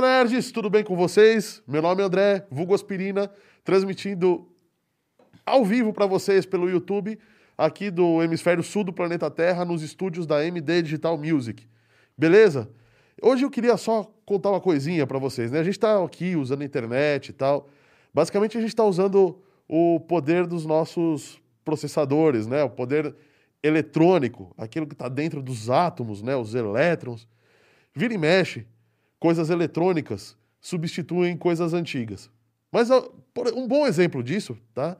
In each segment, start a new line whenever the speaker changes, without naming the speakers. nerds, tudo bem com vocês? Meu nome é André, vulgo Aspirina, transmitindo ao vivo para vocês pelo YouTube, aqui do hemisfério sul do planeta Terra, nos estúdios da MD Digital Music. Beleza? Hoje eu queria só contar uma coisinha para vocês, né? A gente tá aqui usando a internet e tal. Basicamente a gente está usando o poder dos nossos processadores, né? O poder eletrônico, aquilo que está dentro dos átomos, né? Os elétrons. Vira e mexe, coisas eletrônicas substituem coisas antigas. Mas ó, por- um bom exemplo disso, tá?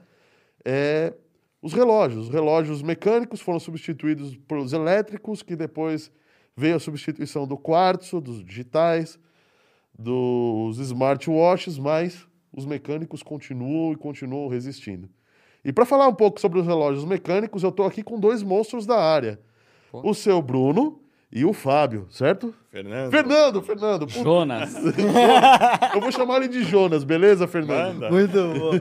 É os relógios. Os relógios mecânicos foram substituídos pelos elétricos, que depois veio a substituição do quartzo, dos digitais, dos smartwatches, mas os mecânicos continuam e continuam resistindo. E para falar um pouco sobre os relógios mecânicos, eu estou aqui com dois monstros da área.
Pô.
O seu Bruno e o Fábio, certo?
Fernando.
Fernando, Fernando. puta,
Jonas.
eu vou chamar ele de Jonas, beleza, Fernando?
Manda.
Muito bom.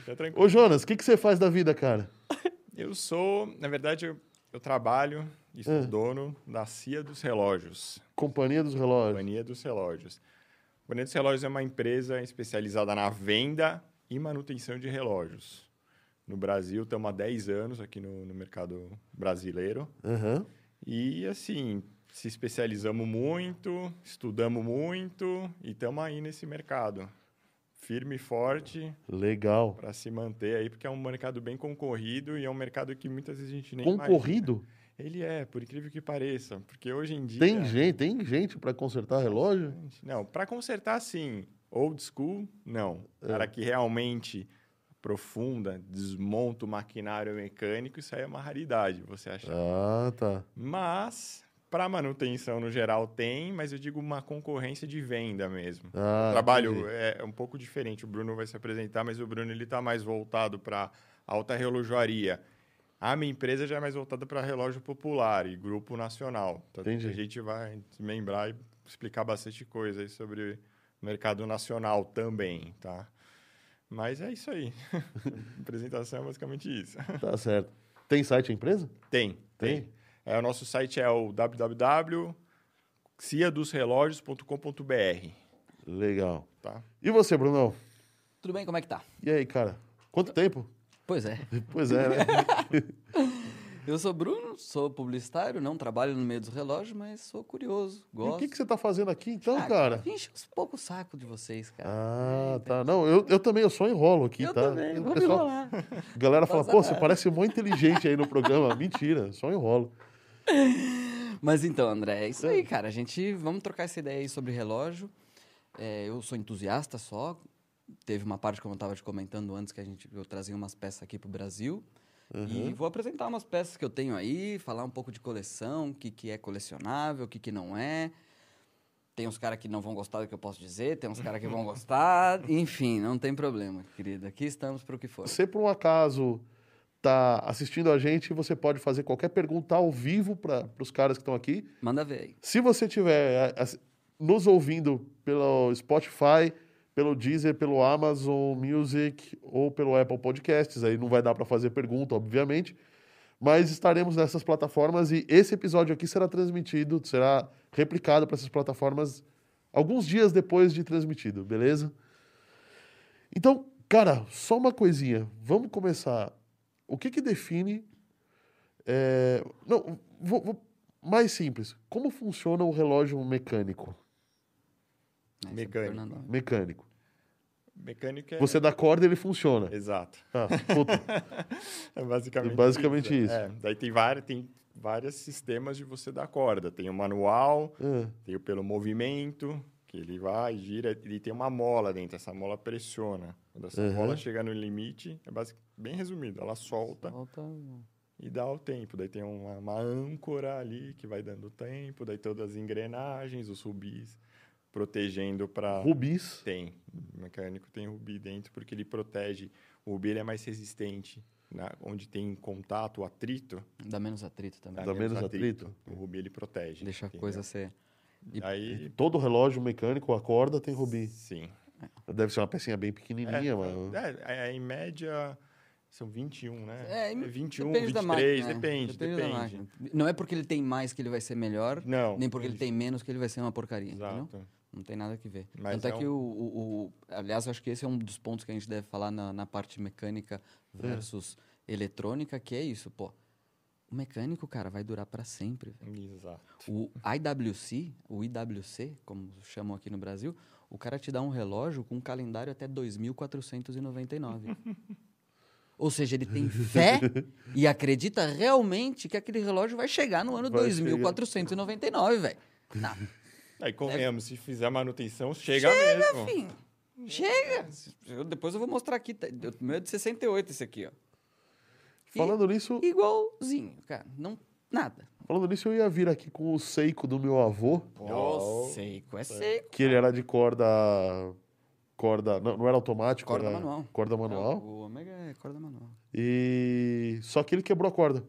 Fica tranquilo.
Ô, Jonas, o que, que você faz da vida, cara?
Eu sou, na verdade, eu, eu trabalho e sou dono da CIA dos Relógios.
Companhia dos Relógios.
Companhia dos Relógios. A Companhia dos Relógios é uma empresa especializada na venda e manutenção de relógios. No Brasil, estamos há 10 anos aqui no, no mercado brasileiro.
Aham.
E, assim, se especializamos muito, estudamos muito e estamos aí nesse mercado. Firme e forte,
Legal.
para se manter aí, porque é um mercado bem concorrido e é um mercado que muitas vezes a gente nem
Concorrido?
imagina. Ele é, por incrível que pareça, porque hoje em dia
Tem gente, tem gente para consertar relógio?
Não, para consertar sim, old school, não.
É.
O Cara que realmente aprofunda, desmonta o maquinário mecânico, isso aí é uma raridade, você acha.
Ah, tá.
Mas para manutenção no geral tem, mas eu digo uma concorrência de venda mesmo.
Ah,
o trabalho
entendi.
é é um pouco diferente. O Bruno vai se apresentar, mas o Bruno ele está mais voltado para alta relojoaria. A minha empresa já é mais voltada para relógio popular e grupo nacional. Então,
Entendi.
A gente vai desmembrar e explicar bastante coisa aí sobre o mercado nacional também, tá? Mas é isso aí. a apresentação é basicamente isso.
Tá certo. Tem site a empresa?
Tem,
Tem?
tem. É, o nosso site é o www.ciadosrelógios.com.br,
Legal.
tá?
E você, Brunão?
Tudo bem, como é que tá?
E aí, cara? Quanto tempo?
Pois é.
Pois é, né?
Eu sou Bruno, sou publicitário, não trabalho no meio dos relógios, mas sou curioso,
E o
gosto.
que, que você tá fazendo aqui então,
Ah,
cara?
Enche um pouco o saco de vocês, cara.
Ah, tá. Não, eu, eu também, eu só enrolo aqui,
eu
tá?
também,
O
vou
pessoal-
me enrolar.
A galera fala,
Passa
pô, você
nada.
parece mó inteligente aí no programa. Mentira, só um enrolo.
Mas então, André, é isso aí, cara. A gente vamos trocar essa ideia aí sobre relógio. É, eu sou entusiasta só. Teve uma parte, como eu estava te comentando antes, que a gente, eu trazia umas peças aqui pro Brasil.
Uhum.
Uhum.
E vou apresentar umas peças que eu tenho aí, falar um pouco de coleção, o que, que é colecionável, o que, que não é. Tem uns caras que não vão gostar do que eu posso dizer, tem uns caras que vão gostar. Enfim, não tem problema, querido. Aqui estamos para o que for.
Você, por um acaso, tá assistindo a gente, você pode fazer qualquer pergunta ao vivo para os caras que estão aqui.
Manda ver aí. né?
Se você estiver assim, nos ouvindo pelo Spotify, pelo Deezer, pelo Amazon Music ou pelo Apple Podcasts, aí não vai dar para fazer pergunta, obviamente, mas estaremos nessas plataformas e esse episódio aqui será transmitido, será replicado para essas plataformas alguns dias depois de transmitido, beleza? Então, cara, só uma coisinha. Vamos começar. O que que define é, Não, vou- vou mais simples. Como funciona o relógio mecânico?
Né,
Mecânico.
Fernando.
Mecânico.
Mecânico é...
Você dá corda e ele funciona.
Exato.
Ah, puta.
É basicamente,
Basicamente isso.
É, daí tem vários, tem vários sistemas de você dar corda. Tem o manual,
Ah,
tem o pelo movimento, que ele vai, gira, ele tem uma mola dentro, essa mola pressiona. Quando essa
Uhum.
mola chegar no limite, é basic, bem resumido, ela solta
Volta.
e dá o tempo. Daí tem uma, uma âncora ali que vai dando tempo, daí todas as engrenagens, os rubis, protegendo para...
Rubis.
Tem. O mecânico tem rubi dentro porque ele protege. O rubi ele é mais resistente. na- onde tem contato, atrito,
Dá Ah, menos atrito também.
Dá menos atrito.
O rubi ele protege.
Deixa a
entendeu?
coisa ser. e-
Aí.
Todo relógio mecânico, a corda tem rubi.
Sim.
Deve ser uma pecinha bem pequenininha,
é,
mas...
é, é, em média são 21, né?
É, em-
21,
depende
23,
da máquina, é.
depende, depende.
da máquina. Não é porque ele tem mais que ele vai ser melhor,
Não.
nem porque ele tem menos que ele vai ser uma porcaria,
Exato.
entendeu? Não tem nada que ver.
Mas
Tanto é,
é um-
que o, o- o- Aliás, eu acho que esse é um dos pontos que a gente deve falar na, na parte mecânica versus eletrônica, que é isso, pô. O mecânico, cara, vai durar para sempre. velho.
Exato.
O IWC, o IWC, como chamam aqui no Brasil, o cara te dá um relógio com um calendário até 2499. Ou seja, ele tem fé e acredita realmente que aquele relógio vai chegar no ano
Vai
2499, velho. Não,
Aí convenhamos,
É.
se fizer manutenção, chega, mesmo.
enfim. Chega! é, Eu- depois eu vou mostrar aqui. tá? O meu é de 68 esse aqui, ó. E-
Falando nisso,
Igualzinho, cara. Não, nada.
falando nisso, eu ia vir aqui com o Seiko do meu avô,
Uau.
Ô, seco, é seco.
que ele era de corda. Corda. Não, não era automático,
Corda
era
manual.
Corda manual.
O ômega é corda manual.
E. Só que ele quebrou a corda.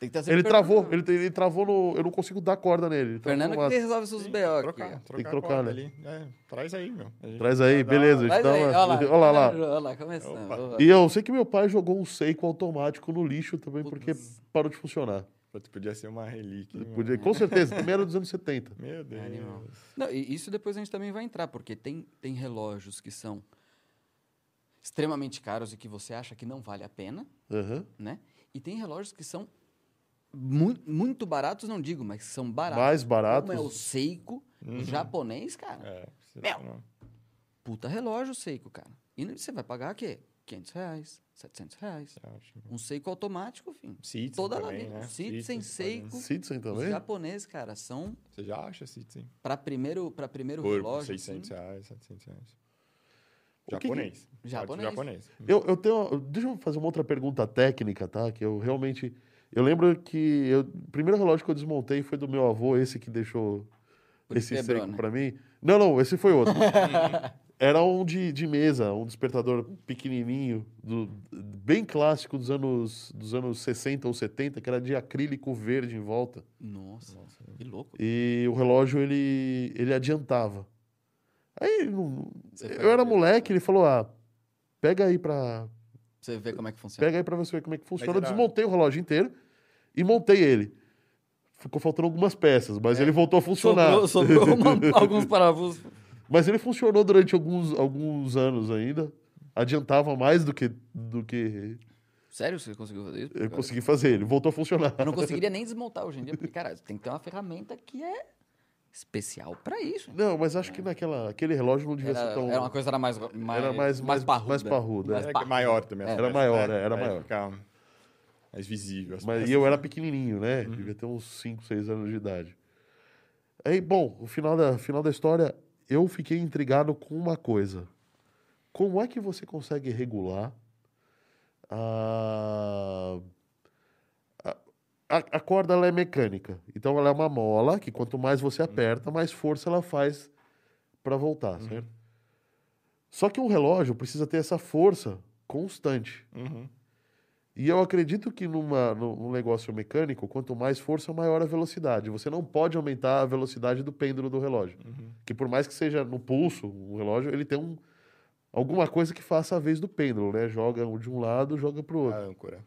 Tem que
tá
estar sempre
Ele
per-
travou, ele, ele travou no. Eu não consigo dar corda nele. ele travou
Fernando
no
que
máximo.
resolve seus
Sim,
BO
Tá tem que
aqui.
trocar,
Tem que
trocar a
trocar,
corda
né?
ali. É, traz aí, meu. A gente
Traz
vai
aí,
dar-
beleza.
Mas
então,
aí, olha lá.
olha lá.
Olha lá, começando.
Opa.
Vamos lá.
E eu sei que meu pai jogou um Seiko automático no lixo também, porque parou de funcionar.
Putz, Podia ser uma relíquia.
Hum.
hein,
Ele
mano?
podia, com certeza, também era dos anos 70.
Meu Deus.
animal. Não, e isso depois a gente também vai entrar, porque tem, tem relógios que são extremamente caros e que você acha que não vale a pena,
Aham.
né? E tem relógios que são mu- muito baratos, não digo, mas que são baratos.
Mais
Como é o
baratos.
Seiko,
Hum.
Uhum.
japonês, cara.
É, você-
Meu.
não.
Puta relógio Seiko, cara. E não- você vai pagar o quê? 500 reais, 700 reais.
Eu acho que-
Um Seiko automático, enfim.
Citizen
Toda lá
também,
dentro.
né?
Citizen,
Citizen,
Seiko.
Citizen
Os
também?
japoneses, cara, são
Você já acha Citizen?
para primeiro, pra primeiro
Por
relógio.
600
assim,
reais, 700 reais.
O que que-
Japonês. Pode ser
Japonês.
Japonês.
Eu, eu tenho. Deixa eu fazer uma outra pergunta técnica, tá? Que eu realmente. Eu lembro que eu- o primeiro relógio que eu desmontei foi do meu avô, esse que deixou
Por isso
esse
quebrou,
seco
né?
pra mim. Não, não, esse foi outro. Era um de, de mesa, um despertador pequenininho, do- bem clássico dos anos, dos anos 60 ou 70, que era de acrílico verde em volta.
Nossa, que louco.
E o relógio, ele, ele adiantava. Aí, ele não-
Você
eu
pega
era
aquele-
moleque, ele falou, ah, pega aí pra,
Você vê como é que funciona.
Pega aí pra você ver como é que funciona.
Mas
Eu
era-
desmontei o relógio inteiro e montei ele. Ficou faltando algumas peças, mas ele voltou a funcionar.
É. Sobrou, sobrou uma- alguns parafusos.
Mas ele funcionou durante alguns, alguns anos ainda. Adiantava mais do que, do que
Sério, você conseguiu fazer isso?
eu consegui fazer. Ele voltou a funcionar.
Eu não conseguiria nem desmontar hoje em dia, porque, cara, tem que ter uma ferramenta que é especial pra isso.
Não, mas acho que naquela, aquele relógio não devia
Era,
ser tão.
era uma coisa era mais, mais,
Era mais- mais-
parruda.
mais parruda, é.
Mais
Era
parruda.
maior também. as
Era
peças,
maior,
né?
é, era
Aí
maior.
Fica mais visível. as
Mas
peças.
e eu era pequenininho, né? Devia ter uns 5, 6 anos de idade. Aí, bom, o final da, final da história, eu fiquei intrigado com uma coisa. Como é que você consegue regular a... a- A, a corda ela é mecânica, então ela é uma mola que quanto mais você aperta, mais força ela faz para voltar, certo? Só que um relógio precisa ter essa força constante.
Uhum.
E eu acredito que numa, nu- num negócio mecânico, quanto mais força, maior a velocidade. Você não pode aumentar a velocidade do pêndulo do relógio.
Uhum.
Que por mais que seja no pulso, o relógio, ele tem um, alguma coisa que faça a vez do pêndulo, né? Joga um de um lado, joga pro
A
outro.
âncora.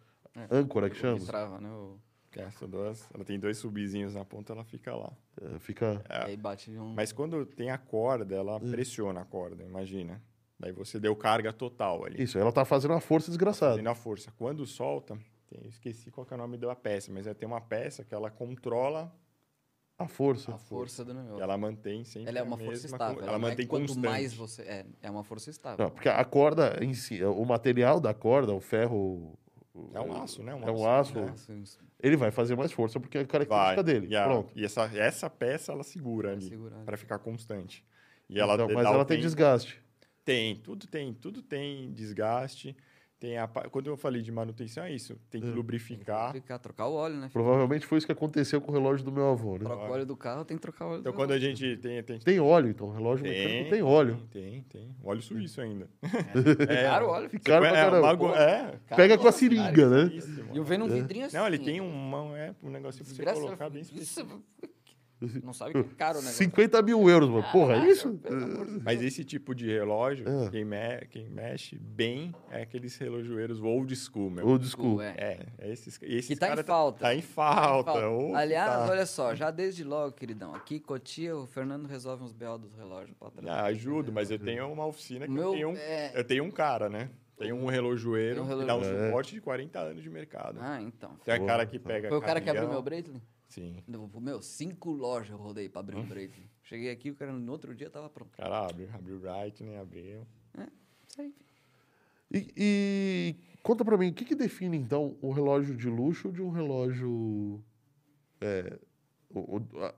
Âncora, é que chama.
Que trava, né? O-
Que essa duas, ela tem dois subzinhos na ponta, ela fica lá.
É, Fica...
É.
Aí bate um...
Mas quando tem a corda, ela
Hum.
pressiona a corda, imagina. Daí você deu carga total ali.
Isso, ela tá fazendo uma força desgraçada.
Fazendo a força. Quando solta, tem- eu esqueci qual que é o nome da peça, mas é, tem uma peça que ela controla
A força.
a força do
e
negócio.
ela mantém sempre
Ela é
a
uma força
mesma
estável.
con-
Ela,
Ela
não é
mantém
que quanto
constante.
mais você... É, é uma força estável.
Não, porque a corda em si, o material da corda, o ferro...
É um aço, né?
É um aço.
né?
Assim,
Ele vai fazer mais força porque é a
Vai.
característica dele.
E, a-
Pronto.
e essa, essa peça ela segura
Vai
ali
segurar.
para ficar constante. E ela
Então,
dá
mas
o
ela tem
tempo-
desgaste.
Tem, tudo tem, tudo tem desgaste. Tem a, pa- quando eu falei de manutenção, é isso. Tem
Hum.
que lubrificar.
Ficar, trocar o óleo, né?
Provavelmente foi isso que aconteceu com o relógio do meu avô, né?
Troca o óleo do carro, tem que trocar o óleo
Então,
do
quando a gente tem. tem,
Tem óleo, então. O relógio mecânico tem óleo.
Tem, tem. Óleo suíço ainda.
carro. É Caro o óleo.
Caro pra
é,
caramba.
algo- é,
Caro,
Pega com a
nossa, cara. é
seringa, né?
caríssimo.
E eu vendo um vidrinho assim.
Não, ele tem um, mão, é, um é, negócio pra você
Desgraça,
colocar bem
isso- Não sabe que é caro, né?
50 mil euros, mano. Porra, é isso?
tá
Mas esse tipo de relógio,
Ah.
quem, me- quem mexe bem é aqueles relojoeiros old school, meu.
Ou desculpa. é
É.
É, é esses, e esses
Que tá em
cara
falta.
Tá, em falta.
Fala.
ou
Aliás,
tá-
olha só, já desde logo, queridão, aqui em Cotia, o Fernando resolve uns B.O. dos relógios pra trás.
Ah, ajudo, mas eu tenho uma oficina que
Meu,
eu tenho um,
é.
eu tenho um cara, né? Tem um relojoeiro
Tem um
que dá um
relojoeiro. É.
suporte de 40 anos de mercado.
Ah, então.
Tem a
Boa.
cara que pega
Foi o cara que abriu meu
carregão.
Breitling?
Sim,
Do- Meu, cinco lojas eu rodei pra abrir um Breitling. Cheguei aqui, o cara no outro dia tava pronto.
o cara abriu, abriu Brightling, abriu.
Isso aí.
E, e conta pra mim, o que, que define, então, um relógio de luxo de um relógio... é, o o- a-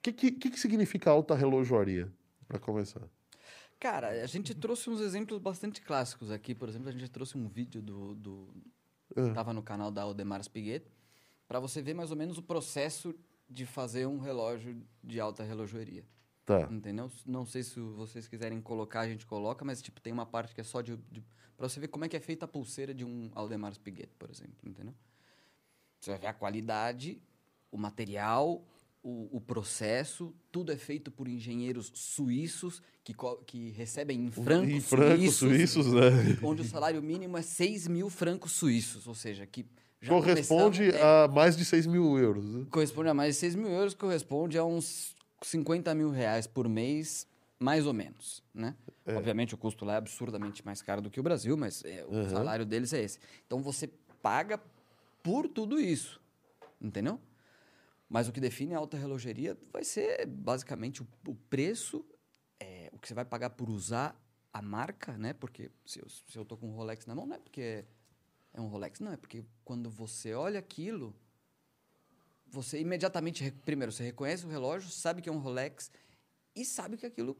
que, que, que que significa alta relojoaria, pra começar?
Cara, a gente trouxe uns exemplos bastante clássicos aqui. Por exemplo, a gente trouxe um vídeo do. do
Ah.
Tava no canal da Aldemar Spiguet, pra você ver mais ou menos o processo de fazer um relógio de alta relojoeria.
Tá.
Entendeu? Não sei se vocês quiserem colocar, a gente coloca, mas tipo, tem uma parte que é só de. de pra você ver como é que é feita a pulseira de um Aldemar Spiguet, por exemplo, entendeu? Você vai ver a qualidade, o material, o, o processo, tudo é feito por engenheiros suíços que, co- que recebem em francos
e francos suíços, né?
onde o salário mínimo é 6 mil francos suíços, ou seja, que já
Corresponde
começavam- é,
a mais de 6 mil euros. né?
Corresponde a mais de 6 mil euros, corresponde a uns 50 mil reais por mês, mais ou menos, né? Obviamente o custo lá é absurdamente mais caro do que o Brasil, mas é, o
Uhum.
salário deles é esse. Então você paga por tudo isso, entendeu? Mas o que define a alta relogeria vai ser basicamente o, o preço, é, o que você vai pagar por usar a marca, né? Porque se eu, se eu tô com um Rolex na mão, não é porque é um Rolex, não, é porque quando você olha aquilo, você imediatamente, re- primeiro, você reconhece o relógio, sabe que é um Rolex e sabe que aquilo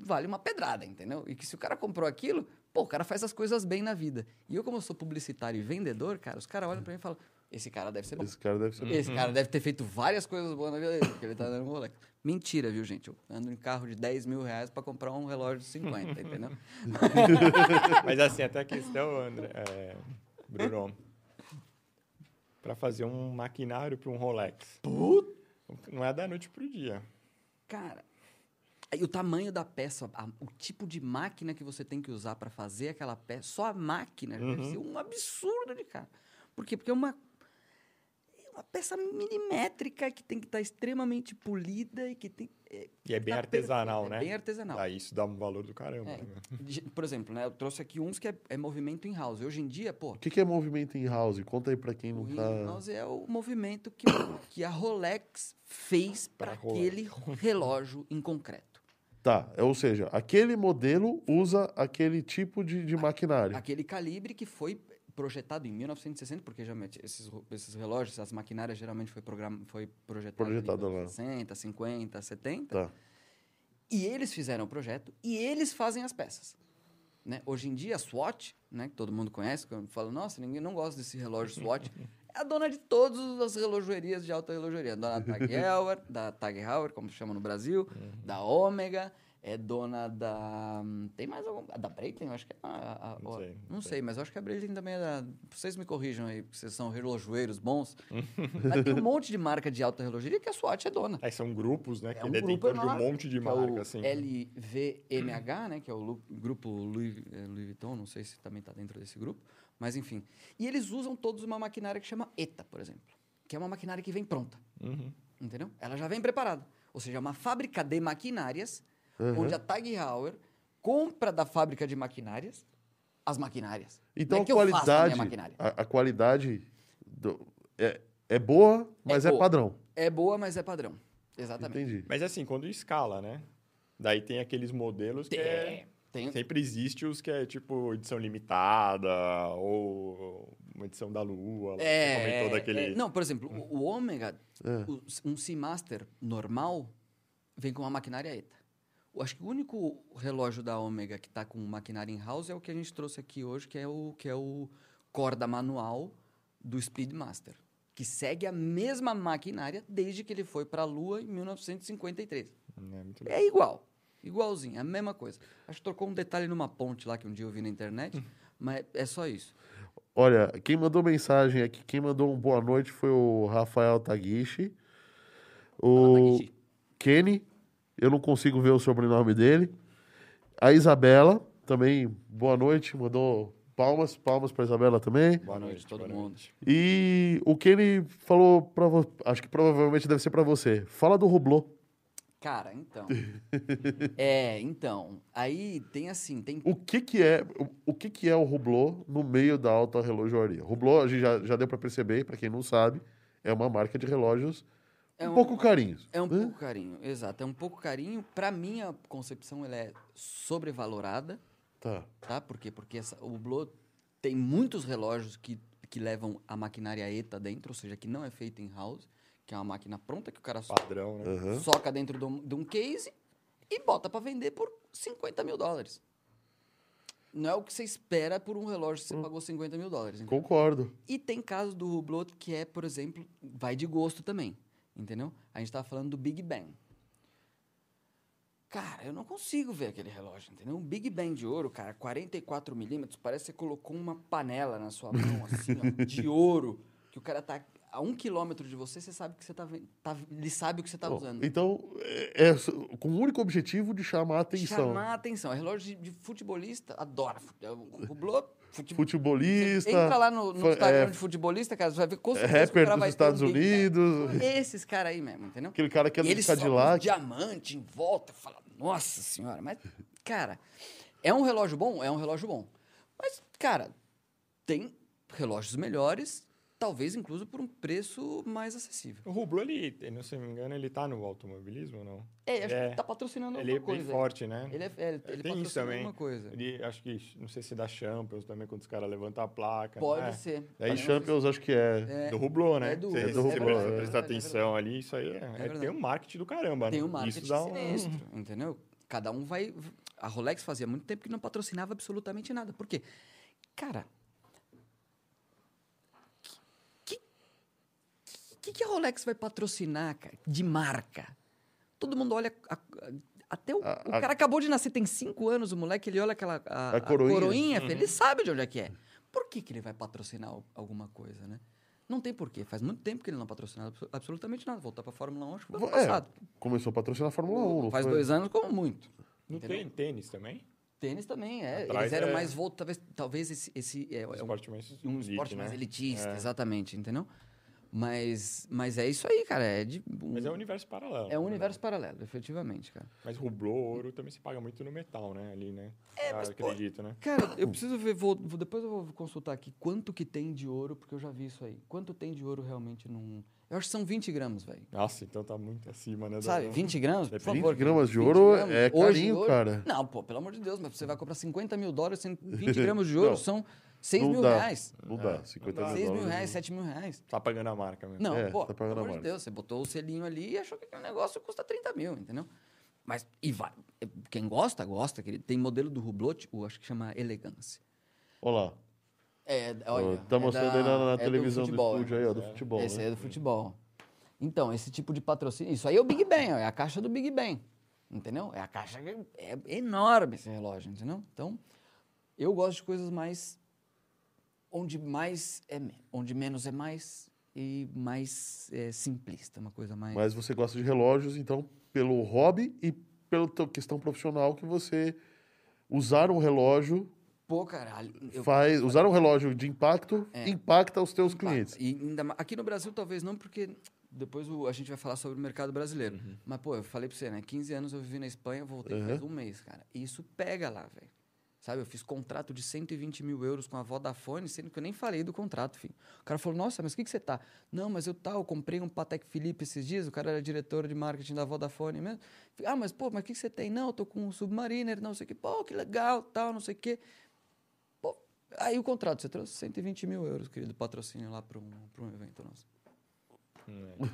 vale uma pedrada, entendeu? E que se o cara comprou aquilo, pô, o cara faz as coisas bem na vida. E eu, como eu sou publicitário e vendedor, cara, os caras olham pra mim e falam, esse cara deve ser bom.
Esse cara deve ser...
Uhum.
Esse cara deve ter feito várias coisas boas na vida dele, porque ele tá andando com Rolex. Mentira, viu, gente? Eu ando em carro de 10 mil reais pra comprar um relógio de 50, entendeu?
Mas assim, até a questão, André, é, Bruno, para fazer um maquinário para um Rolex. Não é da noite pro dia.
Cara, e o tamanho da peça, a- o tipo de máquina que você tem que usar pra fazer aquela peça, só a máquina já
Uhum.
deve ser um absurdo de cara. Por quê? Porque é uma, é uma peça milimétrica que tem que estar extremamente polida e que tem. é,
E é bem
tá
artesanal,
perfeita,
né?
É bem artesanal.
Aí isso dá um valor do caramba.
É,
né, meu?
de- por exemplo, né, eu trouxe aqui uns que é, é movimento in house. Hoje em dia, pô,
O que, que é movimento em house? Conta aí pra quem
o
não
in
tá...
house é o movimento que, que a Rolex fez para
Pra Rolex.
aquele relógio em concreto.
Tá, é, ou seja, aquele modelo usa aquele tipo de, de maquinário.
Aquele calibre que foi projetado em 1960, porque geralmente esses, ro- esses relógios, essas maquinárias geralmente foi, programa, foi projetado,
Projetado
em
lá.
60, 50, 70.
Tá.
E eles fizeram o projeto e eles fazem as peças. Né? Hoje em dia, a Swatch, né, que todo mundo conhece, que eu falo, nossa, ninguém não gosta desse relógio Swatch, é a dona de todas as relojoerias de alta relojoeria. Dona da Tag Heuer, da Tag Heuer, como se chama no Brasil,
Uhum.
da Omega, é dona da... hum, Tem mais alguma? Da Breitling, eu acho que é. a- a-
Não
a-
sei, não
não sei, mas eu acho que a Breitling também é da... Vocês me corrijam aí, porque vocês são relojoeiros bons. mas tem um monte de marca de alta relojoeria que a Swatch é dona.
Aí são grupos, né? que
É um
é detentor
grupo
de um
enorme,
monte de
que é o
marca, assim. Uhum.
LVMH, né? Que é o lu- grupo Louis, eh, Louis Vuitton, não sei se também está dentro desse grupo, mas enfim. E eles usam todos uma maquinária que chama ETA, por exemplo, que é uma maquinária que vem pronta,
Uhum.
entendeu? Ela já vem preparada. Ou seja, é uma fábrica de maquinárias,
Uhum.
onde a Tag Heuer compra da fábrica de maquinárias as maquinárias.
Então
Não é
a
que eu faço a minha
qualidade,
maquinária.
a, a qualidade do- é, é boa, mas é,
boa.
padrão.
É boa, mas é padrão. Exatamente.
Entendi.
Mas assim, quando escala, né? Daí tem aqueles modelos que é-
Tem,
sempre existe os que é tipo edição limitada ou uma edição da Lua. lá, que
É, é,
comentou daquele...
é. Não, por exemplo, o- o Ômega,
É.
o- um Seamaster normal, vem com uma maquinária ETA. Eu acho que o único relógio da Ômega que está com maquinária in-house é o que a gente trouxe aqui hoje, que é o, que é o corda manual do Speedmaster, que segue a mesma maquinária desde que ele foi para a Lua em 1953.
É muito legal.
É igual. Igualzinho, é a mesma coisa. Acho que trocou um detalhe numa ponte lá que um dia eu vi na internet, mas é só isso.
Olha, quem mandou mensagem aqui, quem mandou um boa noite foi o Rafael Taguichi. O
Fala, Taguichi.
Kenny, eu não consigo ver o sobrenome dele. A Isabela, também, boa noite, mandou palmas, palmas pra Isabela também.
Boa noite, todo
boa
mundo.
E o Kenny falou pra você, acho que provavelmente deve ser pra você. Fala do Rublô.
Cara, então. é, então. Aí tem assim, tem.
O que que é o, o que que é o Rublô no meio da alta relojoaria? Rublô, a gente já, já deu pra perceber, pra quem não sabe, é uma marca de relógios
É
um,
um-
pouco carinhos.
É um
né?
pouco carinho, exato. É um pouco carinho. Pra mim, a concepção ela é sobrevalorada,
Tá.
tá? Por quê? Porque essa- o Hublot tem muitos relógios que, que levam a maquinaria ETA dentro, ou seja, que não é feita em house, que é uma máquina pronta que o cara so-
Padrão, né?
Aham.
soca dentro de um, de um case e bota pra vender por 50 mil dólares. Não é o que você espera por um relógio que você pagou 50 mil dólares. entendeu?
Concordo.
E tem casos do Hublot que é, por exemplo, vai de gosto também, entendeu? A gente tava falando do Big Bang. Cara, eu não consigo ver aquele relógio, entendeu? Um Big Bang de ouro, cara, 44 milímetros, parece que você colocou uma panela na sua mão, assim, ó, de ouro, que o cara tá a um quilômetro de você, você sabe que você tá, ven- tá ele sabe o que você tá
Bom,
usando.
Então, é, é s- com o único objetivo de chamar a atenção.
Chamar a atenção. É relógio de, de futebolista, adora. fute- é, O Hublot, fute-
Futebolista.
Entra lá no, no
fa-
Instagram
é,
de futebolista, cara, você vai ver com certeza que o
rapper
cara
dos
vai ter
Estados
um Big Bang.
Unidos.
Esses caras aí mesmo, entendeu?
Aquele cara que
E
anda de
eles só com
Cadillac.
diamante em volta, fala, nossa senhora, mas, cara, é um relógio bom? É um relógio bom. Mas, cara, tem relógios melhores, talvez incluso por um preço mais acessível.
O Rublo, ele, ele, se eu não me engano, ele tá no automobilismo ou não?
É, acho
É.
que tá patrocinando
Ele é
alguma
bem
coisa. aí.
forte, né?
Ele, é, é, ele, ele
Tem isso
patrocina
também.
alguma coisa.
Ele, acho que, não sei se dá Champions também, quando os caras levantam a placa.
Pode
né?
ser.
Daí
a
Pode ser.
Champions, acho que é.
É,
Do Rublô, né?
É do-
Você-
é do
Hublot,
você presta-
é
presta
verdade, é
atenção ali, isso aí é, é-
verdade.
tem um marketing do caramba,
tem
né?
um marketing
isso dá um...
sinistro, entendeu? Cada um vai... A Rolex fazia muito tempo que não patrocinava absolutamente nada. Por quê? Cara... que- que- que a Rolex vai patrocinar, cara, de marca? Todo mundo olha... a- a- até o,
A-
o
a-
cara acabou de nascer, tem cinco anos, o moleque, ele olha aquela a,
A
a
coroinha.
coroinha, filho, ele sabe de onde é que é. Por que, que ele vai patrocinar al- alguma coisa, né? Não tem porquê. Faz muito tempo que ele não patrocina abso- absolutamente nada. Voltar pra Fórmula 1, acho que foi ano
É,
passado.
começou a patrocinar a Fórmula 1. não
Faz
foi?
dois anos, como muito.
Não
Entendeu? É
tem tênis também?
Tênis também, é. Eles
Atrás
eram
é-
mais voltados. Talvez, talvez esse, esse é, é um,
esporte mais
um
elite,
esporte
né?
mais elitista,
É.
exatamente, entendeu? Mas, mas é isso aí, cara. É, de,
Mas é um universo paralelo.
é um universo paralelo, efetivamente, cara.
Mas rublô, ouro também se paga muito no metal, né? Ali, né? É,
mas, pô,
acredito, né?
Cara, eu preciso ver, vou, vou- depois eu vou consultar aqui quanto que tem de ouro, porque eu já vi isso aí. Quanto tem de ouro realmente num... Eu acho que são 20 gramas, velho.
Nossa, então tá muito acima, né? da-
Sabe, 20 gramas, por
20
favor.
20 gramas de
20
ouro
gramas.
é
Hoje,
carinho,
ouro-
cara.
Não, pô, pelo amor de Deus, mas você vai comprar 50 mil dólares, cem- 20 gramas de ouro
Não.
são 6
Não
mil
dá.
reais.
Não dá. 50 mil
6 mil
dólares.
reais, 7 mil reais.
Tá pagando a marca mesmo.
Não,
É,
pô,
tá
pelo
pagando a
amor de
mais.
Deus, você botou o selinho ali e achou que aquele negócio custa 30 mil, entendeu? Mas, e vai, eh, quem gosta, gosta. querido. Tem modelo do Hublot, o acho que chama Elegance.
Olha lá.
É, olha.
tá
é
mostrando
da-
aí na, na
é do
televisão do,
futebol,
estúdio
é.
aí, ó, do futebol.
Esse
né?
aí é do futebol. Então, esse tipo de patrocínio. Isso aí é o Big Bang, ó, é a caixa do Big Bang. Entendeu? É a caixa. que É enorme esse relógio, entendeu? Então, eu gosto de coisas mais. Onde mais é menos. Onde menos é mais e mais é, simplista. Uma coisa mais.
Mas você gosta de relógios, então, pelo hobby e pela tua questão profissional que você usar um relógio
Pô, caralho. eu-
faz usar um relógio de impacto
É.
impacta os teus clientes.
E ainda ma- aqui no Brasil, talvez não, porque depois o- a gente vai falar sobre o mercado brasileiro. Mas, pô, eu falei pra você, né? 15 anos eu vivi na Espanha, voltei faz um mês, cara. E isso pega lá, velho. Sabe, eu fiz contrato de 120 mil euros com a Vodafone, sendo que eu nem falei do contrato, filho. O cara falou, nossa, mas o que, que você tá? Não, mas eu tal, comprei um Patek Philippe esses dias, o cara era diretor de marketing da Vodafone mesmo. Ah, mas pô, mas o que, que você tem? Não, eu tô com um Submariner, não sei o que. Pô, que legal, tal, não sei o que. Pô, aí o contrato, você trouxe 120 mil euros, querido, patrocínio lá para um, pra um evento nosso.
Hum,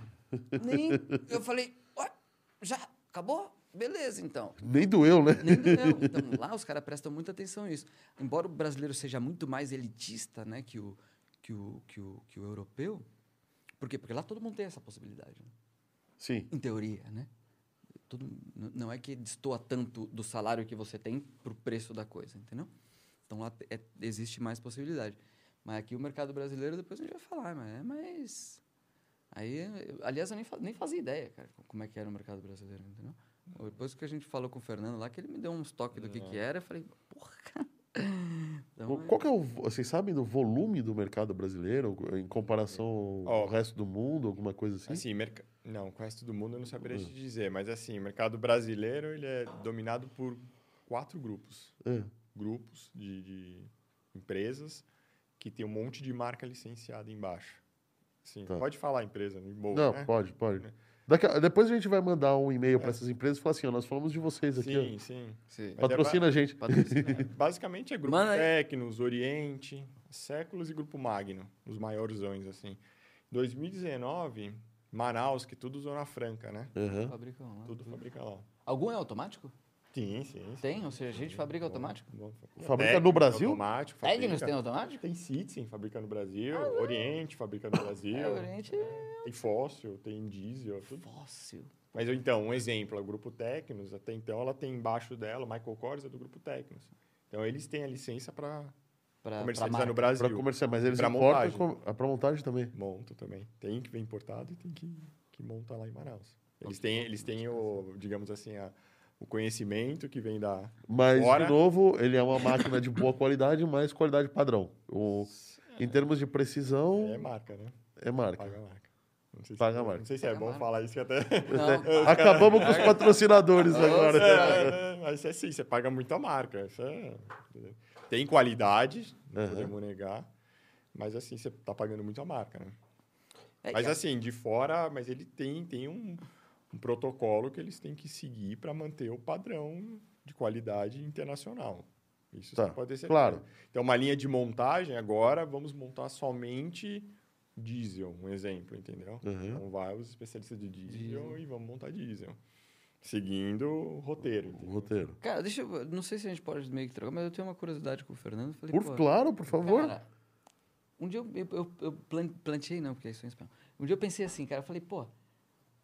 é.
Nem, eu falei, ó, já acabou? Beleza, então.
Nem doeu, né?
Nem doeu. Então, lá os caras prestam muita atenção nisso. Embora o brasileiro seja muito mais elitista né, que, o, que, o, que, o, que o europeu, por quê? Porque lá todo mundo tem essa possibilidade. né?
Sim.
Em teoria, né? Todo, n- não é que destoa tanto do salário que você tem pro preço da coisa, entendeu? Então lá te- é- existe mais possibilidade. Mas aqui o mercado brasileiro, depois a gente vai falar, mas é mais. Aí, eu- aliás, eu nem, fa- nem fazia ideia, cara, como é que era o mercado brasileiro, entendeu? Depois que a gente falou com o Fernando lá, que ele me deu uns toques do que que era, eu falei, porra, cara. Então,
É. Qual que é o. vo- Vocês sabem do volume do mercado brasileiro em comparação ao
Ó.
resto do mundo, alguma coisa assim?
Assim, merc... não, quase todo mundo eu não saberia
Hum.
te dizer, mas assim, o mercado brasileiro ele é dominado por quatro grupos.
É.
Grupos de, de empresas que tem um monte de marca licenciada embaixo. Assim,
Tá.
Pode falar a empresa, em boa,
Não,
né?
pode, pode. Daqui a- depois a gente vai mandar um e-mail pra essas empresas e falar assim: ó, nós falamos de vocês aqui.
Sim, sim.
sim.
ó.
Mas é
Patrocina a gente.
Patrocina.
Basicamente é Grupo
Mano, aí-
Tecnos, Oriente, Séculos e Grupo Magno, os maiorzões, assim. Em 2019, Manaus, que é tudo Zona Franca, né?
Aham.
Fabricam lá.
Uhum.
Tudo fabrica lá.
Algum é automático?
Sim, sim. sim.
Tem, ou seja, a gente fabrica automático.
Bom, fabrica.
Fabrica no
Tecnos,
Brasil?
Automático,
Tegnos
fabrica.
tem um- automático?
Tem Citizen, fabrica no Brasil. Oriente, fabrica no Brasil.
É, o Oriente é
Tem fóssil, tem diesel, tudo.
fóssil.
Mas então, um exemplo, o Grupo Tecnos, até então ela tem embaixo dela, o Michael Kors é do Grupo Tecnos. Então eles têm a licença para
Pra, pra
comercializar
marca.
no Brasil.
Pra comerciar, mas eles
Pra
importam.
montagem.
Com... Ah, pra montagem também.
Monta também. Tem que vem importado e tem que, que monta lá em Manaus. Eles têm, eles têm o, digamos assim, a- o conhecimento que vem da.
Mas,
Fora.
de novo, ele é uma máquina de boa qualidade, mas qualidade padrão. O, em termos de
É
Então
precisão,
marca, né?
é marca.
Paga a marca. Não sei se,
Paga a marca.
Não sei se
Paga
é
a
bom
marca.
falar isso que até.
Não,
Né? Acabamos com os patrocinadores agora.
É, mas isso é assim, você paga muito a marca. isso é- Tem qualidade, não
Aham.
podemos negar. Mas assim, você tá pagando muito a marca, né?
é,
Mas
que-
assim, de fora, mas ele tem, tem um, um protocolo que eles têm que seguir para manter o padrão de qualidade internacional. Isso
Tá,
você pode ter certeza.
claro.
Então, uma linha de montagem, agora vamos montar somente diesel, um exemplo, entendeu?
Uhum.
Então, vai os especialistas de diesel, e vamos montar diesel. Seguindo o roteiro.
O
entendeu?
roteiro.
Cara, deixa eu. Não sei se a gente pode meio que trocar, mas eu tenho uma curiosidade com o Fernando. Falei,
Por,
pô,
claro, por favor.
Cara, um dia eu, eu, eu- eu plan- planteei, não, porque isso é em espanhol. Um dia eu pensei assim, cara, eu falei, pô,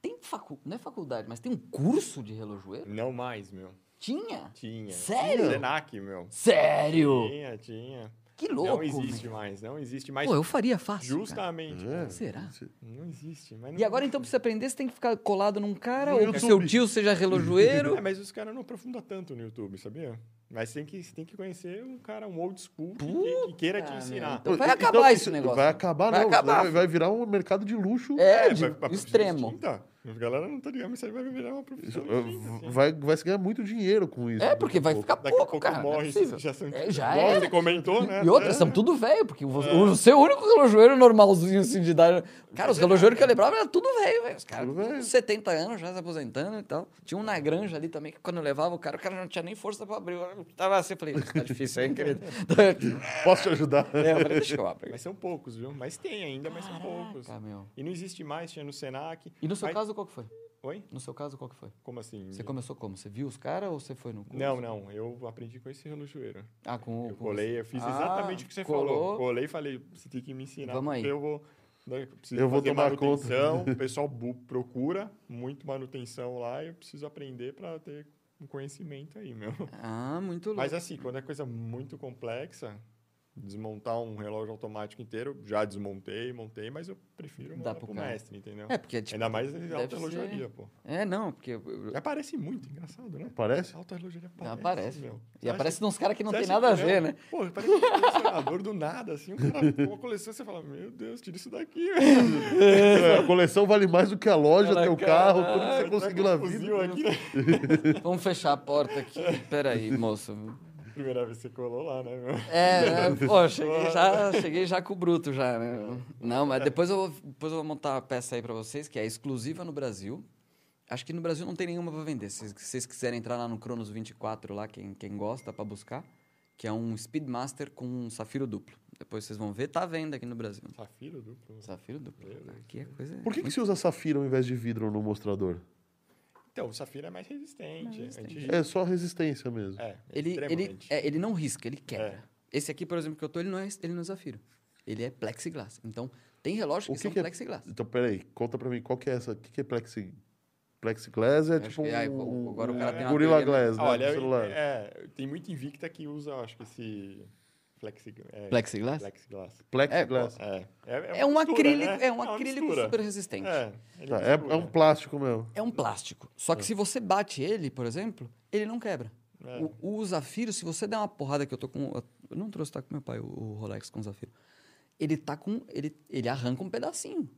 tem facu... não é faculdade, mas tem um curso de relojoeiro?
Não mais, meu.
Tinha?
Tinha.
Sério?
Senac, meu.
Sério?
Tinha, tinha.
Que louco,
não existe
meu.
mais, não existe mais.
Pô, eu faria fácil, cara.
Justamente.
É.
Será?
Não existe. Mas não
E agora, então, pra você aprender, você tem que ficar colado num cara,
No
ou que
YouTube.
seu tio seja relojoeiro.
É, mas os caras não aprofundam tanto no YouTube, sabia? Mas tem que, tem que conhecer um cara, um old school, que, que- que queira te
Puta
ensinar.
merda. Então vai acabar esse negócio.
Vai acabar,
Vai
não.
acabar.
Vai, vai virar um mercado de luxo.
É, de-
vai- vai-
extremo.
Tá. A galera não tá ligando, mas isso aí vai virar uma
Isso,
profissão.
eh,
distinta, assim.
vai, vai se ganhar muito dinheiro com isso. né? Tipo,
É, porque vai ficar
Daqui a
pouco,
pouco
cara. não é
morre,
possível.
já são-
É, já
Nossa,
é.
Você comentou, né?
E outras, são tudo velho, porque o, o seu único relojoeiro normalzinho, assim, de idade... Cara, os relojoeiros que eu lembrava era tudo velho, velho. Os caras
Tudo
com
velho.
70 anos já se aposentando e tal. Tinha um na granja ali também, que quando eu levava o cara, o cara não tinha nem força pra abrir. Eu tava assim, eu falei, "Isso tá difícil, hein, querido?
Posso te ajudar?
é, eu falei, deixa eu abrir.
Mas são poucos, viu? Mas tem ainda, mas são poucos.
Caraca, Ah, meu.
E não existe mais, tinha no Senac.
E no seu
Mas-
caso, qual que foi?
Oi?
No seu caso, qual que foi?
Como assim?
Você começou como? Você viu os caras ou você foi no curso?
Não, não. Eu aprendi com esse relojoeiro.
Ah, com o...
Eu
com
colei, eu fiz
Ah,
exatamente o que você
colou.
falou. Colei e falei, você tem que me ensinar.
Vamos aí.
porque Eu vou, né, preciso
Eu vou
fazer
tomar
manutenção. O pessoal bu- procura muito manutenção lá e eu preciso aprender para ter um conhecimento aí, meu.
Ah, muito louco.
Mas assim, quando é coisa muito complexa, desmontar um relógio automático inteiro, já desmontei, montei, mas eu prefiro
Dá
mandar
pro
pro
cara.
mestre, entendeu?
É, porque é tipo...
Ainda mais em
deve
alta relojaria, pô.
É, não, porque... eu-
E aparece muito, engraçado, né?
Parece?
Alta relojaria aparece,
Não, aparece.
É, meu.
E aparece uns caras que não
Você
tem
acha
nada a
que
ver,
não?
né?
Pô, parece um colecionador do nada, assim. Um cara com uma coleção, você fala, meu Deus, tira isso daqui, velho.
É, A coleção vale mais do que a loja,
Caraca,
teu carro, tudo que você
Tá
conseguiu
com
na
um
vida.
fuzil aqui, né?
Vamos fechar a porta aqui. Peraí, moço.
Primeira vez que você colou lá, né, meu?
É, né? pô, cheguei já, cheguei já com o bruto já, né? Não, mas depois eu, vou- depois eu vou montar uma peça aí pra vocês, que é exclusiva no Brasil. Acho que no Brasil não tem nenhuma pra vender. Se vocês quiserem entrar lá no Cronos 24, lá, quem, quem gosta, pra buscar, que é um Speedmaster com um safiro duplo. Depois vocês vão ver, tá à venda aqui no Brasil.
Safiro duplo.
Safiro duplo. Aqui é coisa...
Por que, que se usa safira ao invés de vidro no mostrador?
Então, o safiro é mais resistente. anti-
É só resistência mesmo.
É,
Ele, ele,
extremamente. É.
é, ele não risca, ele quebra. Esse aqui, por exemplo, que eu tô, ele não é, ele não é zafiro. Ele é plexiglass. Então, tem relógios
O
que,
que
são
que é-
plexiglass.
Então, peraí, conta pra mim, qual que é essa? O que, que é plexi... plexiglass? É
acho
tipo um,
que- ai,
um-
agora o cara tem
um
uma
gorila
teoria, né?
é,
glass, né?
Olha,
do celular.
é, tem muita invicta que usa, acho que esse Flexi, é,
Plexiglass?
Plexiglass.
Plexiglass. Tá,
É, é,
É um
uma mistura,
acrílico,
né?
é um
uma
acrílico
mistura.
super resistente.
É,
Tá,
ele
É,
mistura.
é um plástico mesmo.
É um plástico. Só que se você bate ele, por exemplo, ele não quebra.
É.
O, o zafiro, se você der uma porrada que eu tô com. Eu não trouxe, tá com meu pai, o, o Rolex com zafiro. Ele tá com. Ele, ele arranca um pedacinho.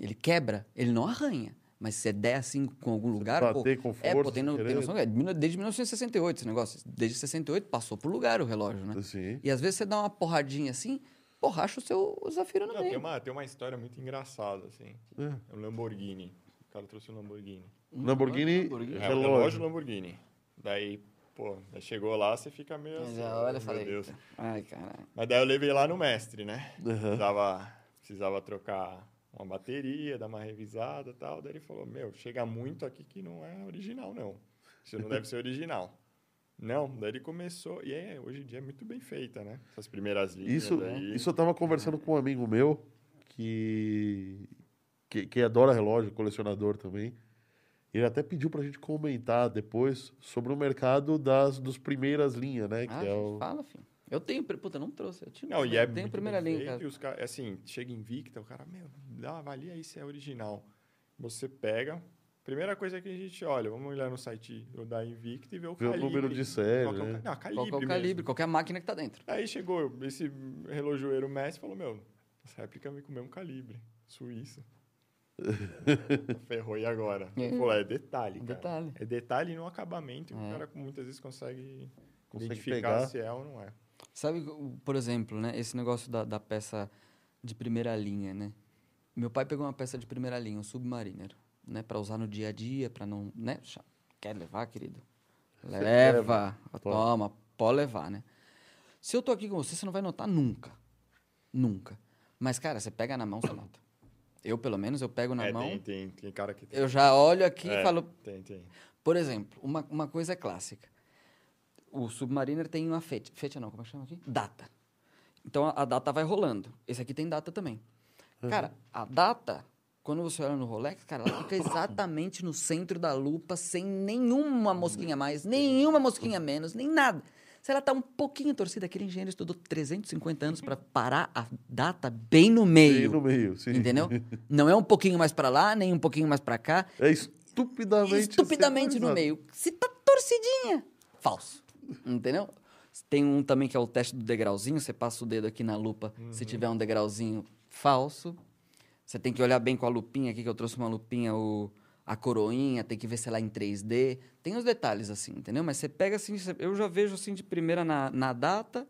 Ele quebra, ele não arranha. Mas se você der assim com algum lugar.
tá
pô,
bater com
é,
força,
pô, tem, no- tem
querendo.
noção, é de mil- desde 1968 esse negócio. Desde 68 passou pro lugar o relógio, né?
Sim.
E às vezes você dá uma porradinha assim, porracha o seu o zafiro no
Não, tem,
meio.
uma, tem uma história muito engraçada, assim.
É.
É um Lamborghini. O cara trouxe um Lamborghini.
Lamborghini,
Hum, Lamborghini.
É, o relógio Lamborghini. Daí, pô, aí chegou lá, você fica meio assim.
Já
meu
olha, falei.
Deus.
"Eita, Ai, caralho.
Mas daí eu levei lá no mestre, né?
Aham.
Precisava, precisava trocar uma bateria, dar uma revisada e tal. Daí ele falou, meu, chega muito aqui que não é original, não. Isso não deve ser original. Não, daí ele começou, e é, hoje em dia é muito bem feita, né? Essas primeiras linhas
Isso,
aí.
isso eu tava conversando com um amigo meu que, que, que adora relógio, colecionador também. Ele até pediu pra gente comentar depois sobre o mercado das dos primeiras linhas, né? Que
Ah,
é
gente,
o...
fala, filho. Eu tenho, pri- puta, não trouxe. Eu tinha,
Não, e
eu
é
tenho
muito
primeira
bem
linha,
feito,
cara.
e os cara, assim, chega invicta, o cara, meu, dá, avalia aí se é original. Você pega, primeira coisa que a gente olha, vamos olhar no site do da Invicta e ver o
Ver o
calibre.
número de série,
Qual que é o
né?
ca- Não, calibre
Qual que é o
mesmo.
calibre, qualquer máquina que tá dentro.
Aí chegou esse relojoeiro Messi e falou, meu, essa réplica vem com o mesmo calibre, Suíça. Ferrou, e agora?
É.
Pô, é detalhe, cara.
Detalhe.
É detalhe no acabamento, que
É.
o cara muitas vezes consegue,
Consegue
identificar
pegar.
se é ou não é.
Sabe, o- por exemplo, né? Esse negócio da, da peça de primeira linha, né? Meu pai pegou uma peça de primeira linha, um Submariner, né? Pra usar no dia a dia, pra não... Né? Cha- Quer levar, querido? Leva. Toma, pode levar, né? Se eu tô aqui com você, você não vai notar nunca. Nunca. Mas, cara, você pega na mão, você nota. Eu, pelo menos, eu pego na
é,
mão,
Tem, tem, tem cara que tem.
eu já olho aqui
É,
e falo,
Tem, tem.
Por exemplo, uma, uma coisa clássica. O Submariner tem uma fecha. Fecha não, como é que chama aqui? Data. Então a, a data vai rolando. Esse aqui tem data também.
Uhum.
Cara, a data, quando você olha no Rolex, cara, ela fica exatamente no centro da lupa, sem nenhuma mosquinha a mais, nenhuma mosquinha a menos, nem nada. Se ela tá um pouquinho torcida, aquele engenheiro estudou 350 anos para parar a data bem no
Bem
meio.
no meio, sim.
Entendeu? Não é um pouquinho mais para lá, nem um pouquinho mais para cá
É estupidamente.
estupidamente no
centralizado.
meio. Se tá torcidinha, falso. Entendeu? Tem um também que é o teste do degrauzinho, você passa o dedo aqui na lupa, se
Uhum.
tiver um degrauzinho falso. Você tem que olhar bem com a lupinha aqui, que eu trouxe uma lupinha, o, a coroinha, tem que ver se ela é em 3D. Tem os detalhes assim, entendeu? Mas você pega assim, você- eu já vejo assim de primeira na, na data,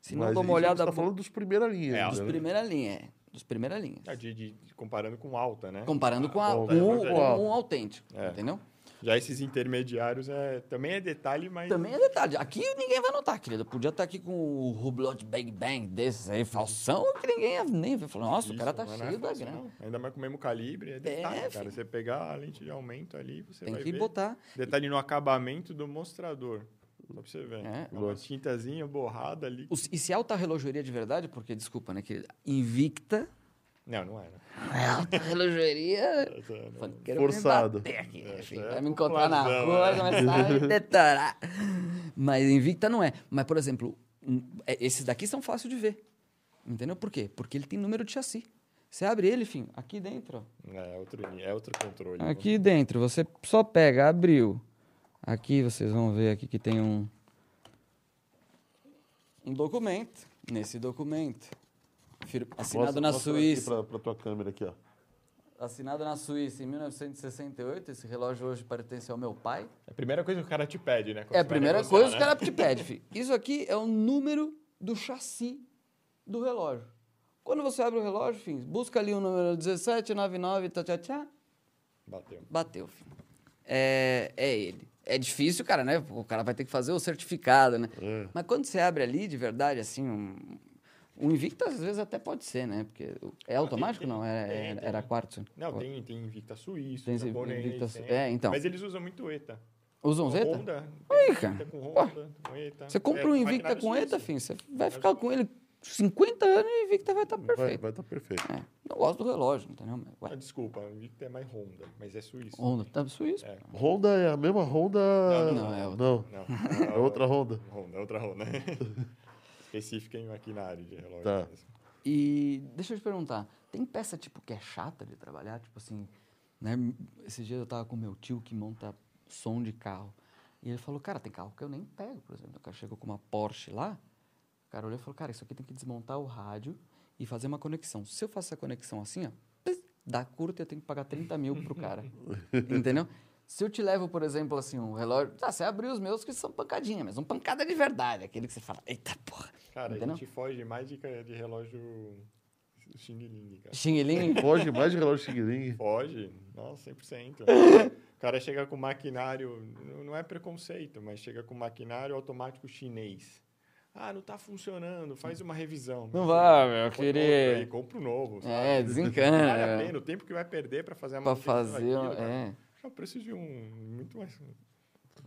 se não
Mas
dou uma
isso
olhada...
Você tá
bo-
falando dos primeira linha.
É,
ainda,
Dos
né?
primeira linha, é. Dos primeira linha.
É, de- de- de- comparando com alta, né?
Comparando com a,
bom,
um,
tá, mas é-
com um autêntico,
É.
entendeu?
Já esses intermediários é, também é detalhe, mas.
Também é detalhe. Aqui ninguém vai notar, querido. Eu Podia estar aqui com o Rublot Bang Bang desse aí, falsão, que ninguém ia nem ver. Falar, nossa, o
Isso,
cara tá
mas não é
cheio da
fácil,
grana.
não. Ainda mais com o mesmo calibre, é detalhe, cara.
filho.
Você pegar a lente de aumento ali, você
Tem
vai
que
ver.
botar.
Detalhe no acabamento do mostrador. Só pra você ver.
É.
É uma tintazinha borrada ali.
Os- E se é alta relojoaria de verdade, porque, desculpa, né, querida? Invicta.
Não, não era.
É alta relojoaria.
Essa é, era-
Funkeiro
Forçado.
vai me bater aqui, né, filho?
é
vai me encontrar na
popularzão,
rua,
né?
vai começar a me detonar. Mas Invicta não é. Mas, por exemplo, um- é- esses daqui são fáceis de ver. Entendeu? Por quê? Porque ele tem número de chassi. Você abre ele, enfim, aqui dentro, ó.
É, outro, é outro controle.
Aqui dentro, você só pega, abriu. Aqui vocês vão ver aqui que tem um um documento. Nesse documento, fir- assinado
Mostra-
na
mostra
Suíça,
Aqui pra, pra tua câmera aqui, ó.
assinado na Suíça em 1968. Esse relógio hoje pertence ao meu pai.
É a primeira coisa que o cara te pede, né? quando
É a
você vai
primeira
negociar,
coisa que
né?
o cara te pede, filho. Isso aqui é o número do chassi do relógio. Quando você abre o relógio, filho, busca ali o número 1799, tchá, tchá, tchá.
Bateu.
Bateu, filho. É, é ele. É difícil, cara, né? O cara vai ter que fazer o certificado, né?
É.
Mas quando você abre ali, de verdade, assim, um, um Invicta às vezes até pode ser, né? Porque o- é automático,
Ah, tem-
não? Era,
tem,
era,
tem.
era quartzo.
Não, tem, tem Invicta Suíço,
Tem
tem
esse
japonês,
Invicta Su-
tem.
é, então.
Mas eles usam muito ETA.
Usam Zeta?
Honda.
Aí,
tem
cara.
Invicta com
Pô,
Honda, com ETA.
Você compra
É,
um
maquinário
Invicta com
suíço.
Eta, filho, você vai ficar com ele 50 anos e o Invicta vai estar
Vai
perfeito.
estar tá perfeito.
É, não gosto do relógio, entendeu? Mas,
Ah,
ué,
desculpa, o Invicta é mais Honda, mas é suíço.
Honda, tá suíço.
É.
Honda é a mesma Honda.
Não,
não, é não.
Não,
Não, é
é outra Honda.
Honda, é outra Honda. específica em maquinário de relógio
Tá.
mesmo.
E deixa eu te perguntar, tem peça tipo que é chata de trabalhar, tipo assim, né? Esses dias eu tava com meu tio que monta som de carro. E ele falou, cara, tem carro que eu nem pego, por exemplo. O cara chegou com uma Porsche lá, o cara olhou e falou, cara, isso aqui tem que desmontar o rádio e fazer uma conexão. Se eu faço essa conexão assim, ó, pss, dá curto e eu tenho que pagar 30 mil pro cara. Entendeu? Se eu te levo, por exemplo, assim, um relógio. Tá, você abriu os meus que são pancadinha, mas uma pancada de verdade, aquele que você fala, eita porra.
Cara,
Entendeu?
a gente foge mais de, ca- de relógio Xing Ling, cara.
Xinguilinho.
Foge mais de relógio xing-ling.
Foge, nossa, 100%. o cara chega com maquinário, n- não é preconceito, mas chega com maquinário automático chinês. Ah, não tá funcionando, faz uma revisão.
Não vai, meu, eu
Põe outro
queria-
aí, Compra um novo. sabe?
É, desencana.
Vale a
né?
pena, o tempo que vai perder pra fazer a
Pra
manutenção
fazer,
daquilo, cara.
é.
É o preço de um muito mais.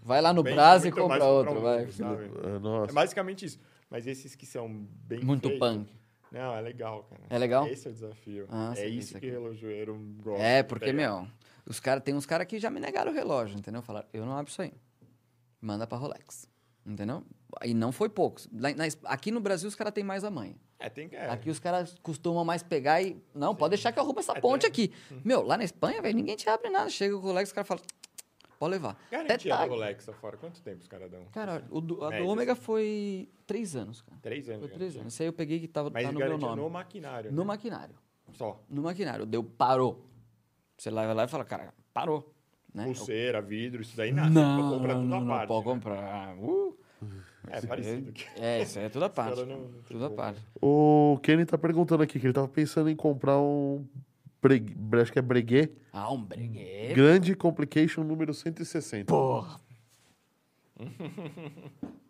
Vai lá no
bem,
Brás e
muito mais
compra outro,
um
vai.
novo, sabe?
Ah,
É
Nossa.
basicamente isso. Mas esses que são bem
Muito
feitos-
punk.
Não, é legal, cara.
É legal?
Esse é o desafio.
Ah, sim,
é isso
isso
que
aqui.
relojoeiro gosta.
É,
tá
porque,
ligado?
meu, os cara, tem uns caras que já me negaram o relógio, entendeu? Falaram, eu não abro isso aí. Manda pra Rolex. Entendeu? E não foi poucos. Lá- na Es- aqui no Brasil os caras têm mais a manha.
É, tem que. É.
Aqui os caras costumam mais pegar e. Não, pode deixar que eu roubo
É,
essa
um-
ponte aqui.
Hum.
Meu, lá na Espanha, velho, ninguém te abre nada. Chega o Rolex, os caras falam, pode levar. Até
Garantia do
tá-
Rolex lá fora. Quanto tempo os caras dão?
Cara, o do, a do
Média,
Ômega foi três anos, cara.
Três anos.
Foi
de
três
garantia.
anos. Isso aí eu peguei que tava,
Mas
tá no meu
garantia no
nome.
maquinário.
No
né?
maquinário.
Só.
no maquinário. Deu, parou. Você lá vai lá e fala, cara, parou. Né?
Pulseira, vidro, isso daí
Eu-
nada.
não,
Você compra
não,
tudo
não,
à
não,
parte.
pode
né?
comprar. Uh,
É parecido. aqui.
é, isso aí é tudo à parte.
caras não- não tem
tudo à
como.
parte.
O Kenny tá perguntando aqui que ele tava pensando em comprar um. bregue- acho que é breguet.
Ah, um breguê.
Grande Complication número 160.
Porra,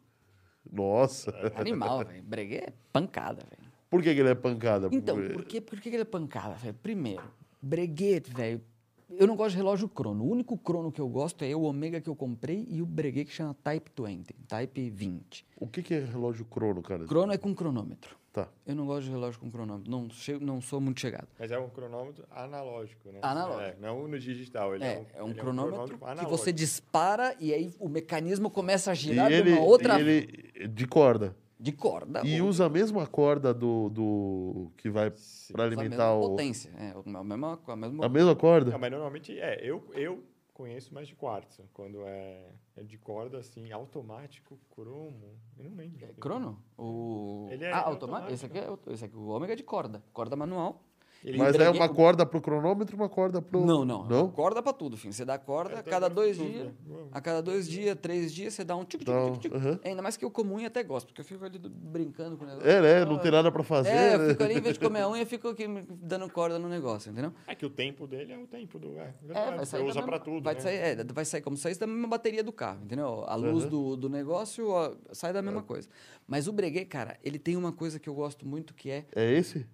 Nossa.
animal, velho. Breguê é pancada, velho.
Por que, que ele é pancada?
Então, por que, por que que ele é pancada, velho? Primeiro, breguete, velho. Eu não gosto de relógio crono. O único crono que eu gosto é o Omega que eu comprei e o breguê que chama Type 20, Type 20.
O que, que é relógio crono, cara?
Crono é com cronômetro.
Tá.
Eu não gosto de relógio com cronômetro. Não, chego, não sou muito chegado.
Mas é um cronômetro analógico, né?
Analógico.
É, não no digital. Ele é,
É,
um,
é um
ele
cronômetro que
analógico.
você dispara e aí o mecanismo começa a
E
girar de
ele,
uma outra Tá
e ele de corda.
de corda.
E
ou-
usa a mesma corda do, do que vai pra
usa a
alimentar
mesma
o.
potência, é, o- a mesma, a mesma
A mesma
Não,
corda?
mas normalmente é. Eu, eu conheço mais de quartzo. Quando é, é de corda, assim, automático, cromo. Eu não lembro.
é, crono? O
Ele é
ah,
automático.
automático. Esse aqui é auto- esse aqui o ômega é de corda, corda manual.
Ele
Mas é
entregue-
uma corda pro cronômetro e uma corda pro.
Não, não,
Não?
Corda pra tudo, filho. Você dá
É,
corda a cada dois
né?
dias. A cada dois dias, três dias, você dá um tic, tic,
Dá um-
tic, tic.
aham.
Ainda mais que eu como unha até gosto, porque eu fico ali do- brincando com o negócio.
É, né? Não tem nada pra fazer.
É, eu
né?
fico ali, em vez de comer a unha, eu fico aqui me dando corda no negócio, entendeu?
É que o tempo dele é o tempo do. É,
É,
verdade,
vai
você
sair, da
usa
mesma-
pra tudo.
vai,
né?
sair, é, vai sair como sai da mesma bateria do carro, entendeu? A luz do, do negócio ó, sai da mesma coisa. Mas o breguet, cara, ele tem uma coisa que eu gosto muito que é.
É esse?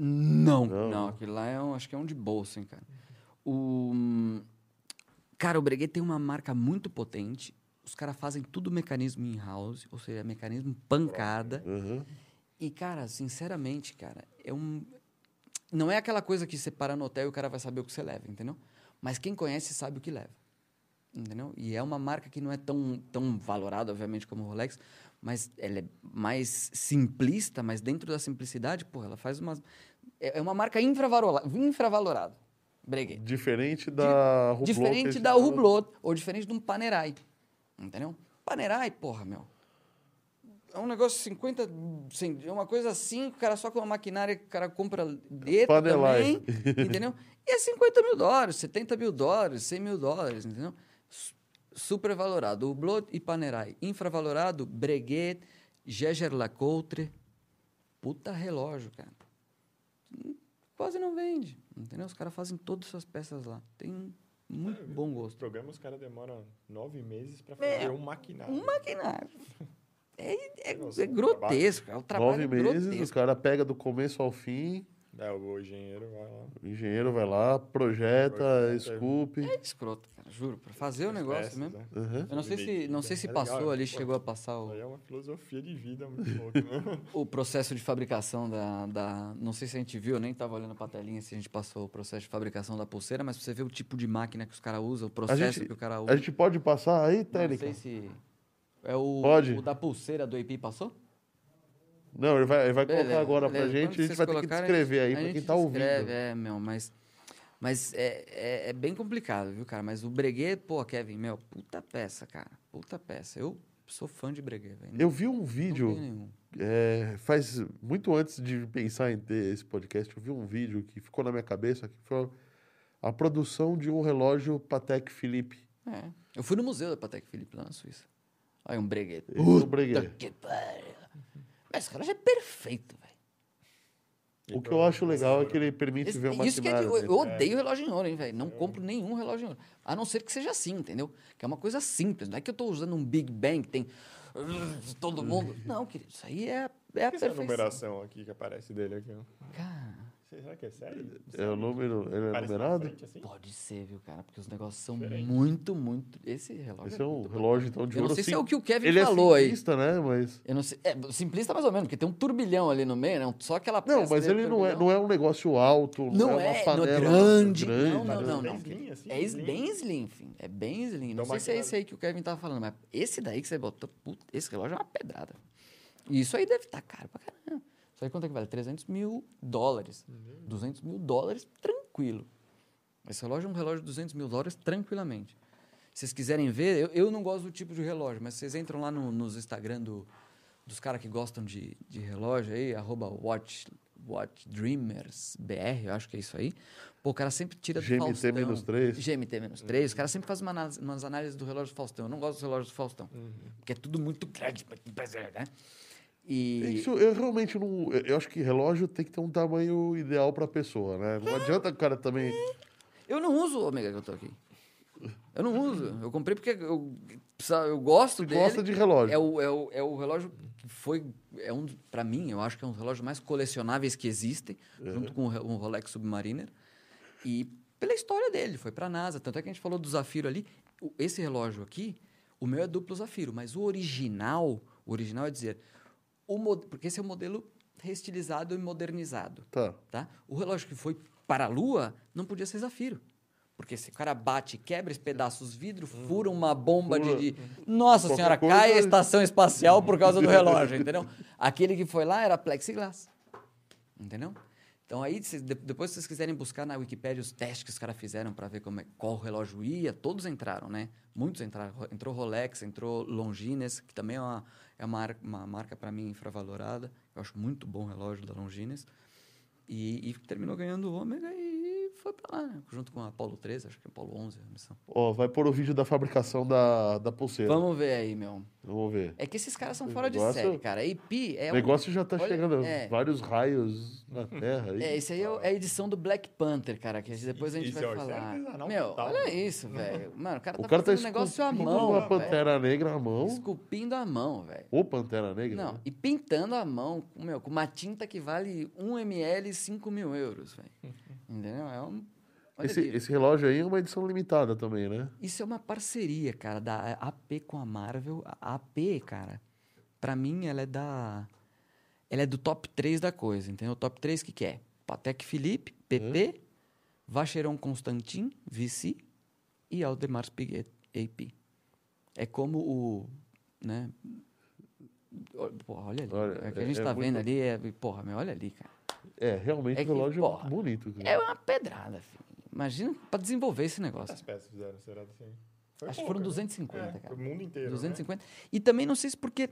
Não!
Não.
Não, aquele lá é um, acho que é um de bolsa, hein, cara. O. hum, Cara, o breguet tem uma marca muito potente. Os caras fazem tudo mecanismo in-house, ou seja, mecanismo pancada.
Aham.
E, cara, sinceramente, cara, é um. Não é aquela coisa que você para no hotel e o cara vai saber o que você leva, entendeu? Mas quem conhece sabe o que leva. Entendeu? E é uma marca que não é tão, tão valorada, obviamente, como o Rolex, mas ela é mais simplista, mas dentro da simplicidade, porra, ela faz umas. É é uma marca infravalora- infravalorada. Breguet.
Diferente da Hublot. que a
Diferente
gente tá
da
falou.
Hublot, ou diferente de um Panerai. Entendeu? Panerai, porra, meu. É um negócio 50, cen- é uma coisa assim, que o cara só com uma maquinária que o cara compra dentro
Panerai.
também, entendeu? E é 50 mil dólares, 70 mil dólares, 100 mil dólares, entendeu? Su- Supervalorado, Hublot e Panerai. Infravalorado, Breguet, Jaeger Lacoutre. Puta relógio, cara quase não vende. Entendeu? Os caras fazem todas essas peças lá. Tem um muito bom
Os
gosto.
programas, os caras demoram nove meses pra fazer um maquinário.
Um maquinário. É, é-
Nossa,
é grotesco. É o
Nove
trabalho
meses, o
grotesco.
cara pega do começo ao fim,
É, o engenheiro vai lá.
o engenheiro vai lá, projeta,
Projeta.
esculpe.
É escroto, cara. Juro. Pra fazer o
as
um negócio
peças,
mesmo.
né?
Aham.
Eu não sei se, não sei se
É legal,
passou
é
ali,
forte.
chegou a passar
Isso aí
o,
é uma filosofia de vida muito louca. né?
o processo de fabricação da, da. Não sei se a gente viu, eu nem tava olhando pra telinha se a gente passou o processo de fabricação da pulseira, mas pra você ver o tipo de máquina que os caras usam, o
A,
processo
gente,
que o cara usa.
a gente pode passar aí,
não
Técnica?
sei se. É o,
Pode.
o da pulseira do AP passou?
Não, ele vai, ele vai colocar
Beleza,
agora pra
beleza.
gente e
Quando
a gente
vocês
vai ter que
colocarem,
descrever aí
a
pra quem
gente
tá ouvindo.
descreve, É, meu, mas. Mas é, é, é bem complicado, viu, cara? Mas o Breguet, pô, Kevin, meu, puta peça, cara. Puta peça. Eu sou fã de Breguet, velho.
Eu vi um
Não
vídeo.
tenho nenhum.
É, faz muito antes de pensar em ter esse podcast, eu vi um vídeo que ficou na minha cabeça, que foi a produção de um relógio Patek Philippe.
É. Eu fui no museu da Patek Philippe lá na Suíça. Olha, um Breguet.
Esse eu breguei.
que pariu. Mas esse relógio é perfeito, velho.
O
Então,
que eu acho legal é que ele permite
Esse-
ver o
Isso que é de,
maquinário.
eu, eu
dentro.
odeio relógio em ouro, hein, velho? Não
É.
compro nenhum relógio em ouro. A não ser que seja assim, entendeu? Que é uma coisa simples. Não é que eu tô usando um Big Bang que tem uh, todo mundo. Não, querido, isso aí é, é a
Essa é a
perfeição.
numeração aqui que aparece dele aqui, ó.
Cara,
Será que é sério?
É o número, ele é
Aparece na
numerado?
frente, assim?
pode ser, viu, cara? Porque os negócios são
Diferente.
muito, muito. Esse relógio.
Esse é um relógio então de
Eu não
ouro.
sei se
sim.
é o que o Kevin
ele
falou
é
aí.
simplista, né? Mas
Eu não sei. É, simplista mais ou menos, porque tem um turbilhão ali no meio, né? Só aquela
não,
peça
mas
dele,
ele não é,
turbilhão.
não é um negócio alto,
Não
é, uma
é, não
panela
é grande,
grande,
não,
né?
não, não,
É
não.
slim, assim,
É
slim.
bem slim, enfim. É bem slim. Não
Então,
sei se é
maquinário.
esse aí que o Kevin tava falando, mas esse daí que você botou, puta, esse relógio é uma pedrada. E isso aí deve estar caro pra caramba. Isso aí quanto é que vale? 300 mil dólares.
Uhum.
200 mil dólares, tranquilo. Esse relógio é um relógio de 200 mil dólares, tranquilamente. Se vocês quiserem ver, eu, eu não gosto do tipo de relógio, mas vocês entram lá no- nos Instagram do- dos caras que gostam de, de relógio aí, arroba watch, watch Dreamers BR, eu acho que é isso aí. Pô, o cara sempre tira do Faustão.
GMT-3.
GMT-3. Os caras sempre fazem uma análise- umas análises do relógio do Faustão. Eu não gosto dos relógios do Faustão, porque é tudo muito grande, muito pesado, né? E...
É Isso, eu realmente não. Eu acho que relógio tem que ter um tamanho ideal pra pessoa, né? Não adianta o cara
É,
também.
Eu não uso o ômega que eu tô aqui. Eu não uso. Eu comprei porque eu, precisava- eu gosto dele.
Gosta de relógio.
É o, é, o, é o relógio que foi. É um, para mim, eu acho que é um dos relógios mais colecionáveis que existem, junto com o Re- um Rolex Submariner. E pela história dele, foi para a NASA. Tanto é que a gente falou do Zafiro ali. O- Esse relógio aqui, o meu é duplo Zafiro, mas o original, o original é dizer. O, mo- porque esse é o modelo reestilizado e modernizado
Tá.
tá? O relógio que foi para a Lua não podia ser zafiro. Porque se o cara bate, quebra esse pedaço os vidros, fura uma bomba de-
Fura.
de. Nossa
Hum. Qualquer
senhora,
coisa-
cai a estação espacial por causa do relógio, entendeu? Aquele que foi lá era plexiglass. Entendeu? Então aí, se- de- depois se vocês quiserem buscar na Wikipédia os testes que os caras fizeram para ver como é- qual relógio ia, todos entraram, né? Muitos entraram. Ro- Entrou Rolex, entrou Longines, que também é uma, é uma, ar- uma marca para mim infravalorada. Eu acho muito bom o relógio da Longines. E, e terminou ganhando o Ômega e foi pra lá, né? Junto com a Apollo 13, acho que é Apollo 11 a missão.
Ó, vai pôr o vídeo da fabricação da, da pulseira. Vamos,
Vamos ver aí, meu.
ver.
É que esses caras são fora de
É. negócio-
série, cara. A IP é
o
um-
negócio já tá
olha,
chegando.
é.
Vários raios na Terra. aí.
É, isso aí é, o- é a edição do Black Panther, cara, que depois a gente
Isso
vai
é- isso é
falar.
artesanal
Meu,
total,
olha
né?
isso, velho. Mano, o cara tá
o cara tá
fazendo um negócio à
esculpindo
mão,
uma
velho.
pantera negra à mão.
Esculpindo à mão, velho.
Ou pantera negra.
Não,
né?
e pintando a mão, com- meu, com uma tinta que vale 1 ml 5 mil euros, velho. Entendeu? É um... olha
Esse,
ali.
esse relógio aí é uma edição limitada também, né?
Isso é uma parceria, cara, da AP com a Marvel. A AP, cara, pra mim ela é da. Ela é do top 3 da coisa, entendeu? O top 3 que que é? Patek Felipe,
Hum.
PP, Vacheron Constantin, VC e Aldemar Piguet, AP. É como o. Né? Ó, Porra, olha ali.
Olha,
é que a
é-
gente
é
tá vendo
muito-
ali, é, porra, meu, olha ali, cara.
É, realmente
É
um
que,
relógio
porra,
bonito.
É
cara.
uma pedrada, filho. Imagina pra desenvolver esse negócio.
É,
Quantas peças fizeram? Será assim?
Acho que
né?
foram 250, cara.
O mundo inteiro. né?
250. E também não sei se porque.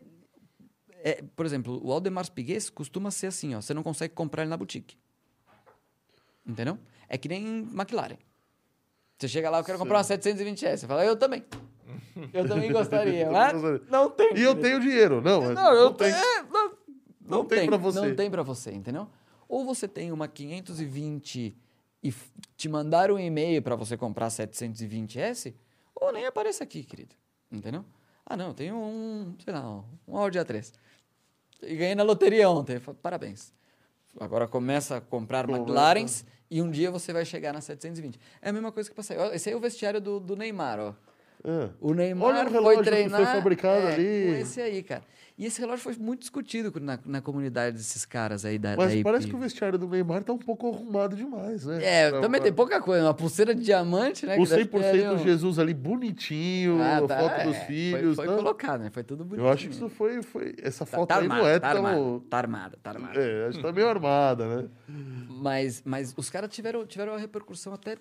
é, por exemplo, o Aldemar Piguet costuma ser assim, ó. Você não consegue comprar ele na boutique. Entendeu? É que nem McLaren. Você chega lá, eu quero comprar uma 720S. Você fala, eu também. Eu também gostaria,
Eu
mas
gostaria.
não tem.
E eu tenho dinheiro. Não, mas
Não, eu
tem.
tenho. é, não, não
tem pra você.
Não tem pra você, entendeu? Ou você tem uma 520 e f- te mandaram um e-mail pra você comprar 720S, ou nem apareça aqui, querido. Entendeu? Ah, não, eu tenho um, sei lá, um Audi A3. E ganhei na loteria ontem. Fa- Parabéns. Agora começa a comprar
Começa.
McLarens é e um dia você vai chegar na 720. É a mesma coisa que passei. Esse aí é o vestiário do, do Neymar, ó.
É.
O
Olha o
Neymar
relógio
foi
que
treinar
foi fabricado
é,
ali.
com esse aí, cara. E esse relógio foi muito discutido na, na comunidade desses caras aí da
Mas
da
parece
IP.
que o vestiário do Neymar tá um pouco arrumado demais, né?
É,
Pra-
também
pra-
tem pouca coisa. Uma pulseira de diamante, né?
O
que deve ter
100%
ali um-
Jesus ali bonitinho,
Ah,
a
tá,
foto dos
é, foi-
filhos.
Foi,
né?
colocado, né? Foi tudo bonito.
Eu acho que isso foi. foi- Essa
tá,
foto
tá
aí
armado,
não é
tá
tão.
armado, tá armado, tá armado.
É, acho que tá meio armada, né?
Mas, mas os caras tiveram, tiveram uma repercussão até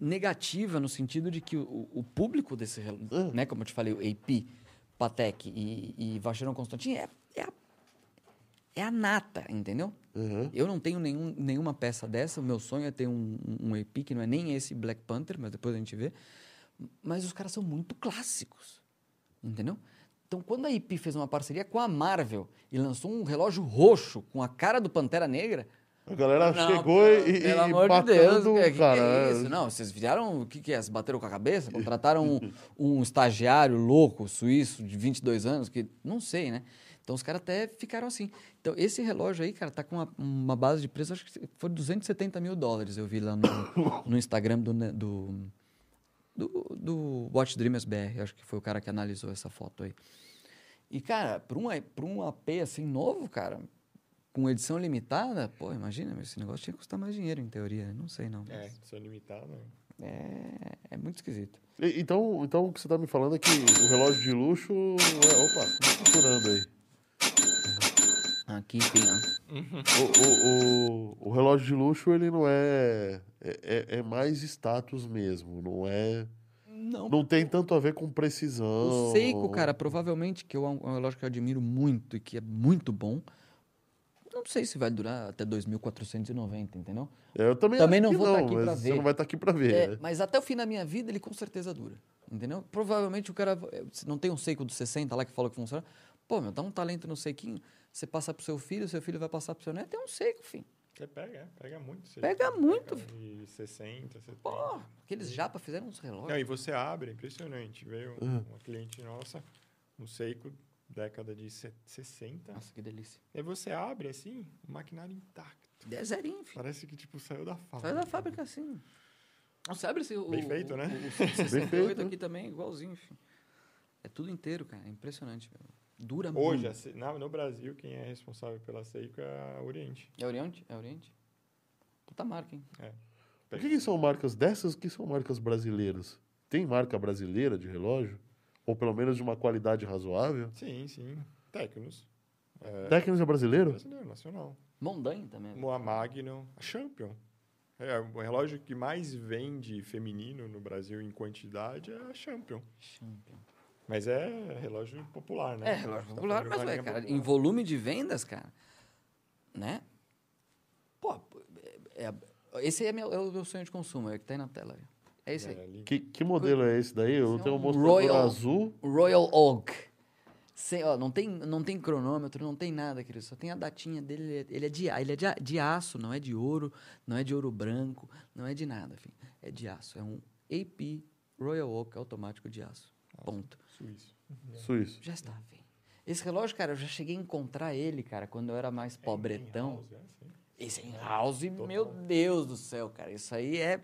negativa, no sentido de que o, o público desse, rel-
Ah.
né, como eu te falei, o AP, Patek e, e Vacheron Constantin, é, é, a, é a nata, entendeu?
Uhum.
Eu não tenho nenhum, nenhuma peça dessa, o meu sonho é ter um, um um AP, que não é nem esse Black Panther, mas depois a gente vê. Mas os caras são muito clássicos, entendeu? Então, quando a AP fez uma parceria com a Marvel e lançou um relógio roxo com a cara do Pantera Negra,
A galera
não,
chegou
pelo-
e, e, e
pelo amor de Deus,
matando,
que- que que
cara.
é isso? Não, vocês viraram. O que, que é? Se bateram com a cabeça? Contrataram um, um estagiário louco suíço de 22 anos, que não sei, né? Então os caras até ficaram assim. Então esse relógio aí, cara, tá com uma, uma base de preço, acho que foi 270 mil dólares, eu vi lá no, no Instagram do, ne- do, do, do Watch Dreamers BR, acho que foi o cara que analisou essa foto aí. E, cara, pra um, pra um AP assim novo, cara, com edição limitada, pô, imagina, meu, esse negócio tinha que custar mais dinheiro, em teoria. né? Não sei, não.
É, se eu limitar, né?
É, é muito esquisito.
E- Então, então o que você tá me falando é que o relógio de luxo. É, opa, tô procurando aí.
Aqui tem, ó.
O, o, o, o relógio de luxo, ele não é é, é- é mais status mesmo, não é.
Não,
Não tem tanto a ver com precisão.
O Seiko, cara, provavelmente, que eu, é um relógio que eu admiro muito e que é muito bom. Não sei se vai durar até 2490, entendeu?
É, eu também,
Também
acho
não
que
vou tá aqui
mas
pra
Você
ver.
não vai estar aqui pra ver.
É,
né?
mas até o fim da minha vida ele com certeza dura. Entendeu? Provavelmente o cara. eh, se Não tem um Seiko dos 60 lá que falou que funciona. Pô, meu, dá um talento no Seikinho. Você passa pro seu filho, seu filho vai passar pro seu neto. É um Seiko, filho.
Você pega, é, pega muito. Você
Pega muito.
De 60, 70.
Pô, aqueles japa fizeram uns relógios.
Não, e você abre, é impressionante. Veio
Ah.
uma cliente nossa, um Seiko, década de se- 60.
Nossa, que delícia.
Aí você abre assim, o maquinário intacto.
É zerinho, filho.
Parece que tipo saiu da fábrica.
Faz a fábrica assim. Nossa, abre esse. o-
Bem feito,
o-
né?
O, o
Bem feito,
168
né?
aqui também, igualzinho, filho. É tudo inteiro, cara. É impressionante. meu. Dura
Hoje, é assim. a
muito.
Se- na- no Brasil, quem é responsável pela Seiko é a Oriente.
É Oriente? É Oriente? Puta marca, hein?
O que, que são marcas dessas? que são marcas brasileiras? Tem marca brasileira de relógio? Ou pelo menos de uma qualidade razoável?
Sim, sim. Tecnos. É,
Tecnos é brasileiro?
brasileiro, nacional.
Mondanha também.
A Magnum, a Champion. É, o relógio que mais vende feminino no Brasil em quantidade é a Champion.
Champion.
Mas é relógio popular, né?
É, relógio
Tá
popular,
fazendo
mas
uma
ué,
linha
cara,
popular.
em volume de vendas, cara, né? Pô, é- é- esse aí é, meu- é o meu sonho de consumo, é o que tá aí na tela. É esse aí.
É, ali.
Que, que modelo é esse daí? Eu
Esse é
tenho um
um
mostrador
Royal.
azul.
Royal Oak. Sem- ó, não, tem, não tem cronômetro, não tem nada, querido. Só tem a datinha dele. Ele é- Ele é, de, a- ele é de, a- de aço, não é de ouro, não é de ouro branco, não é de nada, filho. É de aço. É um AP Royal Oak automático de aço. Ponto.
Suíço.
Suíço.
Já está, filho. Esse relógio, cara, eu já cheguei a encontrar ele, cara, quando eu era mais pobretão.
É, sim.
Esse em house, meu Deus do céu, cara. Isso aí é.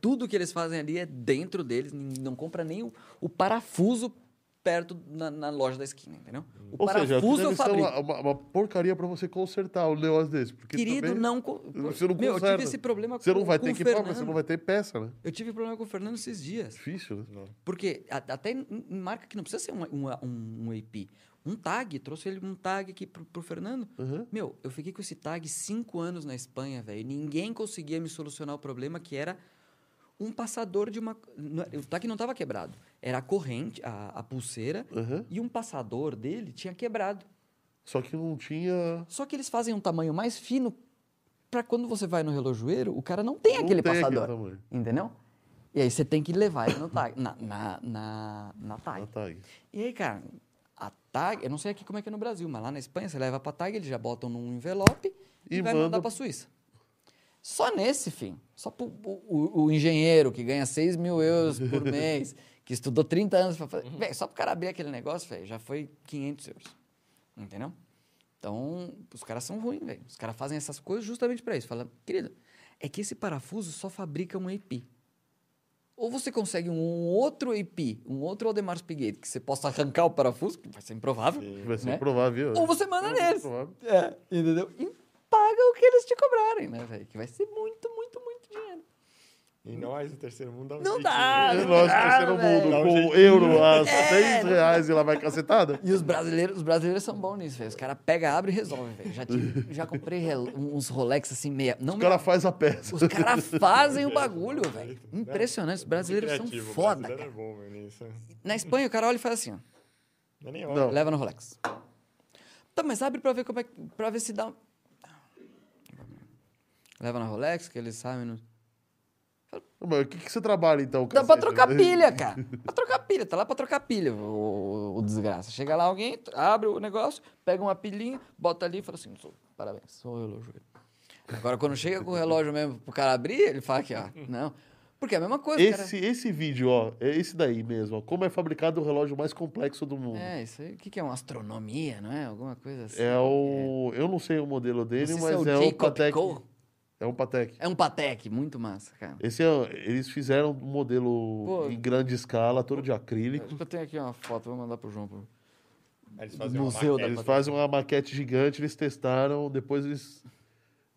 Tudo que eles fazem ali é dentro deles. nin- Não compra nem o, o parafuso perto na, na loja da esquina, entendeu? O
Ou seja,
parafuso eu
deve ser
fabrico.
uma, uma- uma porcaria pra você consertar um negócio desse. Porque
Querido,
também
não. co-
Você não
Meu, eu
conserta.
tive esse problema
Você
com,
não vai
com
ter
o
que
Fernando.
você não vai ter peça, né?
Eu tive problema com o Fernando esses dias.
Difícil, né?
Porque a- até em em marca que não precisa ser um, um, um, um AP. Um tag, trouxe ele um tag aqui pro, pro Fernando.
Uhum.
Meu, eu fiquei com esse tag cinco anos na Espanha, velho. Ninguém conseguia me solucionar o problema que era um passador de uma. não era- O tag não tava quebrado. Era a corrente, a, a pulseira,
Uhum.
e um passador dele tinha quebrado.
Só que não tinha.
Só que eles fazem um tamanho mais fino pra quando você vai no relojoeiro, o cara não tem
Não
é aquele
tem aquele
passador.
tamanho.
entendeu? E aí você tem que levar ele no tag, na, na, na, na tag.
Ah, tá aí.
E aí, cara, a tag, eu não sei aqui como é que é no Brasil, mas lá na Espanha você leva pra tag, eles já botam num envelope e,
E
vai
manda-
mandar pra Suíça. Só nesse, fim, só pro, o, o- o engenheiro que ganha 6 mil euros por mês, que estudou 30 anos pra fazer. Véi, só pro cara abrir aquele negócio, velho, já foi 500 euros. Entendeu? Então, os caras são ruins, velho. Os caras fazem essas coisas justamente pra isso. Fala, querido, é que esse parafuso só fabrica um AP. Ou você consegue um outro EP, um outro Aldemar Spighetti, que você possa arrancar o parafuso, que vai ser improvável.
Vai ser
Né?
improvável.
Ou você manda
Vai ser
neles.
improvável.
É, entendeu? E paga o que eles te cobrarem, né, velho? Que vai ser muito, muito, muito dinheiro.
E nós, o terceiro mundo, dá um
Não
jeitinho,
dá,
né?
não
Nós,
dá.
terceiro mundo,
Dá um
com
jeitinho.
euro a
Ah, É.
6 reais e lá vai cacetada.
E os brasileiros, os brasileiros são bons nisso, velho. Os caras pegam, abrem e resolvem, velho. Já, tive- já comprei rel- uns Rolex assim, meia. Não,
O cara faz a peça.
Os caras fazem o bagulho, velho. Impressionante. Os brasileiros são
Criativo, o
foda,
brasileiro
cara.
é bom, meu, nisso.
Na Espanha, o cara olha e faz assim, ó.
Não é nem hora.
Não.
Leva no Rolex. Tá, mas abre pra ver como é que. pra ver se dá. um- Leva na Rolex, que eles sabem. não-
Mas o que, que você trabalha então?
Dá pra
cacete?
trocar pilha, cara. Pra trocar pilha, tá lá pra trocar pilha, o, o- o desgraça. Chega lá alguém, abre o negócio, pega uma pilhinha, bota ali e fala assim: sou, parabéns, sou o relógio. Agora, quando chega com o relógio mesmo pro cara abrir, ele fala aqui, ó, não. Porque é a mesma coisa, cara.
Esse, esse vídeo, ó, é esse daí mesmo, ó. Como é fabricado o relógio mais complexo do mundo. É,
É, isso aí. O que, que é uma astronomia, não é? Alguma coisa assim.
o. Eu não sei o modelo
Não
dele,
sei se
mas é, um
Jacob
Patek.
Cole.
É um Patek.
É um Patek, muito massa, cara.
Esse é, eles fizeram um modelo
Pô.
em grande escala, todo de acrílico.
Eu tenho aqui uma foto, vou mandar pro João. pro-
Aí Eles fazem uma
Museu da
maquete.
Eles fazem uma maquete gigante, eles testaram, depois eles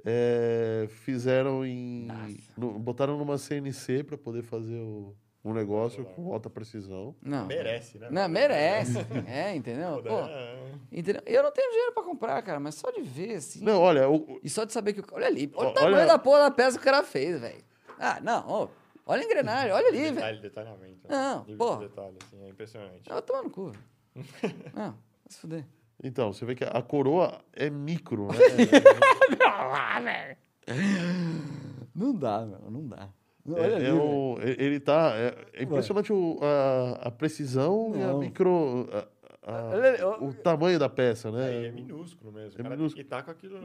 é, fizeram em.
Nossa.
no- botaram numa CNC para poder fazer o, um negócio com alta precisão.
Não.
Merece, né?
Não, merece. é, entendeu? Pô,
né?
É.
entendeu? Eu não tenho dinheiro pra comprar, cara, mas só de ver, assim.
Não, olha, o-
E só de saber que o. Olha ali. Olha
Ó,
o tamanho
olha-
da porra da peça que o cara fez, velho. Ah, não. ó, olha a engrenagem, olha ali, velho.
Detalhe, detalhamento. né?
Não,
Nível
pô.
de detalhe, assim, é impressionante.
Ah, vai tomar no cu. velho. Não, vai se fuder.
então, você vê que a coroa é micro, né?
Não dá, meu, não dá.
É,
Olha ali.
é
velho.
um- e- ele tá. É, é impressionante o- a, a precisão e a
Não. Ah,
micro. a- a-
Olha ali, ó.
o tamanho da peça,
É, e é
né?
minúsculo mesmo.
É
o cara
minúsculo. Ah.
tem que tá com aquilo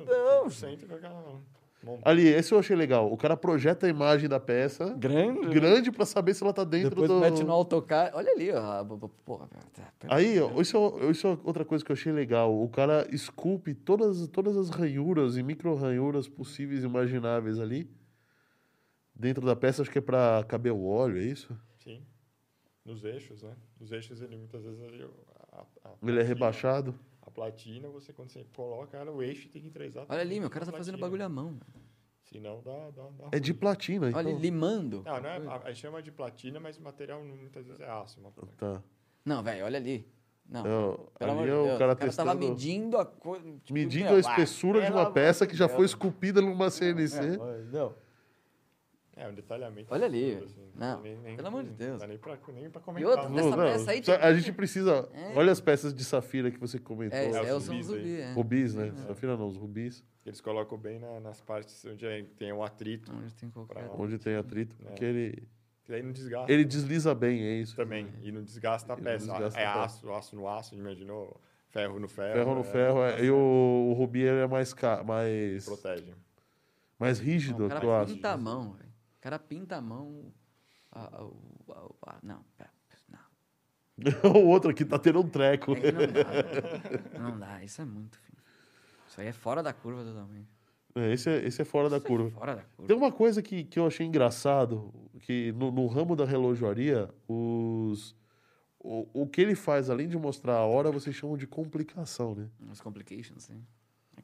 no centro com aquela montanha.
Ali, esse eu achei legal. O cara projeta a imagem da peça
Grande.
grande para saber se ela tá dentro
Depois
do. Ah.
mete no AutoCAD. Olha ali, ó. a bo- bo- Porra, meu, tá, pera-
Aí, ó, isso, é- isso é outra coisa que eu achei legal. O cara esculpe todas, todas as ranhuras e micro-ranhuras possíveis e imagináveis ali. Dentro da peça, acho que é pra caber o óleo, é isso?
Sim. Nos eixos, né? Nos eixos, ele muitas vezes. Ele, a, a- a
Ele é
platina-
rebaixado.
A platina, você quando você coloca ela, o eixo tem que entregar.
Olha ali, meu. O cara tá fazendo bagulho à mão.
Senão dá. dá, dá
É de
ruim.
platina, então.
Olha, ele limando.
Não, não é, a, a chama de platina, mas o material muitas vezes é aço. Uma,
Tá.
Não, velho, olha ali. Não.
Então,
pelo amor
ali
de
é o
Deus,
cara
o cara tava
testando...
medindo a coisa. tipo,
Medindo
meu,
a
ah,
espessura de
pelo
uma
amor
peça
de
que já
Deus.
foi esculpida numa CNC.
Não.
é, um detalhamento.
Olha ali,
absurdo,
não, pelo amor de Deus.
Não dá nem pra, nem pra comentar. né?
E outra,
Não,
nessa
não,
peça aí tem-
A gente precisa.
É.
Olha as peças de safira que você comentou.
É, isso aí é o
os
São
zumbis aí.
Zumbi, é.
Rubis, né? Safira não, os rubis,
Eles colocam bem na- nas partes onde é- tem o atrito,
Não, eles têm qualquer-
Pra-
onde tem atrito, porque ele,
que daí não desgasta
ele desliza bem, é isso.
também. E não desgasta a
Ele
peça.
desgasta
é
a peça.
aço, aço no aço, imaginou? Ferro no ferro.
Ferro
é,
no ferro, é. e o, o rubi ele é mais, ca- mais,
Protege.
mais
Não,
rígido
o
que eu
cara
acho.
pinta a mão, velho. O cara pinta a mão. a- a- o- a- a- Não, pera. Não.
o outro aqui tá tendo um treco.
É que não dá. velho. Não dá, isso é muito fino. Isso aí é fora da curva totalmente.
É, Esse é, esse é fora da
Isso é
curva.
Fora da curva.
Tem uma coisa que, que eu achei engraçado, que no, no ramo da relojoaria, os, o, o que ele faz, além de mostrar a hora, vocês chamam de complicação, né?
Umas complications, hein?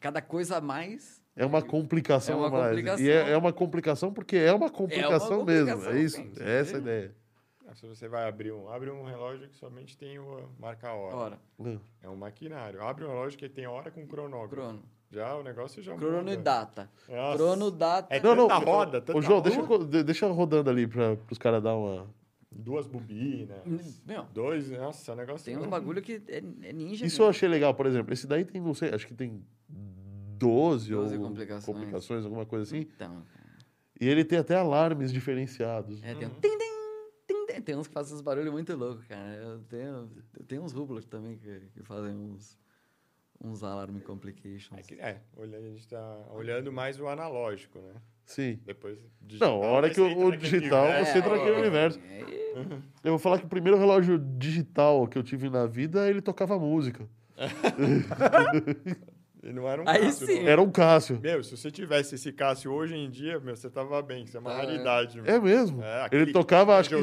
Cada coisa a mais.
É uma complicação
É uma
a mais.
complicação.
E é, é uma complicação porque é uma complicação mesmo.
complicação,
É isso.
gente,
É essa a
entendeu?
ideia.
Ah, Se você vai abrir um, abre um relógio que somente tem o marca a hora.
Ora,
Não.
É um maquinário. Abre um relógio que tem hora com cronógrafo.
crono.
Já o negócio já
Crono
muda.
e data.
Nossa.
Crono, data.
É
Não, não.
tanta roda, tanta
Ô, João,
roda.
deixa, eu co- de- deixa rodando ali para os caras dar uma.
Duas bobinas.
Meu,
Dois, nossa, o negócio...
tem uns bagulho que é, é ninja.
Isso eu achei legal, por exemplo. Esse daí tem, não sei, acho que tem 12,
12
ou
complicações.
complicações, alguma coisa assim.
Então, cara.
E ele tem até alarmes diferenciados.
É, tem um tim, tim, tim, tim. Tem uns que fazem uns barulhos muito loucos, cara. Eu tenho, eu tenho uns rublos também que, que fazem uns, uns alarm complications.
É, que- é, olha, a gente tá olhando mais o analógico, né?
Sim.
Depois digital,
Não, a hora
mas
que o-
entra
o
naquele né?
digital,
universo.
Então você entra
é,
naquele
é,
universo.
é.
Eu vou falar que o primeiro relógio digital que eu tive na vida, ele tocava música.
E não era um
Aí
Cássio,
sim.
não.
Era um Cássio.
Meu, se você tivesse esse Cássio hoje em dia, meu, você tava bem. Isso é uma
Ah, é.
raridade. meu.
É mesmo?
É, aquele
Ele tocava, acho que,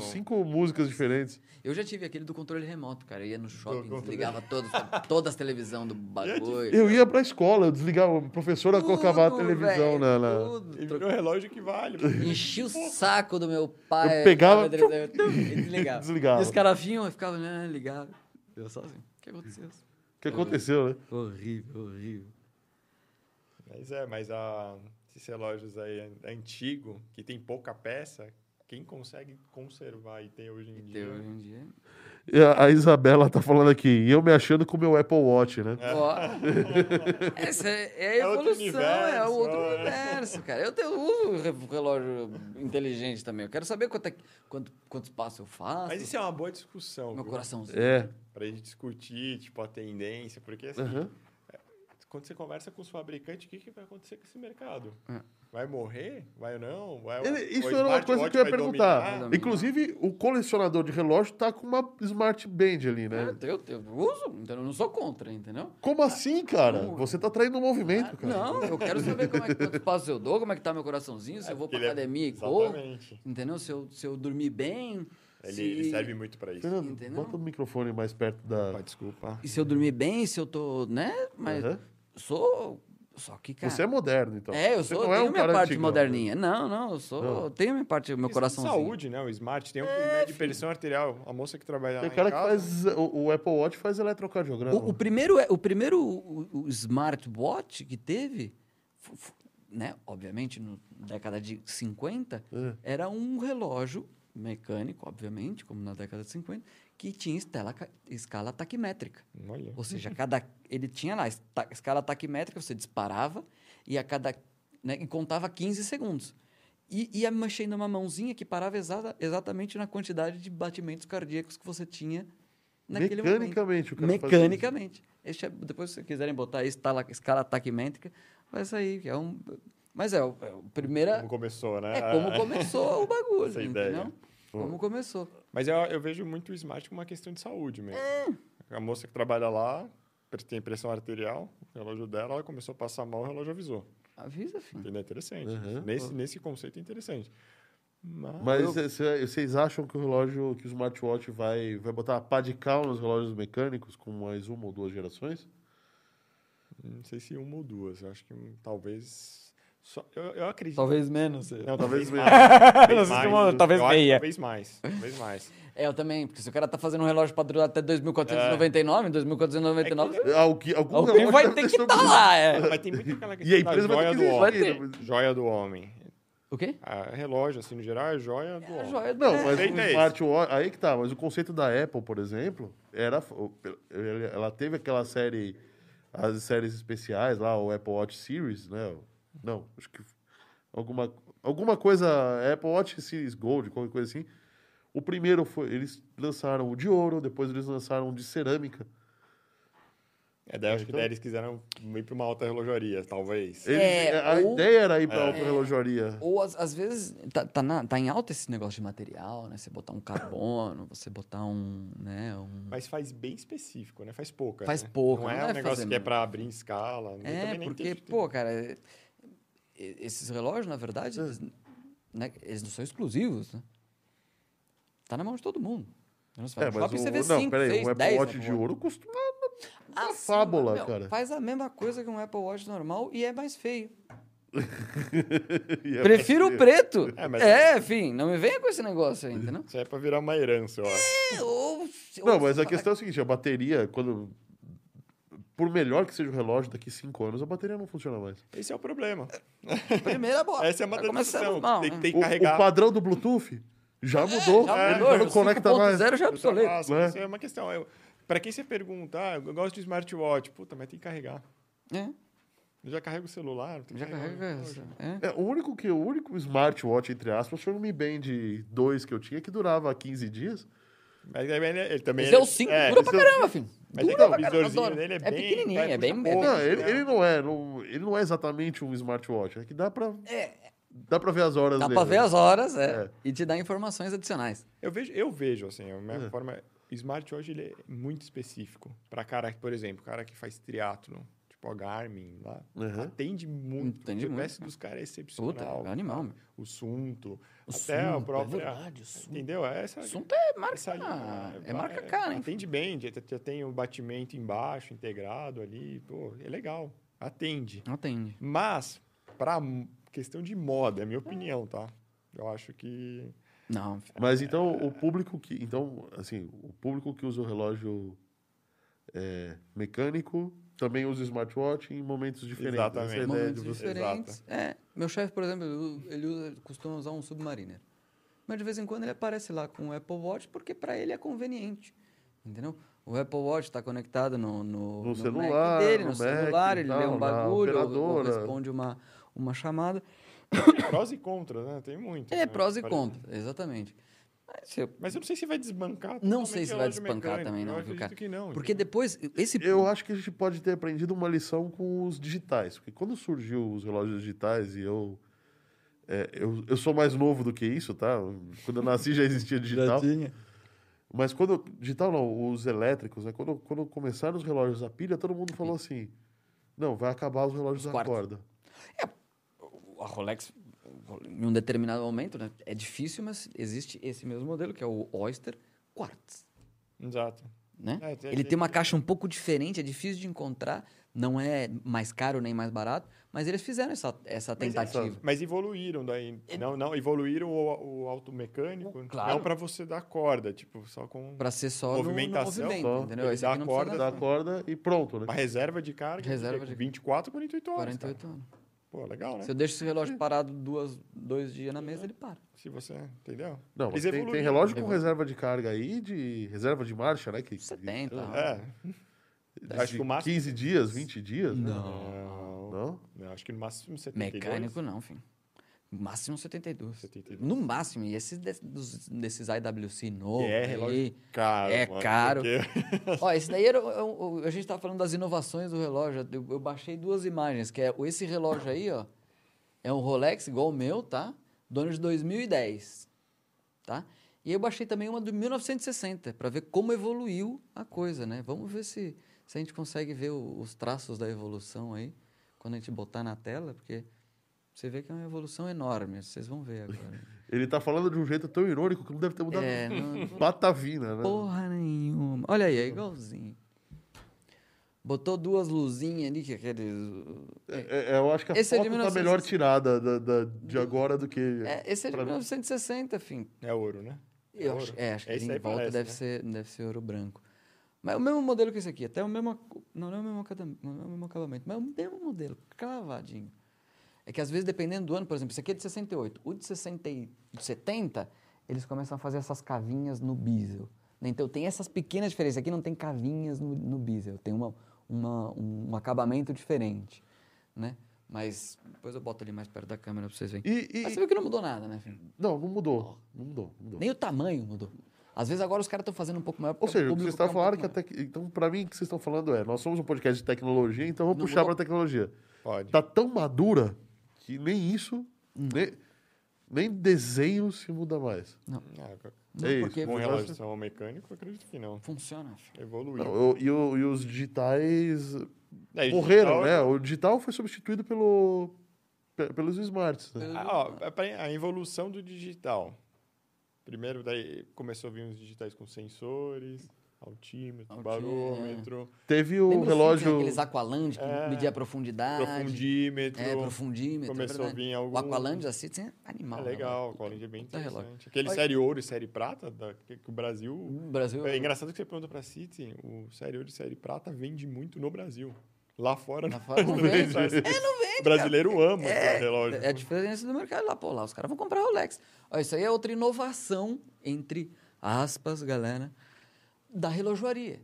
cinco, cinco músicas diferentes.
Eu já tive aquele do controle remoto, cara. Eu ia no shopping,
controle-
desligava todos, todas as televisão do bagulho.
Eu ia pra escola, eu desligava, a professora colocava a
Tudo,
televisão
velho,
na. na...
E
tudo.
virou relógio que vale. mano.
Enchi o saco do meu pai.
Eu pegava-
e desligava.
Desligava.
E os caras vinham e ficavam, né, ligava. Eu sozinho. O que aconteceu?
O que aconteceu, né?
Horrível, horrível.
Mas é, mas a, esses relógios aí é antigo, que tem pouca peça, quem consegue conservar e ter hoje em
E
dia?
teu hoje em dia.
E a, a Isabela tá falando aqui, e eu me achando com o meu Apple Watch, né?
Ó, essa é, é
É
a
outro
evolução, é
universo,
o outro
é.
universo, cara. Eu, tenho, eu uso re- um relógio inteligente também. Eu quero saber quanto, é, que- quanto, quantos passos eu faço.
Mas isso é uma boa discussão.
meu
viu?
coraçãozinho.
É.
Pra gente discutir, tipo, a tendência, porque assim,
Aham.
quando você conversa com os fabricantes, o que, que vai acontecer com esse mercado?
É.
Vai morrer? Vai ou não? Vai,
Ele-
o
isso era uma
É um- smartwatch
coisa que eu ia
vai
perguntar.
dominar?
dominar.
Inclusive, o colecionador de relógio tá com uma Smart Band ali, né?
Eu, Ah, eu, eu uso, então eu não sou contra, entendeu?
Como assim, cara?
Não.
Você tá traindo o movimento,
Ah,
cara.
Não, eu quero saber como é que quantos passos eu dou, como é que tá meu coraçãozinho, se eu vou pra
Ele é-
academia e corro.
Exatamente.
Entendeu? Se eu, se eu dormir bem.
Ele,
se...
ele serve muito pra isso.
Fernando,
Entendeu?
bota o microfone mais perto da.
Ah, desculpa.
E se eu dormir bem, se eu tô. né? Mas
Aham.
sou. Só que, cara.
Você é moderno, então.
É, eu
Você
sou,
não
eu
é
tenho
um
minha
cara
parte
antigão.
moderninha. Não, não, eu sou.
Não. é
Eu tenho minha parte, meu
Questão de
coraçãozinho. É,
Saúde, né? O smart tem um que mede pressão arterial. A moça que trabalha lá
Tem
em
cara que
casa,
faz. eh, O, o Apple Watch faz eletrocardiograma.
O, o primeiro, é, o primeiro o, o smartwatch que teve, fu- fu- né? Obviamente, no- na década de 50,
É.
era um relógio mecânico, obviamente, como na década de 50, que tinha estela, ca- escala taquimétrica.
Olha.
Ou seja, cada ele tinha lá esta- escala taquimétrica, você disparava e a cada né, e contava 15 segundos. E ia mexendo uma mãozinha que parava exata, exatamente na quantidade de batimentos cardíacos que você tinha naquele momento.
Mecanicamente, o cara faz isso.
Mecanicamente. Esse é- depois, se vocês quiserem botar escala, escala taquimétrica, vai sair. que É um, mas é, o- é a primeira.
Como começou, né?
É como começou o bagulho.
Essa
entendeu?
ideia.
Como começou.
Mas eu, eu vejo muito o smart como uma questão de saúde mesmo.
É.
A moça que trabalha lá pre- tem pressão arterial, o relógio dela, ela começou a passar mal, o relógio avisou.
Avisa, filho.
Entendeu? É interessante.
Uhum.
Nesse, nesse conceito é interessante. Mas,
Mas
eu-
vocês acham que o relógio, que o smartwatch vai, vai botar a pá de cal nos relógios mecânicos com mais uma ou duas gerações?
não sei se uma ou duas. Eu acho que hum, talvez. só- eu, eu acredito.
Talvez menos.
Não,
Talvez
talvez mais. Talvez
Não sei se
mais.
uma- talvez
Eu acho que
meia.
Talvez mais. Talvez mais.
É, eu também, porque se o cara tá fazendo um relógio padrão até
É.
2499, 2499,
Algum, Ah, algum
alguém
relógio
vai
deve
ter
ter um
que estar
sobre-
lá, é.
Não, Mas tem muito aquela
E
questão
a empresa
da
vai
joia
ter
do
que
homem.
existir. né?
Joia do homem.
O quê?
A relógio, assim, no geral, é joia do
É a
homem.
joia do-
Não,
é.
mas
Feito
o
é esse.
smartwatch... Aí que tá, mas o conceito da Apple, por exemplo, era... o- ele- Ela teve aquela série... As séries especiais lá, o Apple Watch Series, né? Não, acho que... Alguma, alguma coisa... Apple Watch Series Gold, qualquer coisa assim. O primeiro foi... Eles lançaram o de ouro, depois eles lançaram o de cerâmica.
É, daí eu acho que
Então-
daí eles quiseram ir pra uma alta relojaria, talvez.
Eles-
É,
a
ou-
ideia era ir pra outra relojaria.
Ou às, às vezes tá, tá, na- tá em alta esse negócio de material, né? Você botar um carbono, você botar um, né? Um...
Mas faz bem específico, né? Faz pouca.
Faz
né?
pouca,
Não é
não
um
vai
negócio
fazer
que é
muito.
pra abrir em escala. Eu
É,
também nem
porque,
entendo que tem-
pô, cara, e- esses relógios, na verdade,
É.
eles, né, eles não são exclusivos, né? Tá na mão de todo mundo. Você vai
É,
no
mas
shopping, você vê
o, não,
cinco,
peraí,
seis,
um Apple
dez tá
Watch
Apple
de ouro custa
Ah,
uma
sim,
fábula,
mas, meu,
cara.
Faz a mesma coisa que um Apple Watch normal e é mais feio.
E é
Prefiro o
possível.
preto.
É, mas-
É, enfim, não me venha com esse negócio aí, entendeu?
Isso aí é pra virar uma herança, eu acho.
É, ou-
Não,
ou-
mas a questão é a seguinte, a bateria, quando. Por melhor que seja o relógio, daqui cinco anos a bateria não funciona mais.
Esse é o problema.
Primeira bola.
Essa é uma
Tá começando
dedução.
mal,
Tem que
né?
ter É.
O,
que
o
carregar.
padrão do Bluetooth já mudou.
É, Já
ele
mudou,
já não conecta mais.
5.0 já é
Eu tô-
obsoleto.
Nossa,
né?
Isso é uma questão. Eu, pra quem você pergunta, ah, eu gosto de smartwatch. Puta, mas tem que carregar.
É,
Eu já carrego o celular. tem que
já
carregar
carrega
o
essa. É.
É, o, único que, o único smartwatch, entre aspas, foi o Mi Band 2 que eu tinha, que durava 15 dias.
Mas aí ele, ele também.
Esse é
ele-
o 5,
é,
dura
esse
pra
é o-
caramba, filho. Dura
Mas é que o
pra caramba,
visorzinho
adoro.
dele é
é
bem-
pequenininho,
vai
é bem...
puxar
é
pouco.
Não,
bem-
ele, ele não é. não- ele não é exatamente um smartwatch. É que dá pra. Dá pra ver as horas
Dá
dele.
pra ver as horas, é.
É.
E te dá informações adicionais.
Eu vejo, eu vejo assim, a minha é forma. O smartwatch ele é muito específico. Pra cara, por exemplo, cara que faz triatlo. Tipo, tipo a Garmin lá.
Uhum.
Atende muito.
Atende
o
muito,
GPS
cara.
dos caras é excepcional.
Puta, é animal, meu.
O Sunto.
O
até
Sunto,
a
é
própria.
verdade, o Sunto.
Entendeu? Essa,
Assunto é
essa
marca.
linha,
É marca cara, hein?
Atende bem, já já tem o batimento embaixo, integrado ali. Pô, é legal. Atende.
Atende.
Mas, para questão de moda, é minha opinião, tá? Eu acho que
Não,
Mas então o público que. Então, assim, o público que usa o relógio é, mecânico também usa smartwatch em momentos diferentes.
Exatamente.
Essa é a ideia de
momentos
você-
vocês.
diferentes. É, meu chefe, por exemplo, ele u- ele usa- costuma usar um Submariner. Mas de vez em quando ele aparece lá com o Apple Watch porque para ele é conveniente. Entendeu? O Apple Watch está conectado no, no,
No
Mac
celular,
dele,
no
no,
Mac e
celular, ele lê
tal, na
um bagulho, ou- ou,
operadora.
responde uma, uma chamada.
prós e contras, né? Tem muito.
É
né?
prós e
Parece-
contras, exatamente. Mas eu
Mas eu não sei se vai desbancar.
não
totalmente
sei se vai
relógio
despancar
mecânico.
também,
eu
não, viu,
acredito
cara?
que não.
Porque depois, esse
Eu acho que a gente pode ter aprendido uma lição com os digitais. Porque quando surgiu os relógios digitais e eu. é, eu, eu sou mais novo do que isso, tá? Quando eu nasci já existia digital. Mas quando. Digital não, os elétricos, né? Quando, quando começaram os relógios a pilha, todo mundo falou assim: não, vai acabar os relógios a
quartos.
corda.
a Rolex, em um determinado momento, né? É difícil, mas existe esse mesmo modelo, que é o Oyster Quartz,
Exato.
né?
É, tem-
ele
tem-
tem uma caixa um pouco diferente, é difícil de encontrar, não é mais caro nem mais barato, mas eles fizeram essa, essa tentativa.
Mas evoluíram daí. Não, não, evoluíram o, o automecânico.
É- Claro.
Não pra você dar corda, tipo, só com
Pra ser só no- no,
Movimentação,
movimento,
só.
entendeu?
Ele
Esse
dá
aqui não
a
precisa
corda,
Da
dar
corda e pronto, né?
uma reserva de carga. tipo,
Reserva
de
de-
24, 48 horas. 48
48 anos.
Pô, legal, né?
Se eu deixo esse relógio parado duas, dois dias na mesa, ele para.
Se você. Entendeu?
Não, mas
Eles
tem, tem
evoluíram.
relógio com
Evoluíram.
reserva de carga aí, de reserva de marcha, né? Que,
70.
É.
de
Acho que o máximo.
15 dias, 20 dias? né?
Não.
Não?
Não, acho que no máximo 72.
Mecânico não, enfim. Máximo 72.
72.
No máximo, e esses des- dos- desses IWC novos.
E é
aí,
relógio caro.
É
mano,
caro.
porque-
Ó, esse daí era. o- o- a gente tava falando das inovações do relógio. Eu, eu baixei duas imagens, que é o- esse relógio aí, ó. É um Rolex igual o meu, tá? Do ano de 2010. Tá? E eu baixei também uma de 1960, para ver como evoluiu a coisa, né? Vamos ver se, se a gente consegue ver o- os traços da evolução aí, quando a gente botar na tela, porque você vê que é uma evolução enorme. Vocês vão ver agora.
Ele tá falando de um jeito tão irônico que não deve ter mudado
É, não-
patavina, né?
Porra nenhuma. Olha aí, é igualzinho. Botou duas luzinhas ali, que aqueles.
É, é, eu acho que a
Esse é
foto
de
tá
1960.
melhor tirada da, da- de agora do que...
Hum. É, esse é de
pra mim.
1960, fim.
É ouro, né?
Eu
ouro.
acho, é, acho que
Esse
ali em
aí
volta
parece,
deve,
né?
ser, deve ser ouro branco. Mas é o mesmo modelo que esse aqui, até o mesmo. acu- Não, não é o mesmo, acadam- não é o mesmo acabamento, mas é o mesmo modelo, cravadinho. É que às vezes, dependendo do ano, por exemplo, esse aqui é de 68, o de 60, e- de 70, eles começam a fazer essas cavinhas no bisel. né? Então tem essas pequenas diferenças. Aqui não tem cavinhas no, no bisel, tem uma, uma, um, um acabamento diferente. né? Mas depois eu boto ali mais perto da câmera pra vocês verem.
E, e-
Mas você viu que não mudou nada, né, filho?
Não, não mudou. Não mudou, não mudou.
Nem o tamanho mudou. Às vezes agora os caras estão fazendo um pouco maior.
Ou seja, o que vocês
está
estão falando que a tec... Então, pra mim, o que vocês estão falando é... Nós somos um podcast de tecnologia, então vamos
Não
puxar
mudou.
pra tecnologia.
Pode.
Tá tão madura que nem isso...
Hum.
Nem, nem desenho se muda mais.
Ah,
Não,
É isso,
porque
Com
Eu
relação ao mecânico, eu acredito que não.
funciona. filho.
Evoluiu.
Não, eu- e, o- e os digitais
É, e
morreram,
digital-
né? O digital foi substituído pelo, pe- pelos smarts. né?
Ah, ó, a pre- a evolução do digital. Primeiro daí começou a vir uns digitais com sensores, altímetro,
Altímetro,
barômetro,
Teve o
assim,
Lembra
relógio.
Tinha aqueles Aqualand que
É.
media a profundidade.
profundímetro.
Ah, É, profundímetro.
Começou
é
a
verdade.
vir algum-
O Aqualand assim, tinha animal.
É
né,
legal,
mano?
o é bem
Puta relógio.
interessante. Aquele
Olha-
série ouro e série prata da- que, que o Brasil...
O Brasil.
É engraçado que você pergunta pra City, o série ouro e série prata vende muito no Brasil. Lá fora
Lá fora não vende.
sabe?
É, não vende.
O brasileiro ama
É,
esse relógio.
né?
é a diferença do mercado lá, pô, lá os caras vão comprar Rolex. Ó, isso aí é outra inovação, entre aspas, galera, da relojoaria.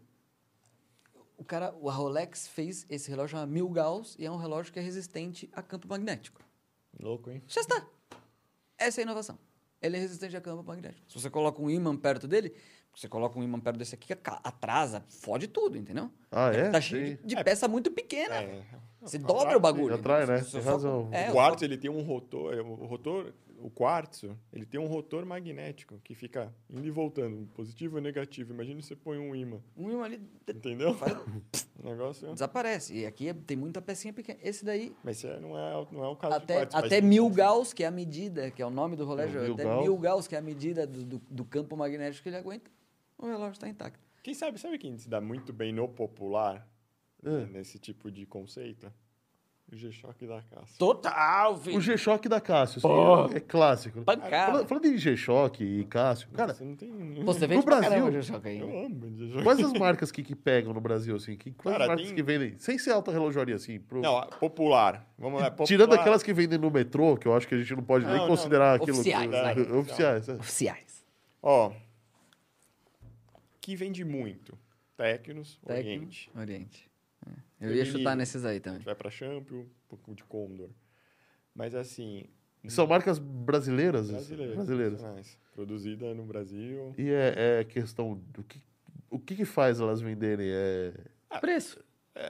O cara, o Rolex fez esse relógio a mil gauss e é um relógio que é resistente a campo magnético.
Louco, hein?
Já está. Essa é a inovação. Ele é resistente a campo magnético. Se você coloca um ímã perto dele, você coloca um ímã perto desse aqui, aca- atrasa, fode tudo, entendeu?
Ah, é?
Tá cheio
Sim.
de, de peça muito pequena.
É.
Você dobra o bagulho.
Atrai, né?
Você
Tem
só-
razão.
É,
o quarto, ele tem um rotor. é, O rotor, o quartzo, ele tem um rotor magnético que fica indo e voltando, positivo e negativo. Imagina se você põe um ímã,
Um ímã ali de-
entendeu?
faz-
O negócio...
desaparece. E aqui é- tem muita pecinha pequena. Esse daí,
Mas isso é- não é, o- não é o caso de
até,
quartzo.
até
faz-
mil gauss, que é a medida, que é o nome do relógio,
mil
até
gauss.
mil gauss, que é a medida do, do, do campo magnético que ele aguenta, o relógio está intacto.
Quem sabe, sabe quem se dá muito bem no popular,
É.
nesse tipo de conceito? O G-Shock da caça.
Total,
O G-Shock da Cássio, assim,
Porra.
é clássico.
Pancada.
Falando, falando em G-Shock e Cássio, cara,
Você não tem...
Pô, você
No
vende pra
Brasil-
caramba o G-Shock aí, né?
Eu amo o G-Shock.
quais as marcas que, que pegam no Brasil, assim? Que, quais
Cara,
as marcas
tem-
que vendem? Sem ser alta relojaria, assim. pro-
Não, a- popular. Vamos lá, é popular.
Tirando aquelas que vendem no metrô, que eu acho que a gente não pode nem
Não, não.
considerar aquilo.
Oficiais,
que...
vai.
Oficiais, é.
Oficiais.
Ó. Que vende muito. Tecnos,
Tecno,
Oriente.
Oriente. É. Eu ia chutar
Feminino.
nesses aí
A
também.
gente vai pra Champion, um pouco de Condor. Mas assim.
São marcas brasileiras? assim,
Brasileiros.
Brasileiras.
nacionais. Produzida no Brasil.
E é, é questão do que. O que, que faz elas venderem? É
Preço.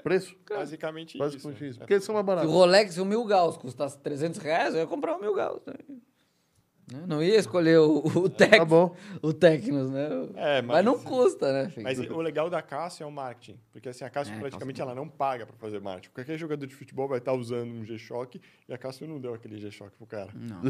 preço?
Basicamente
Basicamente
É, isso. né?
isso. Porque eles são mais
Se o
baratos.
Rolex, o mil gauss, custasse 300 reais, eu ia comprar o mil gauss. né? Eu Não ia escolher o, o, Tec,
Tá bom.
o Tecnos, né?
É,
mas,
mas-
não custa, né? filho?
Mas o legal da Cássio é o marketing. Porque assim, a Cássio
É,
praticamente
Cássio-
ela não paga pra fazer marketing. Qualquer jogador de futebol vai estar usando um G-Shock e a Cássio não deu aquele G-Shock pro cara.
Não.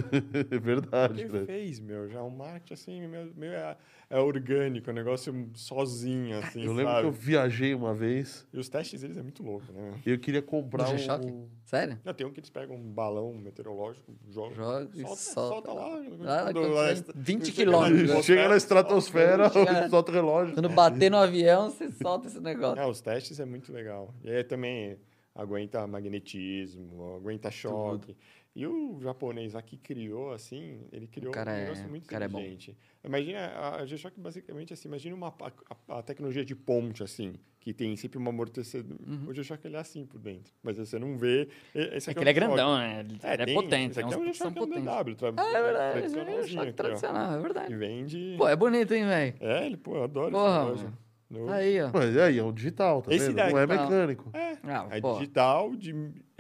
é verdade.
Ele
Né?
fez, meu, já um marketing assim, meio, meio é, é orgânico, é um negócio sozinho, assim,
Eu lembro
sabe?
que eu viajei uma vez
E os testes deles é muito louco, né? meu?
e eu queria comprar
Do G-Shock?
um.
Sério?
Não, tem um que eles pegam um balão meteorológico, jogam,
Joga e
solta,
solta.
solta lá.
Lá na
quando-
quantidade-
quando
20
chega
quilômetros.
na
né? Chega na estratosfera,
Chega-
solta o relógio.
Quando bater no avião, você solta esse negócio.
Não, os testes é muito legal. E aí também aguenta magnetismo, aguenta choque. E o japonês lá que criou, assim, ele criou
cara
um
é-
negócio muito
o cara é bom.
inteligente. imagina, a a G-Shock basicamente, assim, imagina uma, pa- a, a tecnologia de ponte, assim, que tem sempre um amortecedor. O G-Shock, ele é assim por dentro. Mas você não vê... e- Esse
Uhum. É
aqui
que ele é
um G-Shock.
grandão, né? Ele
É,
é
tem-
potente.
Esse
É
aqui é um
uns são
G-Shock
potentes.
BMW. tra-
É verdade,
tradicionalzinho
é um choque
aqui, assim, ó.
tradicional, é verdade.
E vende...
Pô, é bonito, hein, velho?
É, ele, pô, eu adoro
Porra,
esse
mano.
negócio. No-
Aí, ó.
Mas aí é um digital, tá
Esse
vendo?
daí
Não é
que tá-
mecânico.
Ah,
É
pô.
digital de.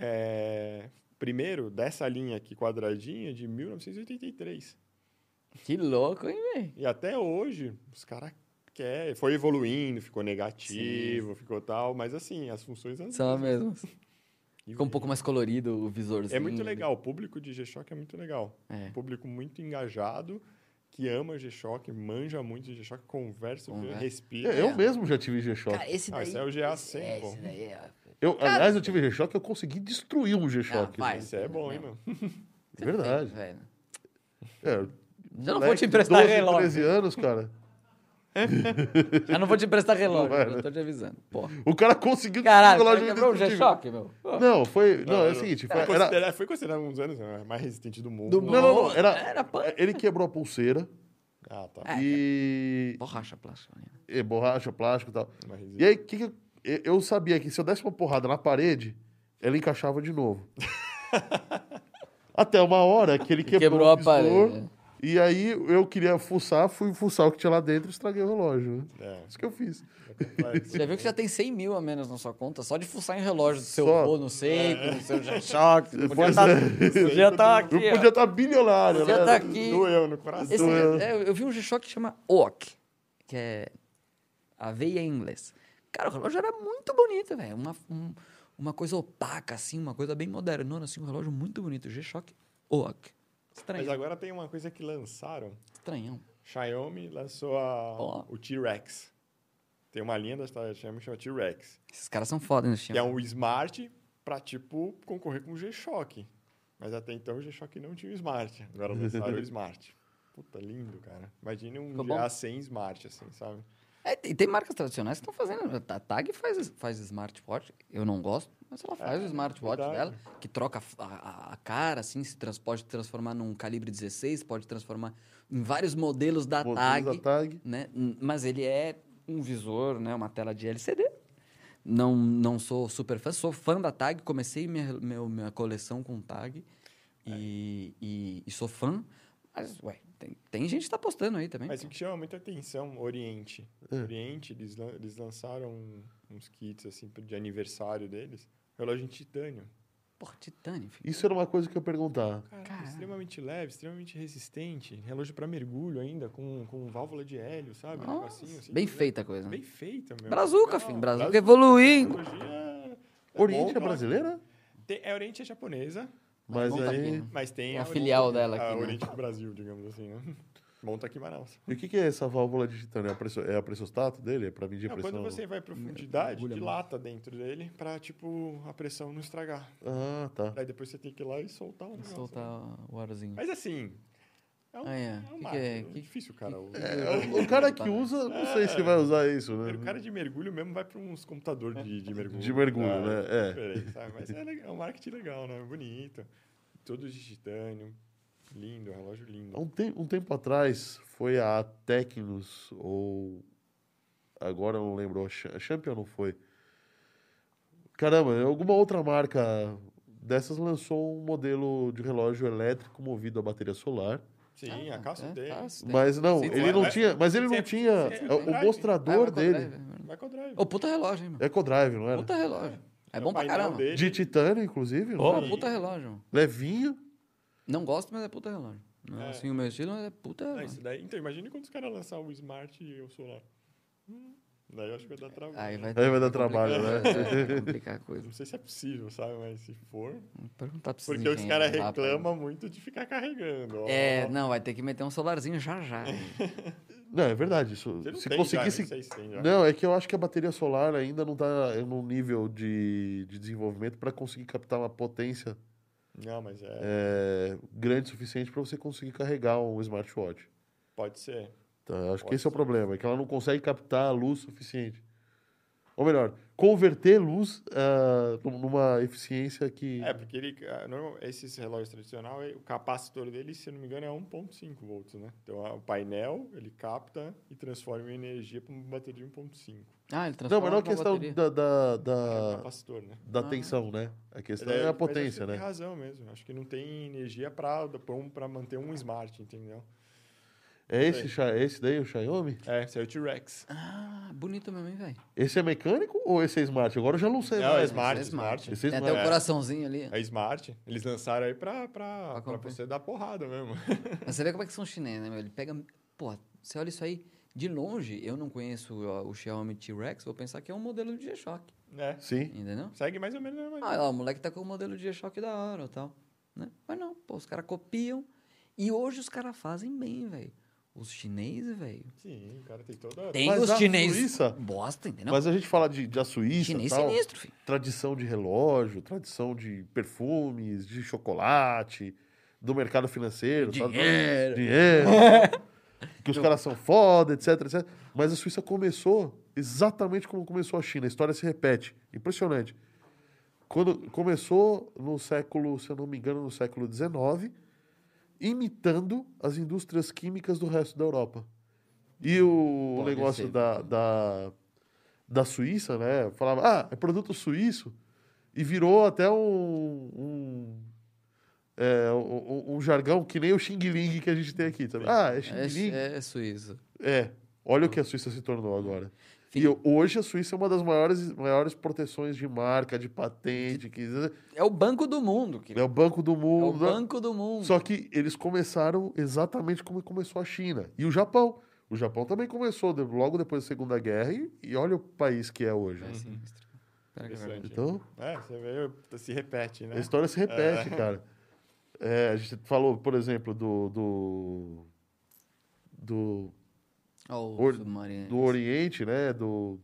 é, primeiro, dessa linha aqui quadradinha de 1983.
Que louco, hein, velho?
E até hoje, os caras querem. Foi evoluindo, ficou negativo, ficou tal, mas assim, as funções. as
São as
mesmas.
mesmas.
E
Ficou um pouco mais colorido o visorzinho.
É muito legal, o público de G-Shock é muito legal.
É.
Um público muito engajado, que ama G-Shock, manja muito de G-Shock, conversa,
Conversa.
respira.
Eu mesmo já tive G-Shock.
Cara, esse
Ah,
daí...
esse é o GA100,
é,
pô.
esse daí é...
Eu, aliás, eu tive G-Shock eu consegui destruir um G-Shock.
Ah, vai.
né?
Isso é bom, hein, mano?
É verdade.
Velho.
É,
Já não vou
moleque
te
de
emprestar
12,
relógio.
13 anos, cara.
Já não vou te emprestar relógio,
vai,
eu
né?
tô te avisando. Pô.
O cara conseguiu
Caralho,
destruir
você quebrou o
indestrutível.
G-Shock, meu? Pô.
Não, foi. Não, é
Não,
o
não.
seguinte. Foi,
Foi
era,
considerado, foi considerado uns anos né, mais resistente do mundo.
Do
não, não, não. Era, é,
Era punk.
ele quebrou a pulseira
Ah, tá.
É.
e,
Borracha plástica. né?
e borracha, plástico e tal.
É.
Mais resistente.
E aí, que que eu- eu- eu sabia que se eu desse uma porrada na parede, ela encaixava de novo. Até uma hora que ele
Que
quebrou,
quebrou
o
a
visor,
parede. né?
E aí eu queria fuçar, fui fuçar o que tinha lá dentro e estraguei o relógio. né?
É.
Isso que eu fiz.
Complexo.
Você já viu que já tem 100 mil a menos na sua conta só de fuçar em relógio do seu
Só.
avô, não sei, do seu G-Shock. Podia
Pois
tá-
é.
podia tá aqui,
Eu
ó.
podia estar bilionário,
Podia
né?
tá aqui.
Doeu no coração.
Esse-
Doeu.
é, eu vi um G-Shock que chama Oak, que é aveia em inglês. Cara, o relógio era muito bonito, velho. Uma, um- uma coisa opaca, assim, uma coisa bem moderna, assim, um relógio muito bonito. G-Shock Oak.
Mas
Estranhão.
agora tem uma coisa que lançaram.
Estranhão.
Xiaomi lançou a-
Ó.
o T-Rex. Tem uma linha da Xiaomi que chama T-Rex.
Esses caras são foda, né,
Que é
China?
um Smart pra, tipo, concorrer com o G-Shock. Mas até então o G-Shock não tinha o Smart. Agora lançaram o Smart. Puta, lindo, cara. Imagina um
Ficou bom?
GA sem Smart, assim, sabe?
É, tem, tem marcas tradicionais que estão fazendo. né? A TAG faz, faz smartwatch. Eu não gosto, mas ela faz o smartwatch
verdade.
dela, que troca a- a, a cara, assim, se trans, pode transformar num calibre 16, pode transformar em vários modelos da
Modelos da
TAG.
tag.
né? N- Mas ele é um visor, né? Uma tela de LCD. Não, não sou super fã, sou fã da Tag. Comecei minha, meu- minha coleção com Tag e, e, e sou fã. Mas, ué, tem, tem gente que tá postando aí também.
Mas o que chama muita atenção, Oriente.
É.
Oriente, eles, lan- eles lançaram uns kits, assim, de aniversário deles. Relógio em titânio.
Porra, titânio, filho.
Isso era uma coisa que eu ia perguntar.
Cara,
Caralho.
extremamente leve, extremamente resistente. Relógio pra mergulho ainda, com, com válvula de hélio, sabe? Um negocinho assim.
Bem
né?
feita a coisa.
Bem
Né?
feita, meu.
Brazuca,
Não,
filho. Brazuca é
Brazuca.
evoluindo.
Tecnologia é bom,
Oriente é
claro.
brasileira?
Tem- é Oriente é japonesa,
Mas
monta
aí.
aqui, né?
mas tem
É a
Oriente-
filial dela
a
aqui, né?
Oriente do Brasil, digamos assim, né? Monta aqui em Manaus.
E o que, que é essa válvula de titânio? É a, presso... é a pressostato dele? É pra medir a
Não,
pressão?
quando você vai profundidade,
Mergulha,
dilata dentro dele pra, tipo, a pressão não estragar.
Ah, tá.
Aí depois você tem que ir lá e soltar o negócio. né?
Soltar o arzinho.
Mas assim. É um,
Ah, é.
é um
Que que
marketing,
é?
é
Que-
difícil, cara. o-
É, o cara que usa, não sei se vai usar isso, né?
É. O cara de mergulho mesmo vai pra uns computadores de, de mergulho.
De mergulho,
Ah,
né? É.
diferente, sabe? Mas é, legal, é um marketing legal, né? Bonito. Todo de titânio. Lindo, relógio
Há
lindo.
um, tem- um tempo atrás foi a Tecnos, ou. Agora eu não lembro, a Cha- a Champion não foi. Caramba, alguma outra marca dessas lançou um modelo de relógio elétrico movido a bateria solar.
Sim, a
Ah,
caça
é,
dele.
fácil, tem.
Mas não,
Sim,
ele não
mas-
tinha. Mas ele não
Sim,
tinha.
sim,
O
drive.
Ah,
mostrador
vai com drive,
dele.
é verdade.
Vai com o drive.
Ô, puta relógio, hein, mano.
Ecodrive, não era?
Puta relógio. É
o
bom pra
painel
caramba.
dele.
De titânio, inclusive. não
Pô,
era?
puta relógio. mano.
Levinho.
Não gosto, mas é puta relógio. Não é
É.
assim o meu estilo, mas é puta
Ah,
relógio.
isso daí. Então, imagine quando os caras lançar o Smart e o Solar. Hum, daí eu acho que vai dar trabalho.
Aí vai,
Aí vai dar trabalho, né?
complicar, é, vai complicar a coisa.
Não sei se é possível, sabe? Mas se for.
Vou perguntar pra vocês
Porque os
quem é
caras
que dá pra-
reclamam muito de ficar carregando. ó.
É, não, vai ter que meter um solarzinho já já.
É.
Não, é verdade. Isso,
Você não
se
tem,
conseguisse
Já, não sei se tem já.
Não, é que eu acho que a bateria solar ainda não está num nível de, de desenvolvimento para conseguir captar uma potência
Não, mas é,
é, grande o suficiente para você conseguir carregar um smartwatch.
Pode ser.
Tá? Eu Acho que
Pode
esse é o problema, é que ela não consegue captar a luz suficiente. Ou melhor, converter luz ah, num- numa eficiência que.
É, porque ele, ah, normal, esses relógios tradicionais, o capacitor dele, se eu não me engano, é 1.5 volts, né? Então, ah, o painel, ele capta e transforma em energia para uma bateria de 1.5.
Ah, ele transforma
não, mas não é a
pra
questão
bateria.
da, da,
É o
da,
capacitor, né?
da
Ah.
tensão, né? A questão
Daí,
é a
mas assim, acho que
potência,
Tem
né?
razão mesmo. Acho que não tem energia para manter um smart, entendeu?
É esse, Xia- é esse daí, o Xiaomi?
É, isso é o T-Rex.
Ah, bonito mesmo, hein, velho?
Esse é mecânico ou esse é smart? Agora eu já não sei.
Não,
mais.
é Smart,
Esse
smart.
Esse é
Tem até o
smart.
coraçãozinho ali.
É smart. Eles lançaram aí pra, pra, pra
comprar.
você dar porrada mesmo.
Mas você vê como é que são os chineses, né, meu? Ele pega... Pô, você olha isso aí de longe, eu não conheço ó, o Xiaomi T-Rex, vou pensar que é um modelo de G-Shock,
É.
Sim.
entendeu?
Segue mais ou menos a mesma
Ah, ó, o moleque tá com o modelo de G-Shock da hora e tal. Né? Mas não, pô, os caras copiam. E hoje os caras fazem bem, velho. Os chineses, velho.
Sim, o cara tem toda.
Tem
Mas
os
a
chineses.
Suíça-
Bosta, entendeu?
Mas a gente fala de, de a Suíça,
Chinês
tal,
sinistro, filho.
tradição de relógio, tradição de perfumes, de chocolate, do mercado financeiro, tal,
é,
Dinheiro.
dinheiro, que os caras são foda, etc, etc. Mas a Suíça começou exatamente como começou a China. A história se repete. Impressionante. Quando começou no século, se eu não me engano, no século XIX, imitando as indústrias químicas do resto da Europa. E o
Pode
negócio
ser.
da, da, da Suíça, né? Falava, ah, é produto suíço. E virou até um, um, é, um, um jargão que nem o Xing Ling que a gente tem aqui. Sabe? Ah, é Xing Ling? É,
É, é suíço.
Olha o que a Suíça se tornou agora.
Enfim,
E ho- hoje a Suíça é uma das maiores, maiores proteções de marca, de patente. Que,
É o banco do mundo, querido.
é o banco do
É o
mundo. né?
banco do mundo.
Só que eles começaram exatamente como começou a China e o Japão. O Japão também começou de- logo depois da Segunda Guerra e, e olha o país que é hoje.
É sinistro. Pera que eu
Interessante.
Então,
É, você vê, se repete, né?
a história se repete, cara. É, a gente falou, por exemplo, do do, do,
vou- Ó, o
Or-
submarino.
do Oriente, né? Do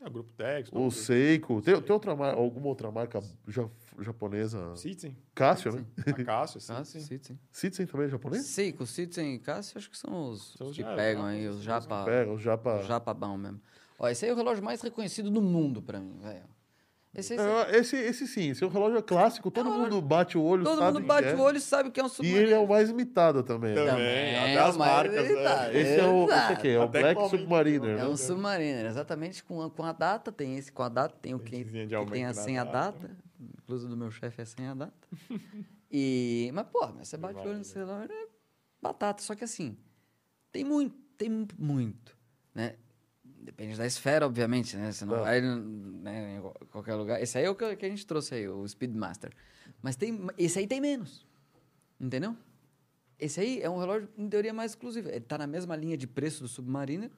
É, o grupo Tex,
o Seiko. Tem, tem outra marca, alguma outra marca ja- japonesa?
Citizen,
Cássio, né?
a Cássio,
Ah,
Citizen.
Citizen.
Citizen também é japonês?
Seiko, Citizen e Cássio, acho que são os,
São os
que
japas,
pegam
né?
aí,
os
os
japas.
japa,
Pega, É, o Japa.
os japa bom mesmo. Ó, esse aí é o relógio mais reconhecido do mundo pra mim, velho. Esse aí,
Não, É, Esse, esse sim, esse é um relógio clássico, todo mundo bate o olho,
Ah, todo
sabe
mundo
que
bate
é.
o olho e sabe que é um
E
submarino. É,
ele é o mais imitado também. né?
Também, até as
mas
marcas,
ele
né?
tá-
Esse é o esse
Exato.
aqui, é o
Até
Black
qual
Submariner.
É
né?
um submarino, exatamente com a, com a data, tem esse com a data, tem o que,
Esse desenho de
que tem a
aumento na
senha
data.
data, inclusive do meu chefe é senha data. E, mas, pô, mas você bate o olho
Imagina.
no celular, é batata. Só que assim, tem muito, tem muito, né? Depende da esfera, obviamente, né? Você não
Tá.
vai né, em qual- qualquer lugar. Esse aí é o que que a gente trouxe aí, o Speedmaster. Mas tem, esse aí tem menos. Entendeu? Esse aí é um relógio, em teoria, mais exclusivo. Ele tá na mesma linha de preço do Submariner,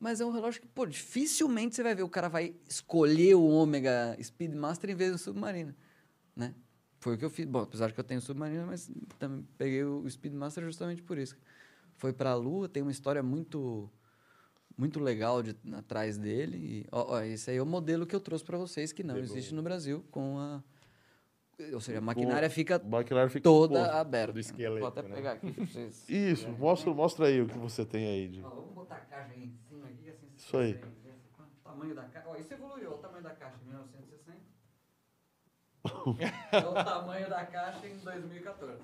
mas é um relógio que, pô, dificilmente você vai ver o cara vai escolher o Omega Speedmaster em vez do Submariner, né? Foi o que eu fiz. Bom, apesar que eu tenho o Submariner, mas também peguei o Speedmaster justamente por isso. Foi para a Lua, tem uma história muito muito legal de, atrás dele. E, ó, ó, esse aí é o modelo que eu trouxe para vocês, que não
Pegou.
existe no Brasil, com a... Ou seja, a maquinária fica
O maquinário fica
um toda
exposto.
aberta.
todo esqueleto,
Vou até
né?
pegar aqui pra vocês.
Isso, mostra, mostra aí o que você tem aí. De...
Ó, vamos botar a caixa aí em cima aqui, assim. vocês
Isso aí.
conseguem ver O tamanho da caixa. Ó, isso evoluiu. Olha o tamanho da caixa em 1960. é o tamanho da caixa em 2014.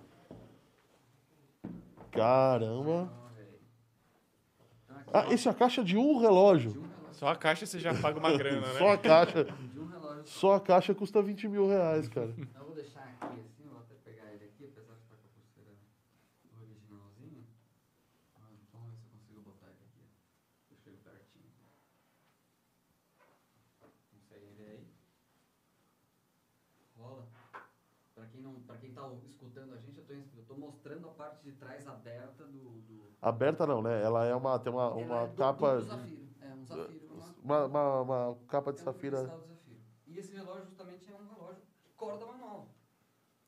Caramba.
Vamos ver aí. Então, aqui,
Ah, isso é a caixa de um relógio.
de um relógio,
Só a caixa você já paga uma grana, né?
Só a caixa.
de um relógio só.
Só a caixa custa 20 mil reais, cara.
Então, eu vou deixar aqui assim, vou até pegar ele aqui, apesar de estar com a pulseira originalzinha. Ah, Vamos ver se eu consigo botar ele aqui. ó. Eu chego pertinho. Consegue ele é aí? Rola. Pra quem, não, pra quem tá o- escutando a gente, eu tô, ens- eu tô mostrando a parte de trás aberta do. do...
Aberta não, né? Ela é uma. Tem uma,
Ela
uma
é do-
capa.
do zafiro. É, um zafiro. uma-
Uma, uma, uma capa
é um
de safira.
cristal de zafiro. E esse relógio justamente é um relógio de corda manual.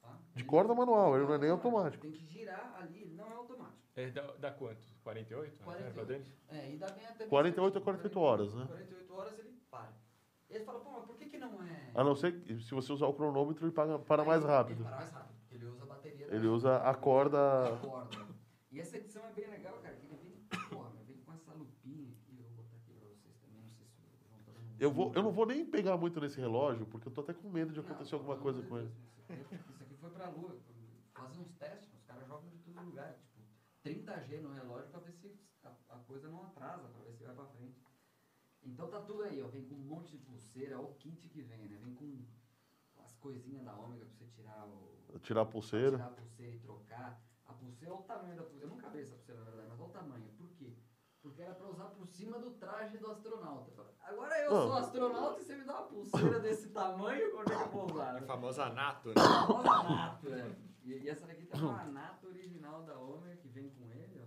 tá?
De
Ele-
corda manual, ele não é nem automático.
Tem que girar ali, ele não é automático.
É, dá, dá quanto? 48?
48.
É, dentro?
É, e dá bem até
48 a 48 horas, né?
48 horas ele para. E ele fala, pô, mas por que, que não é.
A Ah, não ser que- se você usar o cronômetro, ele paga- para mais
Ele
rápido.
para mais rápido, porque ele usa a bateria.
Ele usa a corda.
da corda. E essa edição é bem legal, cara, que ele vem, porra, vem com essa lupinha aqui, eu vou botar aqui pra vocês também, não sei se vocês vão estar dando um
Eu, vou, eu
zoom.
não vou nem pegar muito nesse relógio, porque eu tô até com medo de
Não,
acontecer
pelo
alguma
amor
coisa
de
com ele.
Deus, Isso aqui, isso aqui foi pra lua. Fazer uns testes, os caras jogam de todo lugar. Tipo, 30G no relógio pra ver se a, a coisa não atrasa, pra ver se vai pra frente. Então tá tudo aí, ó. Vem com um monte de pulseira, ó, o kit que vem, né? Vem com as coisinhas da ômega pra você tirar o.
Tirar a pulseira.
Tirar a pulseira e trocar. A pulseira, olha o tamanho da pulseira. Eu nunca vi essa pulseira, na verdade, mas olha o tamanho. Por quê? Porque era pra usar por cima do traje do astronauta. Eu falei, Agora eu
Ah.
sou astronauta e você me dá uma pulseira desse tamanho, onde é que eu vou usar?
É
né?
a famosa nato, né?
Olha a Nato, é. E, e essa daqui tá uma Nato original da Homer que vem com ele, ó.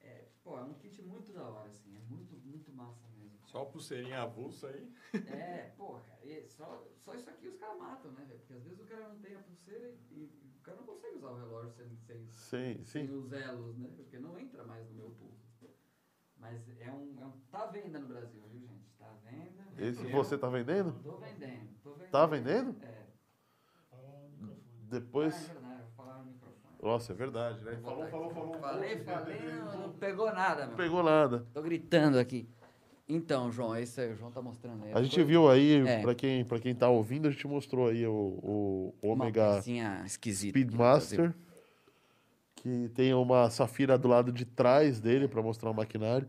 É, pô, é um kit muito da hora, assim. É muito, muito massa mesmo.
Só a pulseirinha avulsa aí.
um
É, pô, cara, e só, só isso aqui os caras matam, né, velho? Porque às vezes o cara não tem a pulseira e, e o cara não consegue usar o relógio sem, sem,
Sim, sim.
sem os elos, né? Porque não entra mais no meu pulso. Mas é um, é um. Tá à venda no Brasil, viu, gente? Tá à venda.
Esse
Eu
você tá vendendo?
Tô vendendo, tô vendendo.
Tá vendendo?
É. Ah, é
Depois.
verdade, eu vou falar no microfone.
Nossa, é verdade, né?
Vou
Falou,
botar
falou,
aqui.
falou.
Falei, falei, não, não pegou nada,
Não
meu.
pegou nada.
Tô gritando aqui. Então, João, esse aí, o João tá mostrando aí.
A gente viu aí,
É.
pra quem, pra quem tá ouvindo, a gente mostrou aí o, o
Uma
Omega
pecinha esquisita.
Speedmaster, que tem uma safira do lado de trás dele pra mostrar o maquinário.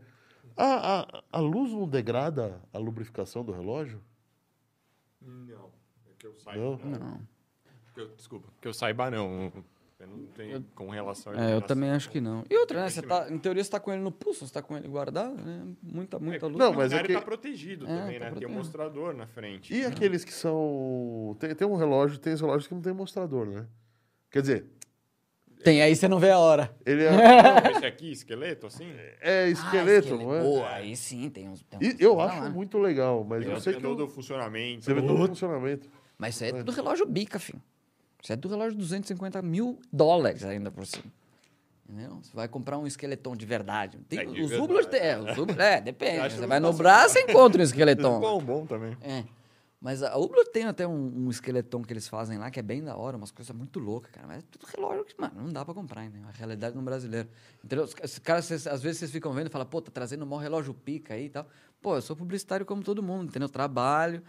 A, a, a luz não degrada a lubrificação do relógio?
Não. É que eu
Não?
saiba.
Não.
Que eu- desculpa. Que eu saiba, não. Eu não tenho com relação
É, eu também acho que não. E outra, né? Você
Investimento.
tá, em teoria, você tá com ele no pulso, você tá com ele guardado, né? Muita, muita luz.
Não,
o
mas é
maquinário
que-
tá protegido
É,
também,
tá
né? Tem
protegido.
um mostrador na frente.
E aqueles que são. Tem, tem um relógio, tem os relógios que não tem mostrador, né? Quer dizer,
Tem, aí você não vê a hora.
ele é,
Não, esse aqui, esqueleto, assim?
é esqueleto, não é?
Ah, Boa, aí sim, tem uns. tem
E
uns-
eu
tá
acho
lá, né?
muito legal, mas eu
Eu
sei que.
todo
eu-
é o funcionamento.
Você vê todo o funcionamento.
Mas isso aí é tudo relógio bica, filho. Isso é do relógio de 250 mil dólares ainda por cima. Entendeu? Você vai comprar um esqueleton de verdade. Tem,
É, de
os
verdade.
rublos tem, é, os rublos, é, depende.
Acho
Você
que
vai
não
no
tá
braço e encontra um esqueleton. lá.
Bom, bom também.
né?
É. Mas a Hublot tem até um, um esqueleton que eles fazem lá, que é bem da hora, umas coisas muito loucas, cara. Mas é tudo relógio que, mano, não dá pra comprar, né? A realidade no brasileiro. Entendeu? Os ca- os caras, cês- às vezes, vocês ficam vendo e falam, pô, tá trazendo um maior relógio pica aí e tal. Pô, eu sou publicitário como todo mundo, entendeu? Trabalho,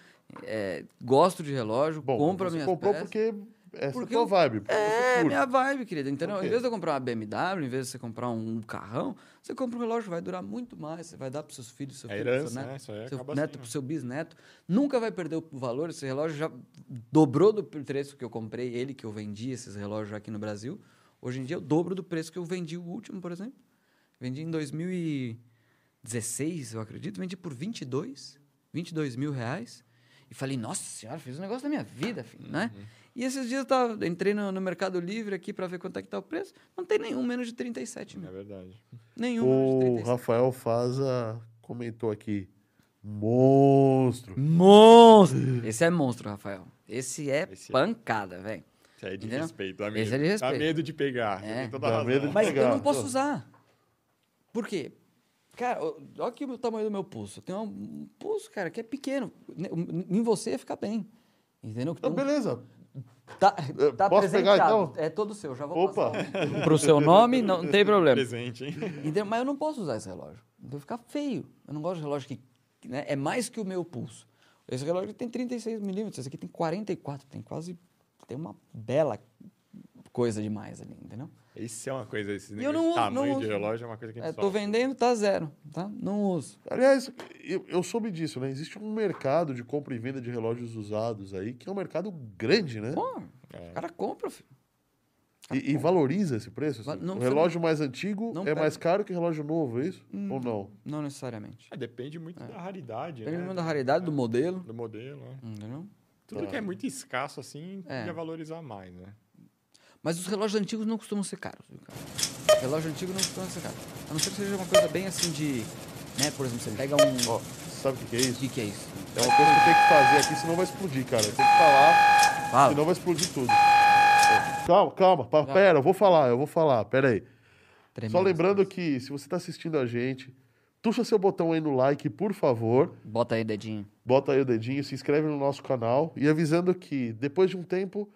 é, gosto de relógio,
Bom,
compro
você
minhas
comprou
peças.
porque essa é a
Porque
tua
eu-
vibe. porque você
É,
curte.
minha vibe, querido. Entendeu?
Ok.
Em vez de eu comprar uma BMW, em vez de você comprar um carrão, você compra um relógio, vai durar muito mais. Você vai dar pros seus filhos, seu
É
filho, pro seu
herança,
neto,
né? Isso aí
seu
acaba
neto
sendo.
pro seu bisneto. Nunca vai perder o valor. Esse relógio já dobrou do preço que eu comprei, ele que eu vendi esses relógios aqui no Brasil. Hoje em dia é o dobro do preço que eu vendi o último, por exemplo. Vendi em 2000 e... 16, eu acredito, vendi por 22, 22 mil reais. E falei, nossa senhora, fiz um negócio da minha vida, filho, né? E esses dias eu tava, entrei no, no Mercado Livre aqui para ver quanto é que tá o preço. Não tem nenhum menos de 37 mil.
É verdade.
Nenhum menos de
O
37
Rafael Faza comentou aqui. Monstro.
Monstro! Esse é monstro, Rafael. Esse é
Esse é-
pancada, velho.
Isso aí é de
Entendeu?
respeito. Dá medo.
Esse é de
Dá
respeito.
medo de pegar.
É.
Tem toda
Dá
razão.
medo de
Mas eu
Legal.
não posso usar. Por quê? Cara, ó- olha aqui o tamanho do meu pulso. Tem um pulso, cara, que é pequeno. Ne- Em você fica bem. Entendeu? um
Então, beleza.
Tá,
Eu
tá
posso pegar,
presentado.
então?
É todo seu, já vou
Opa.
passar pro seu nome, não, não tem problema.
Presente, hein?
Entendeu? Então, Mas eu não posso usar esse relógio. Vai ficar feio. Eu não gosto de relógio que que, né, é mais que o meu pulso. Esse relógio tem 36 milímetros, esse aqui tem 44, tem quase... Tem uma bela coisa demais ali, entendeu?
Isso é uma coisa, esse
E eu não
negócio de
uso, não
tamanho de
uso.
relógio é uma coisa que a
É,
gente
tô
sofre.
vendendo, tá zero, tá? Não uso.
Aliás, eu, eu soube disso, né? Existe um mercado de compra e venda de relógios usados aí, que é um mercado grande, né?
Pô, o cara compra, filho.
E, e valoriza esse preço.
Va-
assim.
não,
o
você
relógio mais antigo
não
é
pega. Hum.
mais caro que o relógio novo, é isso? Ou não?
Não necessariamente.
Ah, depende muito da
É.
raridade,
É. Depende
né?
muito da raridade, do modelo,
Do modelo, né?
entendeu?
Tudo que é muito escasso, assim,
É.
podia valorizar mais, né?
Mas os relógios antigos não costumam ser caros. viu, cara? Relógio antigo não costuma ser caro. A não ser que seja uma coisa bem assim de... Né, por exemplo, você pega um...
Ó, sabe o que, que é
O
isso?
que que é isso?
É uma coisa que tem que fazer aqui, senão vai explodir, cara. Tem que falar,
Fala.
senão vai explodir tudo. Calma, calma. pa- Pera, eu vou falar, eu vou falar. Pera aí.
Tremendo.
Só lembrando que se você está assistindo a gente, tuxa seu botão aí no like, por favor.
Bota aí, dedinho.
Bota aí o dedinho, se inscreve no nosso canal e avisando que depois de um tempo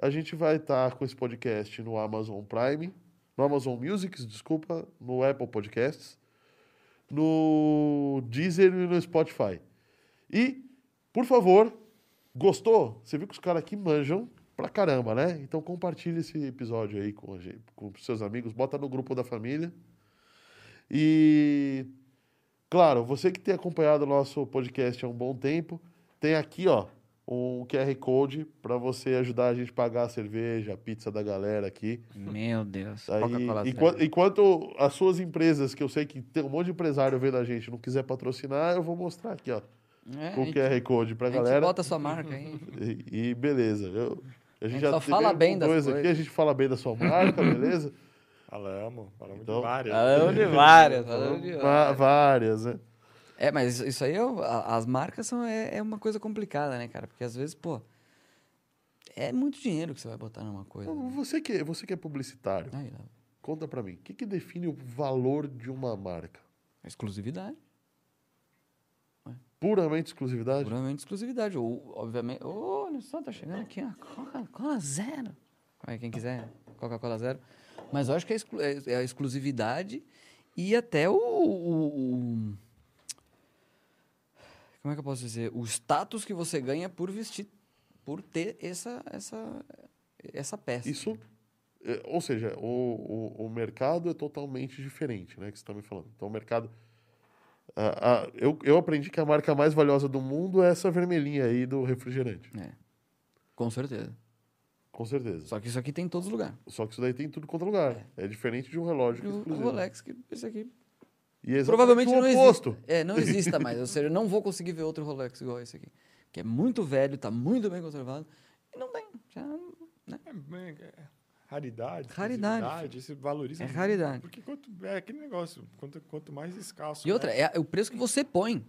a gente vai estar com esse podcast no Amazon Prime, no Amazon Music, desculpa, no Apple Podcasts, no Deezer e no Spotify. E, por favor, gostou? Você viu que os caras aqui manjam pra caramba, né? Então compartilha esse episódio aí com, a gente, com os seus amigos, bota no grupo da família. E, claro, você que tem acompanhado o nosso podcast há um bom tempo, tem aqui, ó, um QR Code pra você ajudar a gente a pagar a cerveja, a pizza da galera aqui.
Meu Deus.
Aí,
Coca-Cola
enqua-
zero.
enquanto as suas empresas, que eu sei que tem um monte de empresário vendo a gente, não quiser patrocinar, eu vou mostrar aqui, ó,
É, a
o
gente-
QR Code pra
a gente
galera.
bota a sua marca aí.
E, e beleza. eu- a gente
gente
já
só
teve
fala
um
bem das
dois aqui,
coisas.
a gente fala bem da sua marca, beleza?
Falamos, falamos
Então-
de várias.
Falando de várias, falando de
Va-
várias.
várias, né?
É, mas isso- isso aí, é, o- a- as marcas são, é, é uma coisa complicada, né, cara? Porque às vezes, pô, é muito dinheiro que você vai botar numa coisa.
Então,
né?
Você que, você que é publicitário,
Aí, dá-
conta pra mim, o que, que define o valor de uma marca?
exclusividade.
Puramente exclusividade?
Puramente exclusividade. Ou, obviamente. Ô, olha só, tá chegando aqui uma Coca-Cola zero. Vai, quem quiser, Coca-Cola zero. Mas eu acho que é, exclu- é- é a exclusividade e até o, o- o- Como é que eu posso dizer? O status que você ganha por vestir. Por ter essa, essa, essa peça.
Isso, é, ou seja, o, o, o mercado é totalmente diferente, né? Que você está me falando. Então, o mercado... a- a- eu, eu aprendi que a marca mais valiosa do mundo é essa vermelhinha aí do refrigerante.
É. Com certeza.
Com certeza.
Só que isso aqui tem em todos os lugares.
Só que isso daí tem em tudo quanto é lugar. É diferente de um relógio que é
O o
exclusivo.
Rolex, que esse aqui
E é exatamente
Provavelmente
o
não
oposto.
exista. É, não exista mais. Ou seja, eu não vou conseguir ver outro Rolex igual esse aqui. Que é muito velho, tá muito bem conservado. E não tem. Já...
É, bem- é raridade.
Raridade,
exclusividade, Isso valoriza.
É
muito.
raridade.
Porque quanto, é aquele negócio, quanto, quanto mais escasso.
E outra,
é.
é a- o preço que você põe.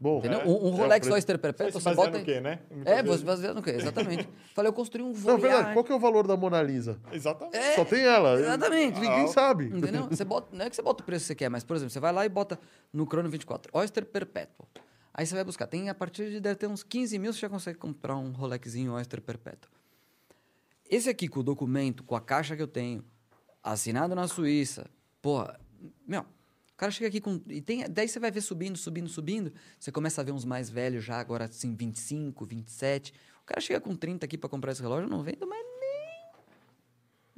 Bom,
Entendeu?
é,
Um, um
é,
Rolex
o preço-
Oyster
Você,
Perpétua,
se
você
baseia
bota.
no quê, né? Muitas
É,
vezes-
você baseado no quê? Exatamente. Falei, eu construí um
Não, verdade,
voyage.
qual que é o valor da Mona Lisa?
Exatamente.
É,
Só tem ela.
exatamente.
Ninguém
Ah,
sabe.
Entendeu? Você bota, não é que você bota o preço que você quer, mas, por exemplo, você vai lá e bota no Crono 24, Oyster Perpetual. Aí você vai buscar. Tem, a partir de deve ter uns 15 mil, você já consegue comprar um Rolexinho Oyster Perpetual. Esse aqui, com o documento, com a caixa que eu tenho, assinado na Suíça, porra, meu, o cara chega aqui com. E tem, daí você vai ver subindo, subindo, subindo. Você começa a ver uns mais velhos já, agora assim, 25, 27. O cara chega com 30 aqui pra comprar esse relógio, eu não vendo mais nem.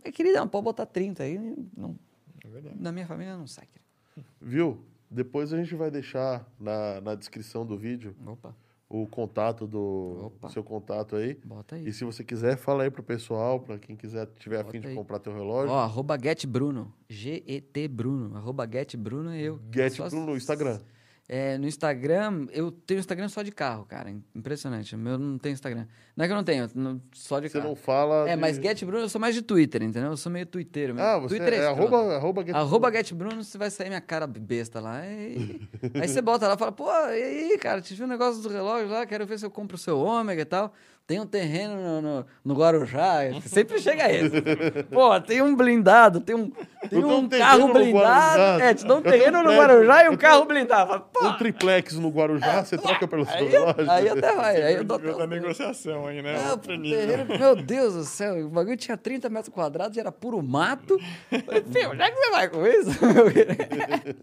É queridão, pode botar 30 aí, não,
É verdade.
na minha família não sai. querido.
Viu? Depois a gente vai deixar na, na descrição do vídeo
Opa.
o contato do
Opa.
seu contato aí.
Bota aí.
E se você quiser, fala aí pro pessoal, pra quem quiser tiver afim
Bota
de
aí.
comprar teu relógio.
Ó, arroba getbruno. G-E-T Bruno. Arroba getbruno é eu.
Get
Só-
Bruno no Instagram.
É, no Instagram, eu tenho Instagram só de carro, cara. Impressionante. O meu não tem Instagram. Não é que eu não tenho, não- só de
Você
carro.
não fala.
É,
de-
mas Get Bruno eu sou mais de Twitter, entendeu? Eu sou meio twitteiro mesmo.
Ah, você
Twitter
é,
escroto.
arroba, arroba Get
Arroba Get Bruno, você vai sair minha cara besta lá. E- aí você bota lá e fala, pô, e aí, cara, te vi um negócio do relógio lá, quero ver se eu compro o seu ômega e tal. Tem um terreno no, no, no Guarujá. Sempre chega esse. pô, tem um blindado, tem um, tem
Eu tô
um
um terreno
carro
no
Blindado.
Guarujá.
É, te dá um
Eu tô
terreno
um
no
prédio.
Guarujá e um
Eu tô-
carro blindado. Fala, pô,
Um triplex no Guarujá, você troca pelo seu
aí,
relógio.
aí até vai. É, Aí eu dou
nível da negociação
É,
aí, né?
ah,
Outro
pô,
nível.
terreno, meu Deus do céu, o bagulho tinha 30 metros quadrados e era puro mato. Falei, filho, onde é que você vai com isso?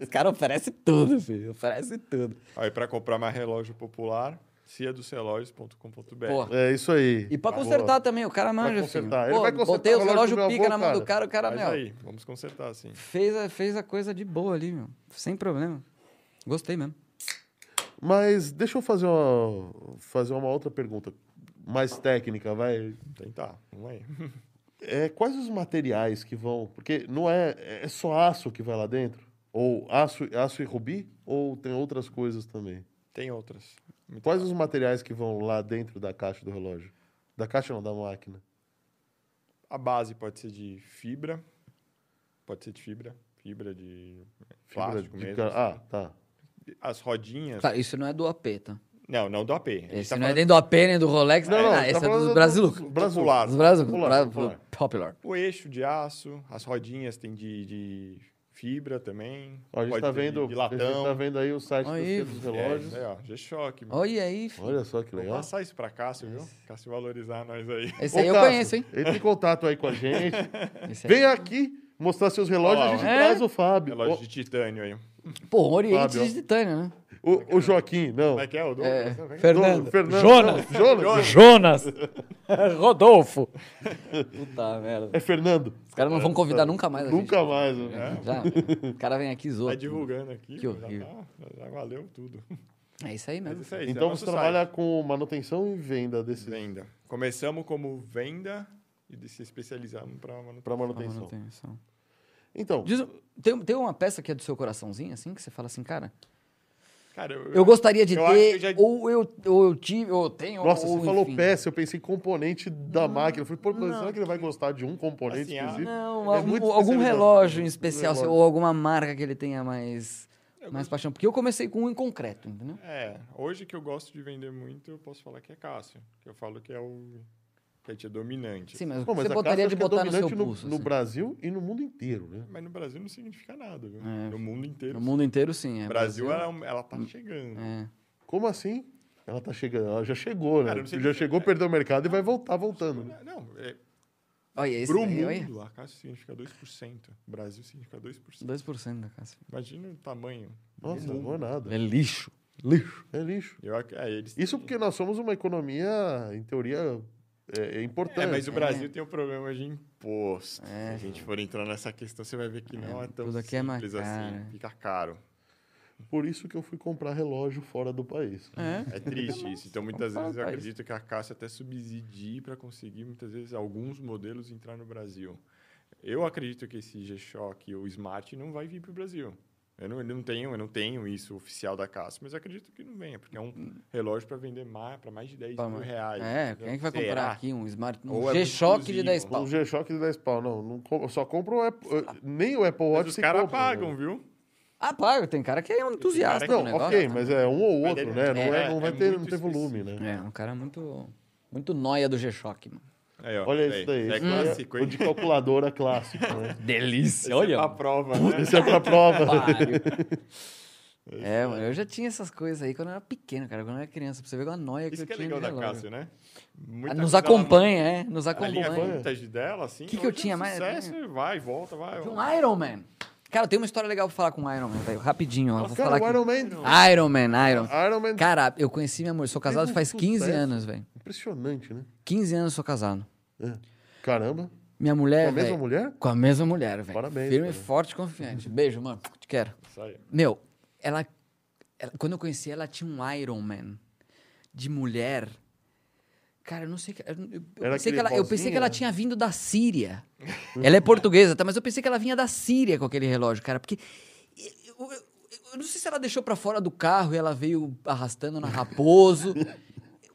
Os caras oferecem tudo, filho, oferece tudo.
Aí pra comprar mais relógio popular, ciadocelóis.com.br.
Porra.
É isso aí.
E pra
Boa.
consertar também, o cara manja, filho.
consertar, ele vai consertar
botei
o relógio
os
do
relógios
meu
pica
avô,
na mão do
cara.
cara, o cara,
Mas
meu,
aí, vamos consertar, sim.
fez, a, fez a coisa de boa ali, meu, sem problema. Gostei mesmo.
Mas deixa eu fazer uma, fazer uma outra pergunta, mais técnica, vai.
Tentar, vamos aí.
É, quais os materiais que vão. Porque não é, é só aço que vai lá dentro? Ou aço, aço e rubi? Ou tem outras coisas também?
Tem outras. Muito
Quais
bom.
os materiais que vão lá dentro da caixa do relógio? Da caixa não, da máquina.
A base pode ser de fibra, pode ser de fibra, fibra de
Fibra
plástico
de
mesmo.
ca-
assim.
Ah, tá.
As rodinhas.
Cara, isso não é do AP, tá?
Não, não do AP. A gente
Esse
tá
não é
falando
nem do AP, nem do Rolex,
Não,
nem
não,
nada,
tá
esse é
falando
do
do-
Brasiluco.
do Brasil.
Popular.
Dos Brasiluco,
Popular,
Bra-
popular.
Popular.
O eixo de aço, as rodinhas tem de, de fibra também.
Ó, a, gente
pode
tá
ter de-
vendo,
De
a gente tá
latão.
vendo aí o site dos
Aí,
dos
É,
relógios.
isso aí, ó, G-Shock. mano.
Olha aí, filho.
Olha só que
Vou
legal.
passar isso pra Cássio, viu? Cássio valorizar nós aí.
Esse
Ô,
aí eu
Cássio,
conheço, hein?
Entre em contato aí com a gente.
Esse aí.
Vem aqui mostrar seus relógios,
Olha lá,
a gente
ó.
traz o Fábio.
Relógio de titânio aí.
Pô, um Oriente
Fábio.
de Titânia, né?
O, o- o Joaquim, não.
Como é que é o Douglas?
É,
né?
Fernando.
Não, Fernando.
Jonas.
não, Jonas.
Jonas. Rodolfo. Puta merda.
É Fernando.
Os caras não vão convidar nunca mais a
Nunca
gente. É.
mais. né?
Já. O cara vem aqui e zoa.
Tá divulgando aqui.
Que
pô, já
horrível.
tá- Já, valeu tudo.
É isso aí
Mas
mesmo.
isso aí, isso é
Então
nosso
você
site.
trabalha com manutenção e venda desses
Venda. Começamos como venda e de- se especializamos para
para
Ah,
manutenção.
manutenção.
Então,
Diz- tem, tem uma peça que é do seu coraçãozinho, assim, que você fala assim, cara,
Cara, eu,
eu gostaria de
eu acho que
ter,
eu já-
ou, eu, ou eu tive, ou eu tenho,
nossa,
ou
você falou
enfim.
peça, eu pensei em componente da máquina. Eu falei, pô, mas será que ele vai gostar de um componente
Assim, ah,
específico?
Não,
É
algum,
muito
algum
especializado.
relógio em especial,
Relógio.
ou alguma marca que ele tenha mais, mais paixão. Porque eu comecei com um em concreto, entendeu?
É, hoje que eu gosto de vender muito, eu posso falar que é Cássio. Que eu falo que é o que a gente é dominante.
Sim, mas,
Pô, mas
você
a
botaria
Casio
de
acho que é
botar no seu
dominante
pulso.
No,
assim.
Brasil e no mundo inteiro, né?
Mas no Brasil não significa nada, viu?
É.
No mundo
No
inteiro.
mundo inteiro, sim. É.
O Brasil, ela, ela tá chegando.
É.
Como assim? Ela tá chegando, ela já chegou, né?
Cara, eu não sei
já
se-
chegou, perdeu o mercado e vai voltar voltando. né?
Não, é,
Olha, esse
pro
daí, olha.
mundo, a Cássio significa 2%. O Brasil significa 2%.
2% da casa.
Imagina o tamanho. do
Nossa,
mundo.
não é nada.
É lixo. Lixo.
É lixo.
Eu ac- é, eles
Isso
têm-
porque nós somos uma economia, em teoria, é, é importante.
É, mas o
É.
Brasil tem um problema de imposto. Se
É.
a gente for entrar nessa questão, você vai ver que não é, tão
tudo aqui é mais
simples
caro,
assim.
é.
Fica caro.
Por isso que eu fui comprar relógio fora do país.
É.
É triste isso. Então, muitas
fala
vezes eu
pra isso.
acredito que a Cássia até subsidie para conseguir, muitas vezes, alguns modelos entrar no Brasil. Eu acredito que esse G-Shock ou Smart não vai vir para o Brasil. Eu não, eu não tenho, eu não tenho isso oficial da Cássia, mas eu acredito que não venha, porque é um relógio para vender mais, para mais de 10
Hum. Pra
mil
mais-
reais.
É,
entendeu?
quem é que vai comprar
Será?
aqui um Smart, um
Ou é
G-Shock de
exclusivo.
10 pau?
Um G-Shock de 10 pau, não. não com- eu só compro o Apple, eh, nem o Apple Watch
Ah. Mas os
você
caras
compra,
pagam,
né?
viu?
Ah, paga, tem cara que é um entusiasta
cara
do
Não,
negócio.
ok,
né?
mas é um ou
Mas
outro,
ele-
né? Não, é,
é,
não vai
é
ter, não
muito
tem volume, né?
É, um cara muito, muito noia do G-Shock, mano.
Aí, ó,
Olha
aí.
isso daí.
É
isso daí
clássico,
é o
hein?
de calculadora clássico, né?
Delícia,
Isso é pra prova, né?
Isso é pra prova.
Pariu. É, mano, eu já tinha essas coisas aí quando eu era pequeno, cara, quando eu era criança, pra você ver a noia que
Isso
eu
que é
tinha
legal
de
da
relógio.
Cássio, né?
Ah,
Muita
Nos
coisa ela-
acompanha, é, nos
A linha
acompanha.
vintage dela, assim.
Que que eu
hoje é um
tinha mais? né?
Sucesso, e vai, volta, vai.
É
De um Iron Man. Cara, tem uma história legal pra falar com o Iron Man, velho. Rapidinho, ó. Vou
Cara,
falar
o
aqui.
Iron Man,
Iron Man, Iron.
Iron Man
Cara, eu conheci minha mulher. Sou casado
Teve um
faz 15
sucesso.
anos, velho.
impressionante, né?
15 anos eu sou casado.
É. Caramba.
Minha
Com
mulher.
a mesma
É, velho,
mulher?
Com a mesma mulher, velho.
Parabéns,
Firme,
cara.
forte, confiante. Beijo, mano. Te quero.
Isso aí.
Meu, ela, ela- Quando eu conheci ela, tinha um Iron Man. de mulher. Cara, eu não sei. que- Eu, eu- eu
Era
pensei
aquele
que ela, eu pensei que
vozinha?
ela tinha vindo da Síria. ela é portuguesa, tá? Mas eu pensei que ela vinha da Síria com aquele relógio, cara. Porque. Eu, eu- eu- eu não sei se ela deixou pra fora do carro e ela veio arrastando na Raposo.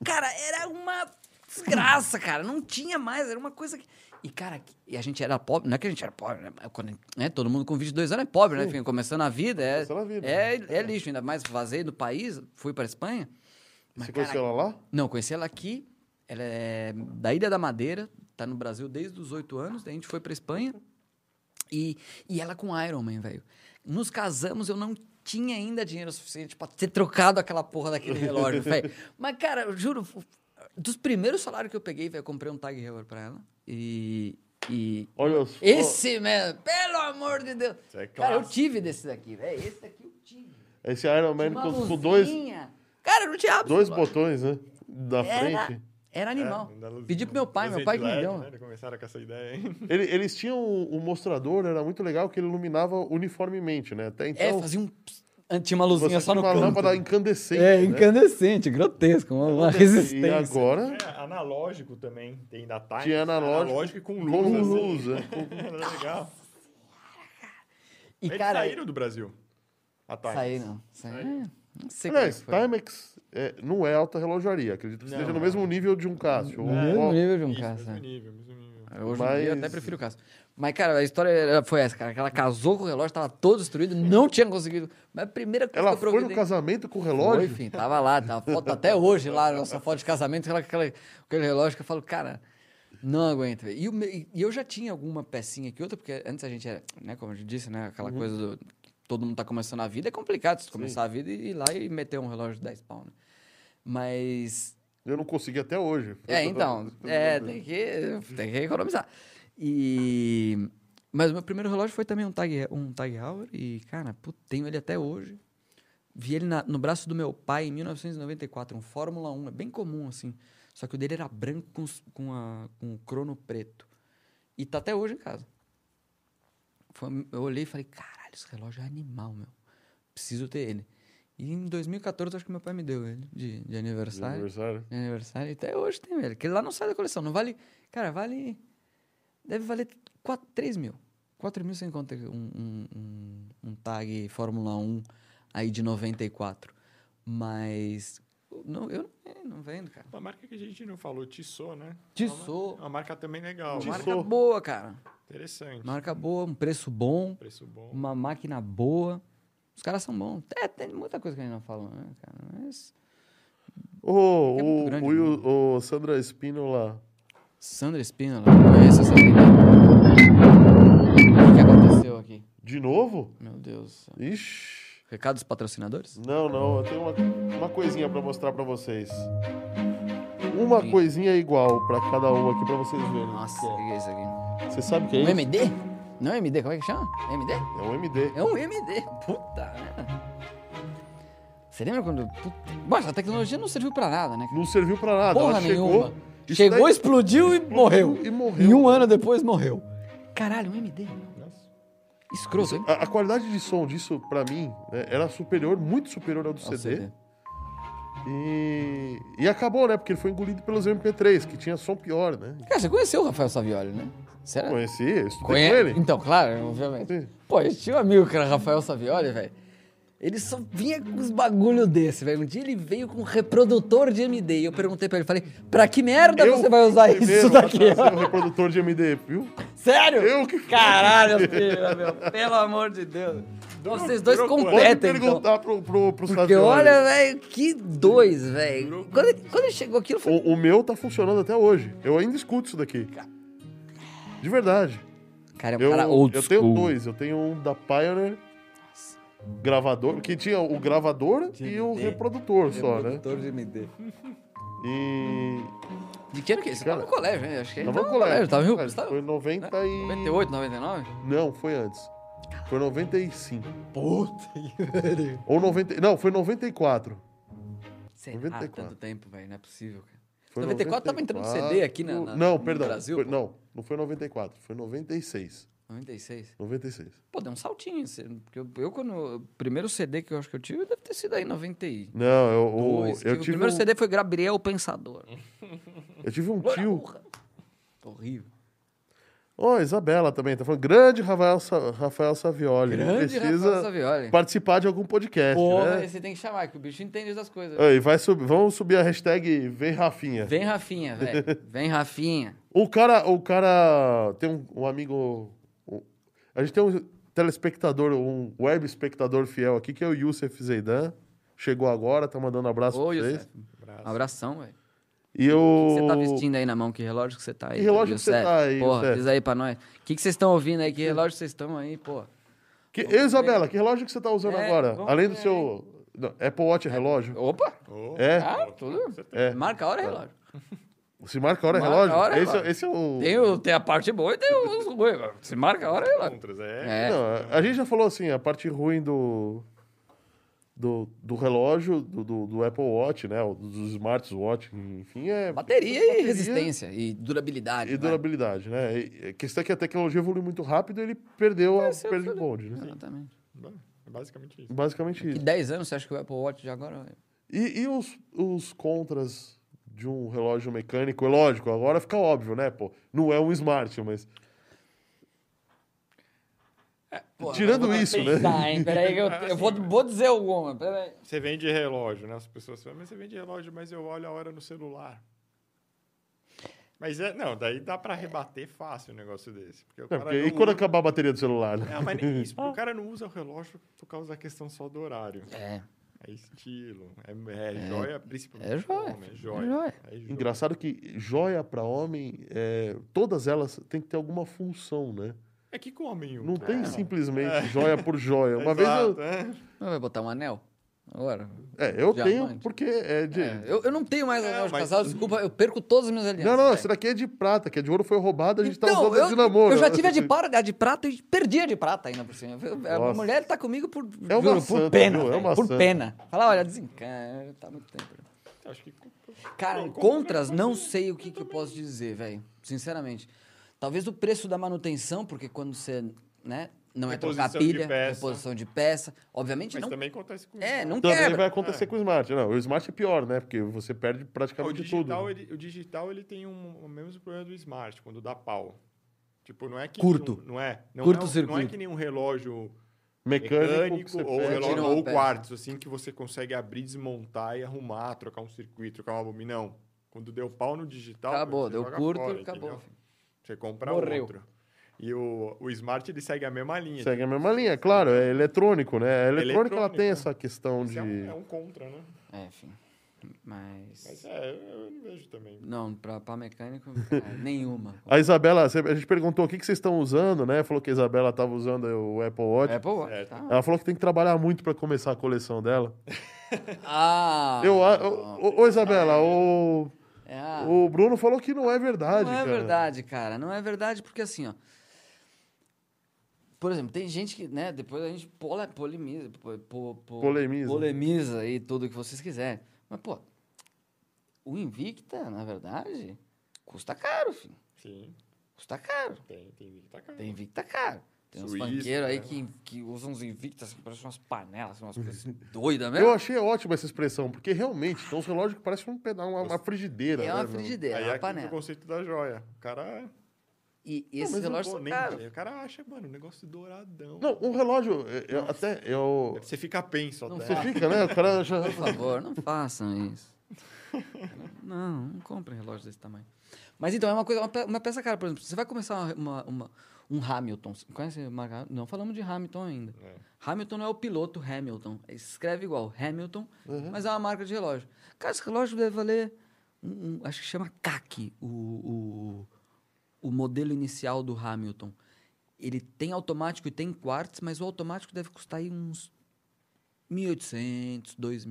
cara, era uma desgraça, cara. Não tinha mais. Era uma coisa que. E, cara, que- e a gente era pobre. Não é que a gente era pobre, né? Mas quando- né? Todo mundo com 22 anos é pobre, né? Fica Começando a vida. É,
Começando a vida. né?
é, é lixo, ainda mais vazei do país. Fui pra Espanha. Mas,
Você conheceu
cara,
ela lá?
não, conheci ela aqui. Ela é da Ilha da Madeira, tá no Brasil desde os oito anos, daí a gente foi pra Espanha. E, e ela com Iron Man, velho. Nos casamos, eu não tinha ainda dinheiro suficiente pra ter trocado aquela porra daquele relógio, velho. Mas, cara, eu juro, dos primeiros salários que eu peguei, velho, eu comprei um Tag Heuer pra ela. E. e
Olha os.
esse mesmo, pelo amor de Deus.
Isso é
cara, eu
clássico.
tive desse daqui, velho. Esse daqui eu tive.
Esse Iron Man
Uma
Tá com, com dois,
luzinha. Cara, eu não tinha
dois
absolutamente-
botões, né? Da
era,
frente.
era animal.
É, da luz-
Pedi pro meu pai,
luz
meu pai que me
LED,
deu.
Né? Eles Começaram com essa ideia, hein?
Ele- eles tinham um, um mostrador, era muito legal, que ele iluminava uniformemente, né? Até então.
é, fazia um. Tinha uma
você
luzinha
tinha
só no
uma
canto.
lâmpada incandescente.
É,
né?
incandescente, grotesco, uma, uma
E
resistência.
agora.
É, analógico também, tem da Time.
Tinha analógico.
analógico e com luz.
Com
assim.
luz, é.
Era legal.
E
Eles
cara,
saíram do Brasil. A Time.
saíram. Saíram. Não sei como é
Aliás,
que foi.
Timex é, não é alta relojaria. Acredito que
Não,
esteja no
não.
mesmo nível de um Cássio.
No
ou-
mesmo
ou-
nível de um
Isso,
caso.
mesmo nível, mesmo nível.
Hoje em
é Mas-
dia eu até prefiro o caso. Mas, cara, a história era- foi essa, cara. Que ela casou com o relógio, tava todo destruído, não tinha conseguido. Mas a primeira coisa
Ela
que eu
foi no
providei...
casamento com o
Foi,
relógio?
enfim, tava lá, tá a foto até hoje lá, nossa foto de casamento, aquela, aquela- aquele relógio que eu falo, cara, não aguento. velho. E, o meu- e eu já tinha alguma pecinha que outra, porque antes a gente era, né, como eu disse, né, aquela coisa do. Todo mundo tá começando a vida, é complicado você começar a vida e ir lá e meter um relógio de 10 pau, né? Mas
Eu não consegui até hoje.
é, então. É, tem que, tem que economizar. E. Mas o meu primeiro relógio foi também um Tag, um tag Heuer e, cara, puto, tenho ele até hoje. Vi ele na- no braço do meu pai em 1994, um Fórmula 1, é bem comum assim. Só que o dele era branco com, s- com, a, com o crono preto. E tá até hoje em casa. Foi- eu olhei e falei, caralho, esse relógio é animal, meu. Preciso ter ele. E em 2014, acho que meu pai me deu ele de, de
De
aniversário
aniversário.
de aniversário. Até hoje tem, velho. Aquele lá não sai da coleção. Não vale. Cara, vale. Deve valer 4, 3 mil. 4 mil você encontra um, um, um, um tag Fórmula 1 aí de 94. Mas. Não, eu não, não vendo, cara.
Uma marca que a gente não falou, Tissot, né?
Tissot.
Uma marca também legal.
Tissot.
Marca boa, cara.
Interessante.
Marca boa, um preço bom,
Preço bom.
uma máquina boa. Os caras são bons. É, tem muita coisa que a gente não falou, né, cara? Mas.
Ô,
É
o,
muito grande,
o Will- o Sandra Spínola.
Sandra Espínola, conheço essa menina. O que aconteceu aqui?
De novo?
Meu Deus. do céu.
Ixi.
Recado dos patrocinadores?
Não, não. Eu tenho uma, uma coisinha pra mostrar pra vocês. Uma coisinha igual pra cada um aqui pra vocês verem.
Nossa, o que é isso aqui?
Você sabe o que é
Um
isso?
MD? Não é MD, como é que chama? MD?
É um MD.
É um MD. Puta merda. Você lembra quando. Puta... Mas a tecnologia não serviu pra nada, né? cara?
Não serviu pra nada.
Porra
Ela
nenhuma.
chegou. isso
Chegou,
daí-
explodiu e morreu.
e morreu.
E um ano depois morreu. Caralho, um MD.
Nossa.
Escroto, hein?
A, a qualidade de som disso, pra mim, né, era superior, muito superior ao do
Ao
CD. E, e acabou, né? Porque ele foi engolido pelos MP3, que tinha som pior, né?
Cara, você conheceu o Rafael Savioli, né? Será?
Conheci, eu estudei
Conhe-
com ele.
Então, claro, obviamente.
Sim.
Pô, eu tinha um amigo que era Rafael Savioli, velho. Ele só vinha com uns bagulho desse, velho. Um dia ele veio com um reprodutor de MD. E eu perguntei pra ele, falei, pra que merda
Eu
Então você vai usar
fui o
isso
primeiro
daqui?
a ser um reprodutor de MD, viu?
Sério?
Eu que-
Caralho, filho, meu. Pelo amor de Deus. Vocês dois
durou quanto?
Pode
competem, então.
perguntar pro, pro, pro
Porque
Savioli.
olha, velho, que dois, velho. Quando, ele- quando ele chegou aqui, eu falei,
O, o meu tá funcionando até hoje. Eu ainda escuto isso daqui. De verdade.
cara, é um
Eu,
cara old
eu
school.
tenho dois. Eu tenho um da Pioneer gravador, que tinha o gravador e o
MD.
reprodutor só, né?
Reprodutor de MD.
E.
De que ano que é isso? Você
Cara,
tava no colégio, né? Acho que ele
Tava no colégio.
colégio. Tava em Rio-
Cara,
você tava-
Foi 90 e.
98, 99?
Não, foi antes. Foi 95.
Puta que pariu.
Ou 90. Não, foi 94.
Será
94.
tanto tempo, velho? Não é possível, cara.
Foi
94 tava entrando CD aqui na- na-
não,
no
perdão.
Brasil,
Foi-
pô.
não, não foi 94. Foi 96.
96?
96.
Pô, deu um saltinho. esse- Porque eu, eu quando. O primeiro CD que eu acho que eu tive deve ter sido aí 91.
Não, eu, o- eu,
Dois. Tive- o
tive
primeiro
um,
CD foi Gabriel Pensador.
eu tive um tio.
Horrível.
Ô, Isabela também, tá falando. Grande Rafael, Sa- Rafael Savioli.
Grande
precisa
Rafael Savioli.
participar de algum podcast,
Porra,
né?
você tem que chamar, que o bicho entende das coisas.
Aí, vai sub... Vamos subir a hashtag Vem Rafinha.
Vem, Rafinha, velho. Vem, Rafinha.
O cara, o cara tem um, um amigo. um- a gente tem um telespectador, um web espectador fiel aqui, que é o Youssef Zeidan. Chegou agora, tá mandando abraço
Ô,
pra vocês.
Youssef. um
Abraço.
Abração, velho.
E
O que
o.
você tá vestindo aí na mão? Que relógio que você tá aí?
Que relógio que você
Youssef?
tá aí,
Porra,
Youssef?
diz aí pra nós. O que, que vocês estão ouvindo aí? Que relógio vocês estão aí, pô?
Que, Ei, Isabela, que relógio que você tá usando
É,
agora?
vamos
Além do
ver
seu. não, Apple Watch é relógio?
Opa!
Ô,
É.
Ah, tudo.
É.
Marca a hora, relógio.
Se marca a hora, é
Marca a
relógio?
hora, é
esse,
relógio.
esse é o.
Tem, o- tem a parte boa e tem os ruins. mano. Se marca a hora, relógio.
Contras, é.
É.
Não, a- a gente já falou assim, a parte ruim do. Do, do relógio, do, do, do Apple Watch, né? o- Dos smartwatch, enfim, é.
Bateria e resistência. E durabilidade.
E
vai.
durabilidade, né? E- A questão é que a tecnologia evolui muito rápido e ele perdeu, a,
sim,
perdeu o
sim.
bonde, né?
Exatamente.
Bom, é basicamente isso.
Basicamente
E
isso.
10 anos, você acha que o Apple Watch de agora... vai-
E, e os, os contras de um relógio mecânico? É lógico, agora fica óbvio, né? Pô, não é um smart, mas.
Pô,
Tirando
agora eu vou
isso, né?
pensar, hein? Peraí que eu, eu vou, vou dizer alguma, peraí.
Você vende relógio, né? As pessoas falam, mas você vende relógio, mas eu olho a hora no celular. Mas é, não, daí dá pra rebater fácil um negócio desse. Porque o
É,
cara
porque,
não
e quando
usa-
acabar a bateria do celular? Né?
Não, É, mas nem isso, porque o cara não usa o relógio por causa da questão só do horário.
É,
É estilo, é, é joia, principalmente.
é joia,
homem, é
filho,
joia.
é joia.
é joia.
Engraçado que joia pra homem, é, todas elas têm que ter alguma função, né?
É que comem
Não tem simplesmente
É.
joia por joia. Uma vez eu.
Não vai botar um anel? Agora?
É, eu tenho,
Diamante.
porque é de.
É, eu, eu não tenho mais
É,
anel de
mas-
casal, desculpa, eu perco todas as minhas
Não,
alianças.
não,
velho.
essa daqui é de prata, que a de ouro foi roubada, a gente tá
Então,
usando a
eu,
de namoro.
eu já tive a de, par, a de prata e perdi a de prata ainda por cima. Eu-
Nossa.
A mulher tá comigo por,
É uma
juro,
santa,
por pena,
viu? É
velho,
uma
por
santa.
pena. Fala, olha, desencana, tá muito tempo.
Acho que com-
Cara,
Não,
em
com-
contras, não sei o que, que eu posso dizer, velho. Sinceramente. Talvez o preço da manutenção, porque quando você, né, não é trocar
Reposição de
pilha,
peça.
reposição de peça, obviamente
mas
não.
também acontece com
É, não
Também
quebra.
vai acontecer com o Smart. Não, o Smart é pior, né? Porque você perde
o
praticamente
digital,
é
é
tudo.
Ele, o digital ele tem um, o mesmo problema do smart, quando dá pau. Tipo, não é que
Curto.
nem um- não é, não,
Curto
é um- não é
circuito.
que nem um relógio
Mecânico, que
mecânico
você
ou,
perde.
relógio,
Tira uma
ou
peça.
quartzo, assim, que você consegue abrir, desmontar e arrumar, trocar um circuito, trocar uma bobina. Não. Quando deu pau no digital,
Acabou,
você
deu
joga
curto,
fora,
acabou.
entendeu? Você compra
Morreu.
outro. E o, o smart, ele segue a mesma linha.
Segue a mesma linha, claro, é eletrônico, né? A eletrônica ela
Eletrônico,
tem
né?
essa questão
Isso
de.
é, um, é um contra, né?
É, enfim. Mas.
Mas é, eu, eu não vejo também.
Não, pra, pra mecânico, cara, nenhuma.
A Isabela, você- a gente perguntou o que que vocês estão usando, né? Falou que a Isabela estava usando o Apple Watch.
Apple Watch,
Certo.
tá?
Ela falou que tem que trabalhar muito para começar a coleção dela.
Ah!
Eu, a- ô, ô, ô, Isabela, o,
é, ah.
o Bruno falou que não é verdade.
Não é
cara.
verdade, cara. Não é verdade porque assim, ó. Por exemplo, tem gente que, né, depois a gente pola, polemiza, po- po- po-
Polemiza.
polemiza aí tudo que vocês quiserem. Mas, pô, o Invicta, na verdade, custa caro, filho.
Sim,
Custa caro.
tem, tem que tacar.
Tem Invicta caro. Tem uns
Suíça,
banqueiros aí
né?
que, que usam uns Invictas assim, que parecem umas panelas, assim, umas coisas doidas é mesmo.
Eu achei ótima essa expressão, porque realmente tem uns relógios que parecem um pedal, uma, uma frigideira.
É
né,
uma
meu?
frigideira,
Aí
é uma
aqui o
panela.
conceito da joia. O cara.
E
Não,
esses
mas não
relógios
vou
são
nem
caros.
dizer. O cara acha, mano, um negócio douradão.
Não, um relógio, eu- eu até. Eu,
Você fica penso
Não
até.
você fica, né? O cara já.
Por um favor, não façam isso. Não, não comprem relógio desse tamanho. Mas então, é uma coisa, uma pe- uma peça cara, por exemplo, você vai começar uma- uma- uma- um Hamilton. Você Conhece a marca? Não falamos de Hamilton ainda.
É.
Hamilton não é o piloto Hamilton. Escreve igual, Hamilton,
Uhum.
mas é uma marca de relógio. Cara, esse relógio deve valer. um- um- acho que chama CAC, o, o, o modelo inicial do Hamilton. Ele tem automático e tem quartz, mas o automático deve custar aí uns 1.800, 2.000.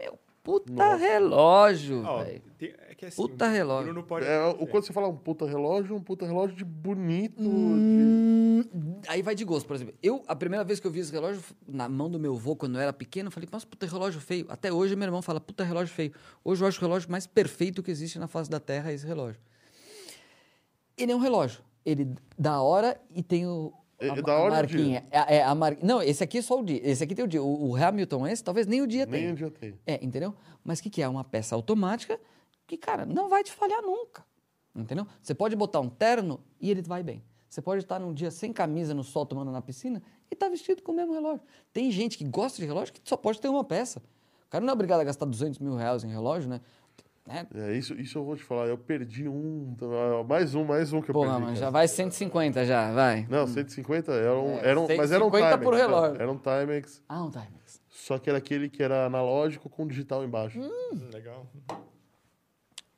Meu, puta relógio,
Ó,
velho.
tem- é que assim,
Puta
o
relógio.
Bruno pode
É, o,
é,
quando você fala um puta relógio, um puta relógio de bonito. de-
Hum, Aí vai de gosto, por exemplo. Eu, a primeira vez que eu vi esse relógio na mão do meu avô, quando eu era pequeno, eu falei, nossa, puta relógio feio. Até hoje meu irmão fala, puta relógio feio. Hoje eu acho o relógio mais perfeito que existe na face da Terra, é esse relógio. Ele é um relógio. ele da hora e tem o.
É-
a-
é da hora
a
e o dia.
marquinha. É, é, a mar... Não, esse aqui é só o dia. Esse aqui tem o dia. O, o Hamilton, esse, talvez nem o dia
Nem
tenha.
um dia tem.
É, entendeu? Mas o que, que é? Uma peça automática que, cara, não vai te falhar nunca. Entendeu? Você pode botar um terno e ele vai bem. Você pode estar num dia sem camisa no sol tomando na piscina e tá vestido com o mesmo relógio. Tem gente que gosta de relógio que só pode ter uma peça. O cara não é obrigado a gastar 200 mil reais em relógio, né? né?
É, isso, isso eu vou te falar. Eu perdi um. então, ah, Mais um, mais um que eu
Porra,
perdi.
mano,
cara.
já vai 150 já, vai.
Não, 150 era um.
É,
era um mas era um
150
Timex.
por relógio.
Era, era um Timex.
Ah, um Timex.
Só que era aquele que era analógico com digital embaixo.
Hum.
Legal.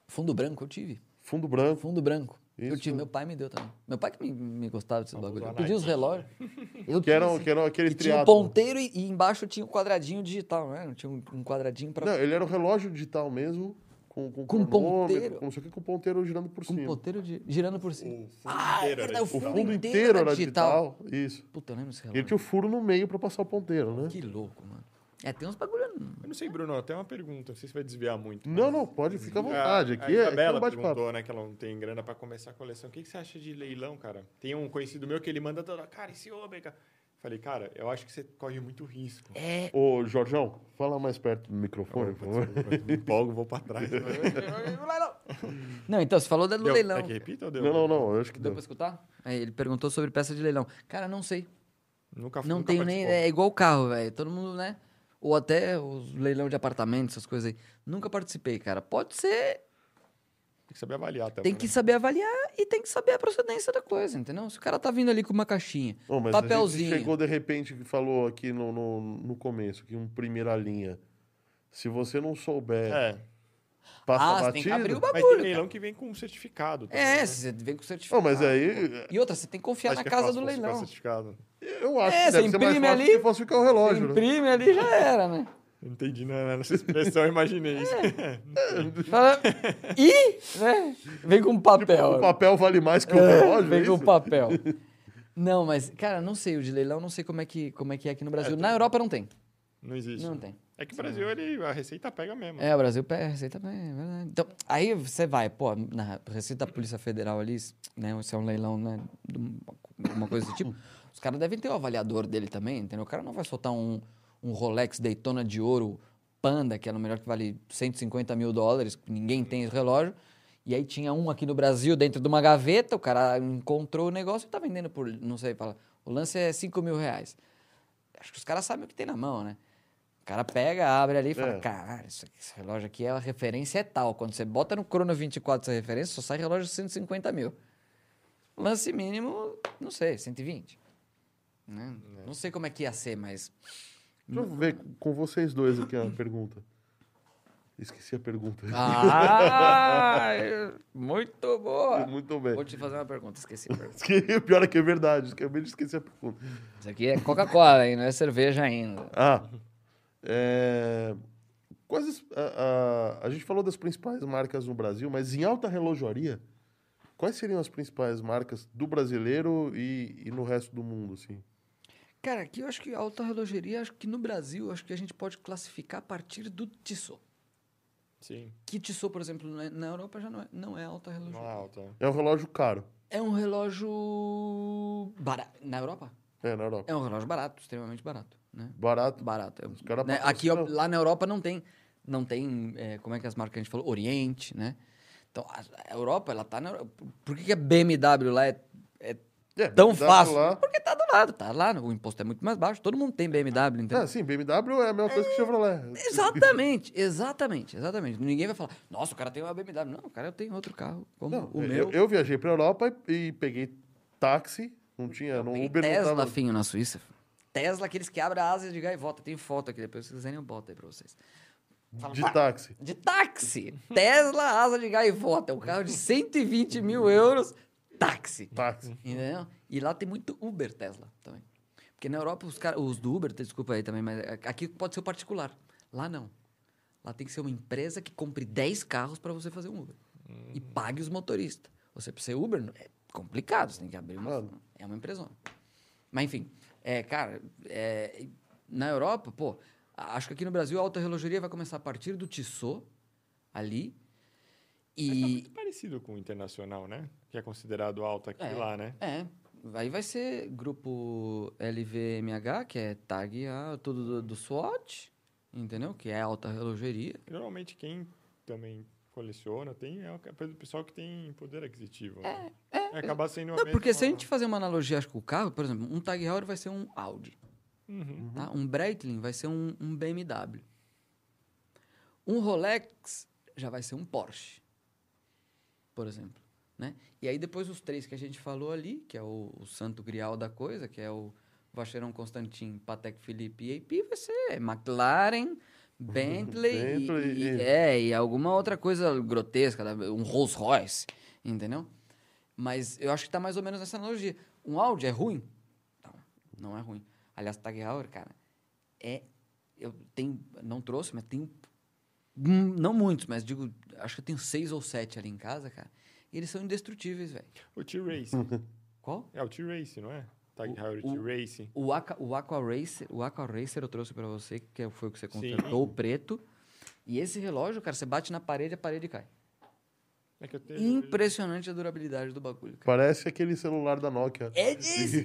Fundo branco eu tive.
Fundo branco.
Fundo branco. Eu
Isso.
tive, meu pai me deu também. Meu pai que me, me gostava desses bagulho. Eu
Nike.
pedi os relógios. Eu
Que
tive
era, um,
esse-
que era aquele
E tinha o
triatlo.
ponteiro e, e embaixo tinha o quadradinho digital, né? Não Tinha um, um quadradinho pra.
Não, ele era um relógio digital mesmo. Com, com,
Com
cronômetro,
ponteiro.
Com, só que com ponteiro girando por
com um
cima.
ponteiro de- girando por cima.
O fundo inteiro
verdade,
era
o
O
isso.
fundo
fundo
inteiro
inteiro
era
era digital. Isso.
Puta, eu lembro esse
E ele
relógio.
tinha o furo no meio pra passar o ponteiro, né?
Que louco, mano. É, tem uns bagulho.
Eu não sei, Bruno, até uma pergunta. Não sei se vai desviar muito.
Não,
mas-
não, pode, fica à vontade. Aqui
a
é, aqui é
Isabela
um bate-papo.
perguntou, né, que ela não tem grana pra começar a coleção. O que, que você acha de leilão, cara? Tem um conhecido meu que ele manda toda, cara, esse ômega. Falei, cara, eu acho que você corre muito risco.
É.
Ô, Jorjão, fala mais perto do microfone, por favor.
Desculpa, Me empolgo, vou pra trás.
Não, então, você falou da- do
Deu-
leilão.
É que repita ou deu?
Não, não, não, eu acho que
Deu
deu.
pra escutar? É, ele perguntou sobre peça de leilão. Cara, não sei.
Nunca
Não
nunca
tenho nem.
participou.
É igual o carro, velho. Todo mundo, né? Ou até os leilão de apartamentos, essas coisas aí. Nunca participei, cara. Pode ser.
Tem que saber avaliar também. né?
Tem que saber avaliar e tem que saber a procedência da coisa, entendeu? Se o cara tá vindo ali com uma caixinha,
Ô, mas A
papelzinho.
gente chegou de repente que falou aqui no, no, no começo, que um primeira linha. Se você não souber,
É.
Tá
passa
ah, você
batido.
tem que abrir o
Mas tem
bagulho.
leilão que vem com certificado. também, né?
É, você vem com certificado.
Não, mas é- aí
E outra, você tem que confiar
Acho
na
que é
casa
fácil
do
falsificar
leilão.
certificado.
eu acho
É,
que deve
você
ser mais
imprime
fácil
ali-
que falsificar o
Você
relógio, né?
imprime ali já era, né?
Não entendi nada nessa expressão, eu imaginei isso.
É. Fala, e, né? Vem com papel.
O papel vale mais que o relógio, é
é, Vem com
isso?
papel. Não, mas, cara, não sei. O de leilão, não sei como é que, como é, que é aqui no Brasil. Na Europa não tem.
Não existe.
Não tem.
É que o Brasil, ele, a receita pega mesmo.
É, o Brasil perde, receita também, é verdade. Então, aí você vai, pô, na receita da Polícia Federal ali, né, se é um leilão, né, de uma- uma coisa desse tipo, os caras devem ter o avaliador dele também, entendeu? O cara não vai soltar um, um Rolex Daytona de ouro Panda, que era o melhor que vale 150 mil dólares, ninguém tem esse relógio, e aí tinha um aqui no Brasil dentro de uma gaveta, o cara encontrou o negócio e tá vendendo por, não sei, fala, o lance é 5 mil reais. Acho que os caras sabem o que tem na mão, né? O cara pega, abre ali e fala,
É.
caralho, isso aqui- esse relógio aqui, é a referência é tal. Quando você bota no Crono 24 essa referência, só sai relógio de 150 mil. Lance mínimo, não sei, 120. Né? Não sei como é que ia ser, mas...
Deixa eu ver com vocês dois aqui a pergunta. Esqueci a pergunta.
Ah! muito boa!
Muito bem.
Vou te fazer uma pergunta, esqueci a pergunta.
Esque- O pior é que é verdade, acabei de esquecer a pergunta.
Isso aqui é Coca-Cola, hein? Não é cerveja ainda.
Ah, é... quais as- a, a- a gente falou das principais marcas no Brasil, mas em alta relojaria, quais seriam as principais marcas do brasileiro e, e no resto do mundo, assim?
Cara, aqui eu acho que a alta relogeria, acho que no Brasil, acho que a gente pode classificar a partir do Tissot.
Sim,
que Tissot, por exemplo, na- na Europa já não é, não é alta relógio.
não é alta.
É um relógio caro,
É um relógio barato. Na Europa?
é, na Europa.
É um relógio barato, extremamente barato, né?
Barato.
Barato. É um-
caras
né? Aqui, ó,
patrocinam.
lá na Europa não tem, não tem, é, como é que as marcas que a gente falou? Oriente, né? Então, a a Europa, ela tá na Europa. Por que, que a BMW lá é, é
É,
tão
BMW
fácil?
lá-
Porque tá do lado, tá lá, o imposto é muito mais baixo, todo mundo tem BMW, entendeu?
Ah, sim, BMW é a mesma coisa que Chevrolet.
Exatamente, exatamente, exatamente. Ninguém vai falar, nossa, o cara tem uma BMW. Não, o cara tem outro carro, como
Não,
É. o
eu,
meu.
eu viajei pra Europa e, e peguei táxi, não tinha, não
Tem
Uber não tá
Tesla,
tava-
finho, na Suíça. filho. Tesla, aqueles que abrem a asa de gaivota. Tem foto aqui, depois se quiserem eu boto aí pra vocês.
de táxi.
De táxi! Tesla, asa de gaivota. É um carro de 120 mil euros, táxi.
Táxi.
Uhum.
Entendeu? E lá tem muito Uber Tesla também. Porque na Europa, os, cara, os do Uber, desculpa aí também, mas aqui pode ser o particular. Lá não. Lá tem que ser uma empresa que compre 10 carros para você fazer um Uber. E
Hum.
pague os motoristas. Você precisa ser Uber, é complicado, você tem que abrir uma.
Claro.
É uma empresa. Mas enfim, é, cara, é, na Europa, pô, a- acho que aqui no Brasil a alta relogeria vai começar a partir do Tissot, ali,
Mas tá
E,
muito parecido com o internacional, né? Que é considerado alto aqui e
É.
lá, né?
É. Aí vai ser grupo LVMH, que é tag A, tudo do, do SWOT, entendeu? Que é alta relogeria.
Normalmente quem também coleciona tem é o ca- o pessoal que tem poder aquisitivo. né? É, acabar sendo uma
Não, porque se a
mesma-
gente fazer uma analogia acho, que com o carro, por exemplo, um Tag Heuer vai ser um Audi,
Uhum.
tá? Um Breitling vai ser um, um BMW. Um Rolex já vai ser um Porsche, por exemplo, né? E aí depois os três que a gente falou ali, que é o, o santo grial da coisa, que é o Vacheron Constantin, Patek Philippe e AP, vai ser McLaren, Bentley, e-
Bentley
e-
e-
é, e alguma outra coisa grotesca, né? um Rolls Royce, entendeu? Mas eu acho que tá mais ou menos nessa analogia. Um Audi é ruim? Não, não é ruim. Aliás, o Tag Heuer, cara, é... Eu tenho... Não trouxe, mas tenho... hum, Não muitos, mas digo... Acho que eu tenho seis ou sete ali em casa, cara. E eles são indestrutíveis, velho.
O T-Race.
Qual?
é o T-Race, não é? Tag
O-
Heuer
o-
T-Race.
O Aqua, o Aqua Racer, o Aqua Racer eu trouxe pra você, que foi o que você
Sim.
contratou, o preto. E esse relógio, cara, você bate na parede, a parede cai.
É que eu tenho...
Então, Impressionante a durabilidade do bagulho, cara.
Parece aquele celular da Nokia.
É disso.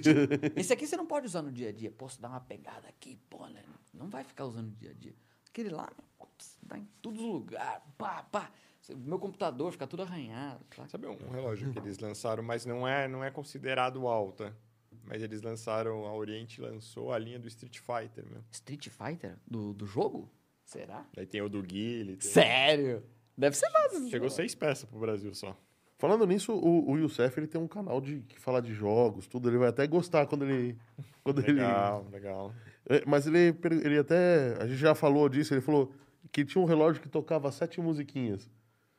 tipo, Esse aqui você não pode usar no dia a dia. Posso dar uma pegada aqui, pô, né? Não vai ficar usando no dia a dia. Aquele lá, meu, putz, dá em todos os lugares. Pá, pá. Cê- Meu computador fica tudo arranhado. tá? saca?
Sabe um relógio que eles lançaram, mas não é, não é considerado alta. Mas eles lançaram, a Oriente lançou a linha do Street Fighter, meu.
Street Fighter? Do, do jogo? Será?
Daí tem o do Guile. tem-
Sério? Deve ser fácil.
Chegou seis peças pro Brasil só.
Falando nisso, o, o Youssef ele tem um canal de que fala de jogos, tudo. Ele vai até gostar quando ele. Quando ele
Legal, legal.
É, mas ele, per- ele até. A gente já falou disso, ele falou que tinha um relógio que tocava sete musiquinhas.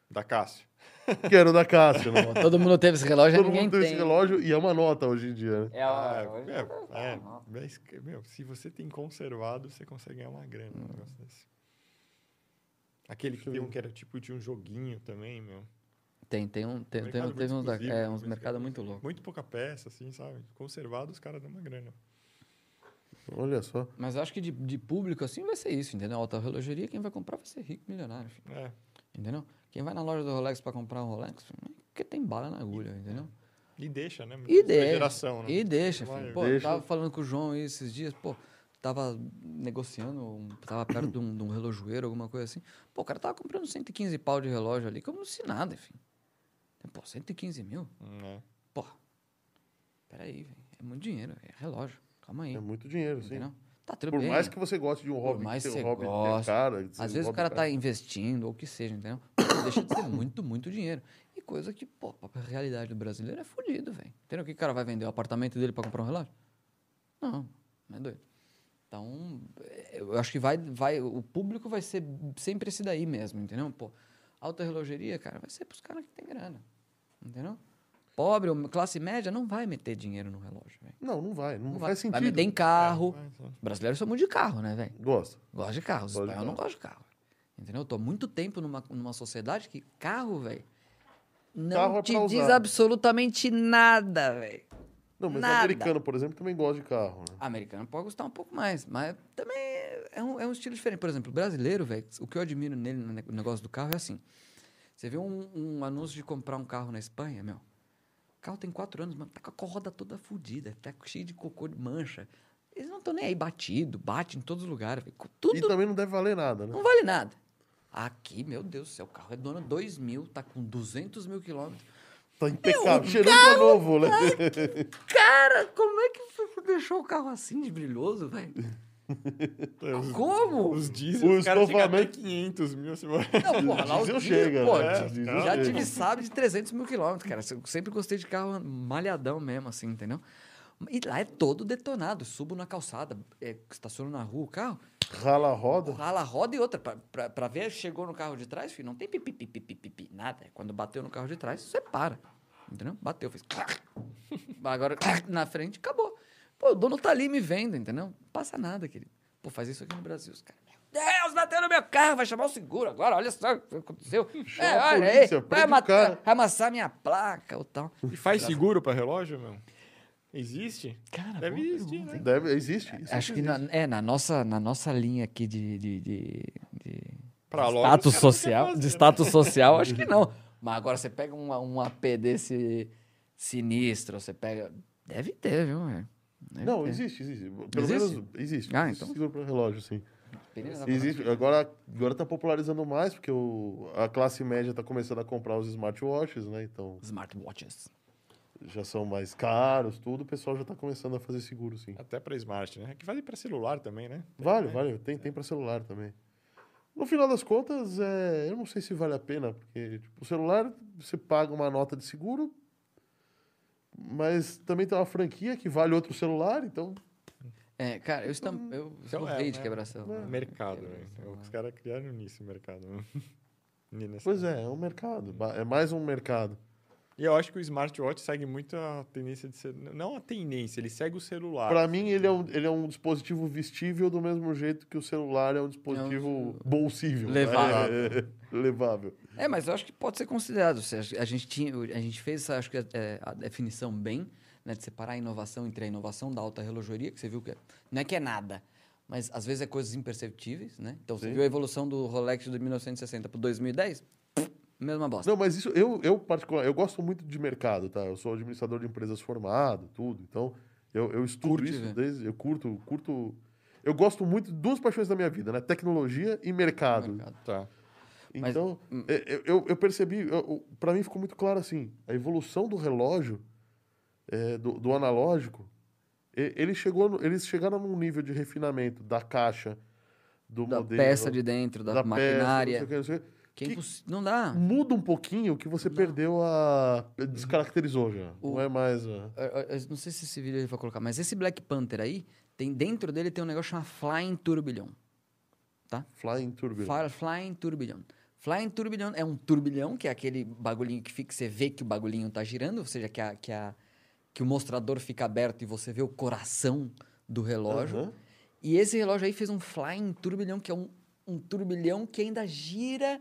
Da Cássio.
Que era o da Cássio, né?
Todo mundo teve esse relógio,
Todo
ninguém
mundo tem esse relógio e é uma nota hoje em dia, né?
É,
Ah,
ó, hoje-
é, é, mas, meu, se você tem conservado, você consegue ganhar uma grana num negócio desse. Aquele que tem um que era tipo de um joguinho também, meu.
Tem, tem um, tem, tem,
Mercado
teve uns, da-
exclusivo,
é,
né?
uns mercados muito loucos.
Muito pouca peça, assim, sabe? Conservado, os caras dão uma grana.
Olha só.
Mas eu acho que de, de público assim vai ser isso, entendeu? Alta relogeria, quem vai comprar vai ser rico, milionário, filho,
É.
entendeu? Quem vai na loja do Rolex pra comprar um Rolex, filho, é porque tem bala na agulha, entendeu?
E deixa, né?
E
Essa
deixa.
geração, né?
E deixa,
Vai,
filho. Pô, eu
deixa.
tava falando com o João aí esses dias, pô, tava negociando, um- tava perto de um, de um relojoeiro, alguma coisa assim. Pô, o cara tava comprando 115 pau de relógio ali, como se nada, enfim. Pô, 115 mil?
Hum, é.
Pô, peraí, velho. É muito dinheiro, é relógio. Calma aí.
É muito dinheiro, sim.
entendeu? Tá tudo
Por
bem.
mais que você goste de um hobby,
mais
que
você
seu hobby
goste.
é cara.
Às vezes o cara tá investindo, ou o que seja, entendeu? Pô, deixa de ser muito, muito dinheiro. E coisa que, pô, a realidade do brasileiro é fodido, velho. Entendeu? Que o cara vai vender o apartamento dele pra comprar um relógio? Não, não é doido. Então, eh, eu acho que vai, vai, o público vai ser sempre esse daí mesmo, entendeu? Pô, alta relogeria, cara, vai ser pros caras que tem grana, entendeu? Pobre, ou classe média, não vai meter dinheiro no relógio, velho.
Não, não vai. Não,
Não vai.
faz
Vai
sentido.
meter em carro.
É, mas, ó,
Brasileiros são muito de carro, né, velho?
Gosta.
Gosto de carro. Os
Gosto de
espanhóis não gostam de carro. Entendeu? Eu tô há muito tempo numa, numa sociedade que carro, velho, não
Carro é
te
pra
diz
usar.
absolutamente nada, velho.
Não, mas
Nada.
o americano, por exemplo, também gosta de carro, né?
Americano pode gostar um pouco mais, mas também é um, é um estilo diferente. Por exemplo, o brasileiro, velho, o que eu admiro nele no ne- no negócio do carro é assim. Você vê um, um anúncio de comprar um carro na Espanha, meu. O carro tem quatro anos, mas tá com a roda toda fodida, tá cheio de cocô de mancha. Eles não estão nem aí batido, bate em todos os lugares, velho. Com Tudo
E tá também não deve valer nada, né?
não vale nada. Aqui, meu Deus do céu, o carro é do ano 2000, tá com 200 mil quilômetros.
Tá impecável. Cheirando de novo, né?
Cara, como é que você deixou o carro assim de brilhoso, velho?
os-
Como?
Os
O
diesel, os caras chegam até
estofamento-
500 mil. assim, Você... vai-
Não, porra, lá o
Diesel
diesel,
chega,
pô,
né?
di-
Diesel
já
chega.
tive sabe de 300 mil quilômetros, cara. Eu sempre gostei de carro malhadão mesmo, assim, entendeu? E lá é todo detonado. Subo na calçada, é, estaciono na rua o carro,
Rala a roda.
rala a roda e outra. Pra, pra, pra ver, chegou no carro de trás, filho, não tem pipi, pipi, pipi, pipi, nada. Quando bateu no carro de trás, você para. Entendeu? Bateu, fez. clac. Agora, clac, na frente, acabou. Pô, o dono tá ali me vendo, entendeu? Não passa nada, querido. Pô, faz isso aqui no Brasil, os caras. Meu Deus, bateu no meu carro, vai chamar o seguro agora, olha só o que aconteceu.
Chama
É,
a
olha aí,
polícia, prende
vai,
o
matar,
cara.
vai amassar minha placa ou tal.
E faz seguro pra relógio, meu? Existe?
Cara,
É
Deve
Ah, boa
existir, né?
Deve, existe. isso
Acho que na, é, na, nossa, na nossa linha aqui de- de- de- de
Pra
De
loja, os
status
caras não querem
social,
fazer,
de
né?
status social, acho que não. Mas agora você pega um, um AP desse sinistro, você pega. Deve ter, viu, velho? Deve
Não,
ter.
existe, existe. Pelo
É. Existe?
menos existe.
Ah,
Existe
então.
Seguro para relógio, sim.
Peneira da
Existe. Agora, agora tá popularizando mais, porque o- a classe média tá começando a comprar os smartwatches, né? Então,
Smartwatches.
já são mais caros, tudo. O pessoal já tá começando a fazer seguro, sim.
Até pra smart, né? Que vale pra celular também, né?
Vale,
né?
vale. Tem, tem para celular também. No final das contas, é, eu não sei se vale a pena, porque tipo, o celular você paga uma nota de seguro, mas também tem uma franquia que vale outro celular, então
É, cara, eu, estam... eu
Então
estamplei
é,
de
né?
quebração.
Mercado, né? Os caras criaram nisso o mercado. né? E nessa-
pois é, é um mercado, ba- é mais um mercado.
E eu acho que o smartwatch segue muito a tendência de ser. Não a tendência, ele segue o celular.
Para mim, ele é, um, ele é um dispositivo vestível do mesmo jeito que o celular é um dispositivo bolsível. né?
Levável.
É, é, levável.
É, mas eu acho que pode ser considerado. Se a- A gente, tinha, a gente fez essa, acho que é, a definição bem, né, de separar a inovação entre a inovação da alta relojoaria, que você viu que é- não é que é nada, mas às vezes é coisas imperceptíveis, né? Então você
Sim.
viu a evolução do Rolex de 1960 para 2010, mesma bosta.
Não, mas isso eu, eu particular, eu gosto muito de mercado, tá? Eu sou administrador de empresas formado, tudo. Então, eu, eu estudo
Curte,
isso
né?
desde eu curto, curto eu gosto muito de duas paixões da minha vida, né? Tecnologia e mercado.
Mercado.
Tá.
Mas- hum.
Então, é, eu, eu, eu percebi, para mim ficou muito claro assim, a evolução do relógio é, do, do analógico, e- ele chegou, no- eles chegaram num nível de refinamento da caixa do
Da
Um modelo,
peça de dentro, da,
da peça, não sei o
maquinária.
que, não sei o que.
que é
que-
imposs- Não dá.
muda um pouquinho o que você perdeu a. Descaracterizou já.
O-
Não é mais. a-
Eu- eu- eu não sei se esse vídeo ele vai colocar, mas esse Black Panther aí, tem dentro dele tem um negócio chamado Flying Turbilhão.
Flying Turbine.
Fly- Flying Turbilhão. Flying Turbilhão é um turbilhão, que é aquele bagulhinho que fica, você vê que o bagulhinho tá girando, ou seja, que, a, que, a, que o mostrador fica aberto e você vê o coração do relógio.
Aham.
E esse relógio aí fez um Flying Turbilhão, que é um, um turbilhão que ainda gira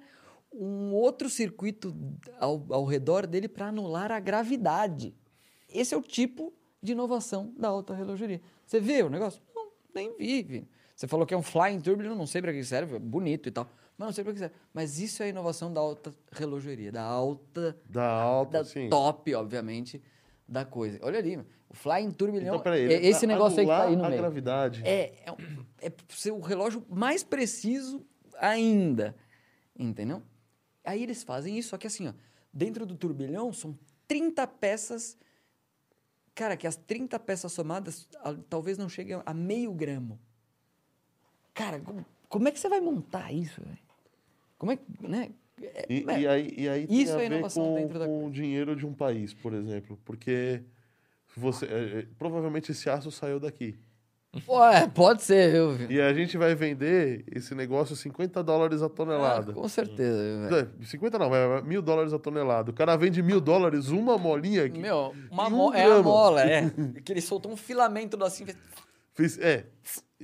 um outro circuito ao, ao redor dele para anular a gravidade. Esse é o tipo de inovação da alta relogeria. Você vê o negócio? Não, nem vive. Você falou que é um Flying Turbilhão, não sei para que serve, é bonito e tal, mas não sei para que serve. Mas isso é a inovação da alta relogeria, da alta,
Da alta,
da
assim.
top, obviamente, da coisa. Olha ali, o Flying Turbilhão,
Então, peraí.
é esse
a-
negócio aí que tá
anular
aí no
a
meio.
gravidade.
É, é, um- é pra ser o relógio mais preciso ainda. Entendeu? Aí eles fazem isso, só que assim, ó, dentro do turbilhão são 30 peças. Cara, que as 30 peças somadas a- talvez não cheguem a meio gramo. Cara, como, como é que você vai montar isso, velho? Como é que. Né? É,
E,
é,
e aí, e aí
Isso é
tem a ver
inovação
com,
dentro da
com o dinheiro de um país, por exemplo. Porque você, é, é, provavelmente esse aço saiu daqui.
ué, é, pode ser, viu? viu?
E a gente vai vender esse negócio 50 dólares a
Ah,
tonelada.
com certeza, viu, velho.
É, 50 não, é mil dólares a tonelada. O cara vende mil dólares uma molinha aqui.
Meu, uma
E um
mo- é a
grama.
mola, é. Que ele soltou um filamento do assim. fez-
Fiz- é,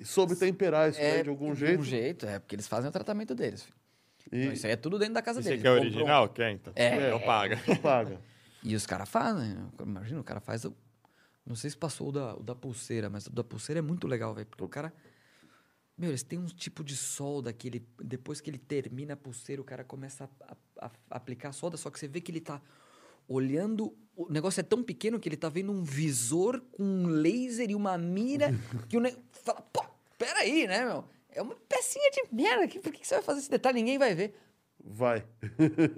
soube temperar isso
É,
daí de algum jeito.
De um jeito, é, porque eles fazem o tratamento deles. filho.
E
Então, isso aí é tudo dentro da casa
Você
deles.
quer
Compram-
original? Quer então?
É.
Então paga.
paga.
E os caras fazem. né? Imagina, o cara faz. o- Não sei se passou o da, o da pulseira, mas o da pulseira é muito legal, velho. Porque o cara. Meu, eles têm um tipo de solda que ele. Depois que ele termina a pulseira, o cara começa a, a- a aplicar a solda, só que você vê que ele tá olhando. O negócio é tão pequeno que ele tá vendo um visor com um laser e uma mira que o ne... fala, pô, peraí, né, meu? É uma pecinha de merda. que- Por que que você vai fazer esse detalhe? Ninguém vai ver.
Vai.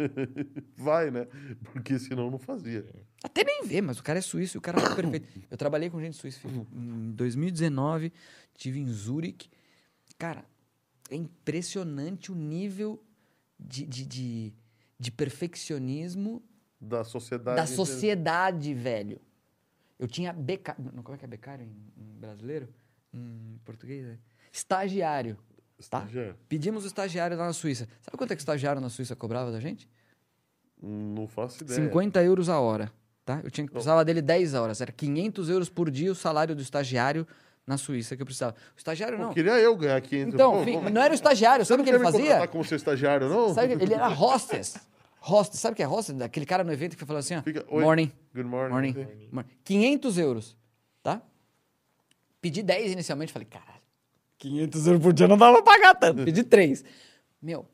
Vai, né? Porque senão não fazia.
Até nem vê, mas o cara é suíço, e o cara é perfeito. Eu trabalhei com gente suíça filho. em 2019, tive em Zurique. Cara, é impressionante o nível de, de, de, de perfeccionismo
Da sociedade.
da sociedade, velho. Eu tinha becário. Não, como é que é becário em, em brasileiro? Em português? É? Estagiário. Tá?
Estagiário.
Pedimos o estagiário lá na Suíça. Sabe quanto é que o estagiário na Suíça cobrava da gente?
Não faço ideia.
50 euros a hora, tá? Eu tinha que precisava dele 10 horas, era 500 euros por dia o salário do estagiário na Suíça que eu precisava. O estagiário
Pô,
não.
queria eu ganhar 500.
Então,
Pô,
enfim,
vamos-
não era o estagiário,
Você
sabe
não
o que
quer
ele
me
fazia?
contratar como seu estagiário, não?
Sabe, ele era hostess. Hostess, sabe o que é hostess? Aquele cara no evento que falou assim, ó,
Fica- Oi.
morning,
Good morning. É,
morning, morning. 500 euros, tá? Pedi 10 inicialmente, falei, caralho, 500 euros por dia não dava pra pagar tanto. Pedi 3. Meu,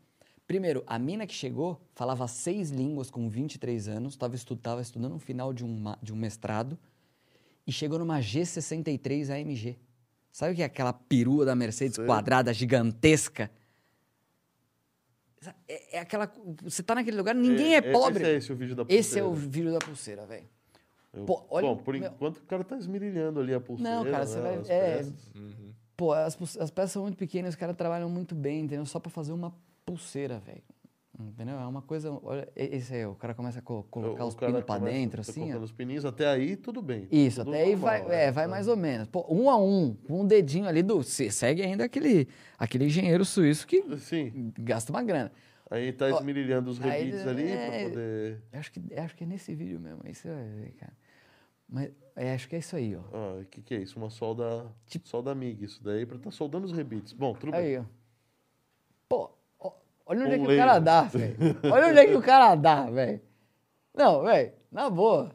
Primeiro, a mina que chegou falava seis línguas com 23 anos, estava estudando no final de um, ma- de um mestrado e chegou numa G63 AMG. Sabe o que é aquela perua da Mercedes
Sei.
quadrada gigantesca? É, é aquela. Você tá naquele lugar, ninguém é,
esse-
pobre.
Esse é esse o vídeo da pulseira.
Esse é o vírus da pulseira, velho.
Eu-
Pô, olha-
Bom, por
meu-
enquanto o cara tá esmirilhando ali a pulseira.
Não, cara, você
né,
vai-
as
é,
peças.
Uhum.
Pô, as, pulse- as peças são muito pequenas, os caras trabalham muito bem, entendeu? Só pra fazer uma pulseira, velho. Entendeu? É uma coisa. Olha, e- esse aí, o cara começa a co- colocar
O- o
os
cara
pinos pra
começa-
dentro,
tá
assim, ó.
colocando os pininhos, até aí tudo bem. tá
Isso,
Tudo
até aí vai,
normal,
é,
né?
vai mais ou menos. Pô, um a um, com um dedinho ali do. se- Segue ainda aquele, aquele engenheiro suíço que
Sim,
gasta uma grana.
aí tá esmirilhando os
Aí-
rebites ali
é,
pra poder...
Eu Acho que, eu acho que é nesse vídeo mesmo. Isso é, cara. Mas é, acho que é isso aí, ó.
O que que é isso? Uma solda...
Tipo-
Solda MIG, isso daí, pra tá soldando os rebites. Bom, tudo bem.
Aí, ó. Pô, ó, olha onde é
Um
que
laser.
o cara dá, velho. Olha onde é que o cara dá, velho. Não, velho, na boa.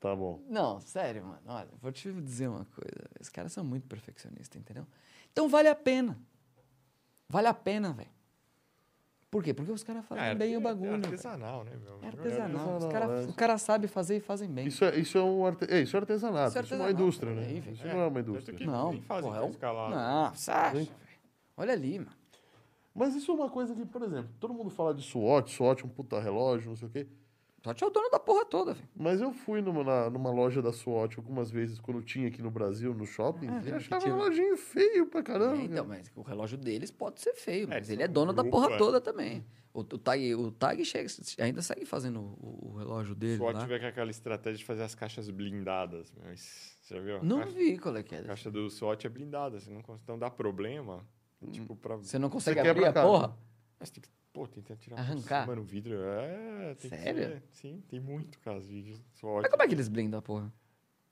Tá bom.
Não, sério, mano. Olha, vou te dizer uma coisa. Os caras são muito perfeccionistas, entendeu? Então vale a pena. Vale a pena, velho. Por quê? Porque os caras fazem
Ah, é
bem o
arte-
bagulho.
É
velho.
artesanal, né, meu?
É artesanal. Os
artesanal,
cara,
né?
o cara sabe fazer e fazem bem.
Isso é, isso é um arte... é, isso é artesanato. Isso
Isso
é
é
uma
artesanato,
indústria, né?
olha aí, velho.
isso não é uma indústria.
tanto que
Não,
nem fazem
pô,
pra
é um-
escalada.
Não, você acha, velho? Olha ali, mano.
Mas isso é uma coisa que, por exemplo, todo mundo fala de SWOT, SWOT é um puta relógio, não sei o quê.
Só é o dono da porra toda, velho.
Mas eu fui numa, na- numa loja da SWOT algumas vezes quando tinha aqui no Brasil, no shopping,
Ah,
e
lembra que
achava um
tinha?
lojinho feio pra caramba.
É, então,
cara.
mas o relógio deles pode ser feio, mas
eles
ele
são
é dono da
grupo,
porra
é.
toda também. O, o Tag, o tag chega, ainda segue fazendo o, o relógio
Se o
dele
SWOT
lá.
tiver com aquela estratégia de fazer as caixas blindadas, meu, isso- você já viu?
Não
a caixa,
vi qual é que é.
a caixa do SWOT é blindada, você não cons- então dá problema.
Hum.
Tipo, pra.
Você não consegue
quebra
abrir
a
a
cara.
porra?
Mas tem que, pô, tentar tirar
Arrancar?
por cima no vidro. É, tem
Sério?
que ser. Sim, tem muito caso de SWOT.
Mas como é que eles blindam a porra?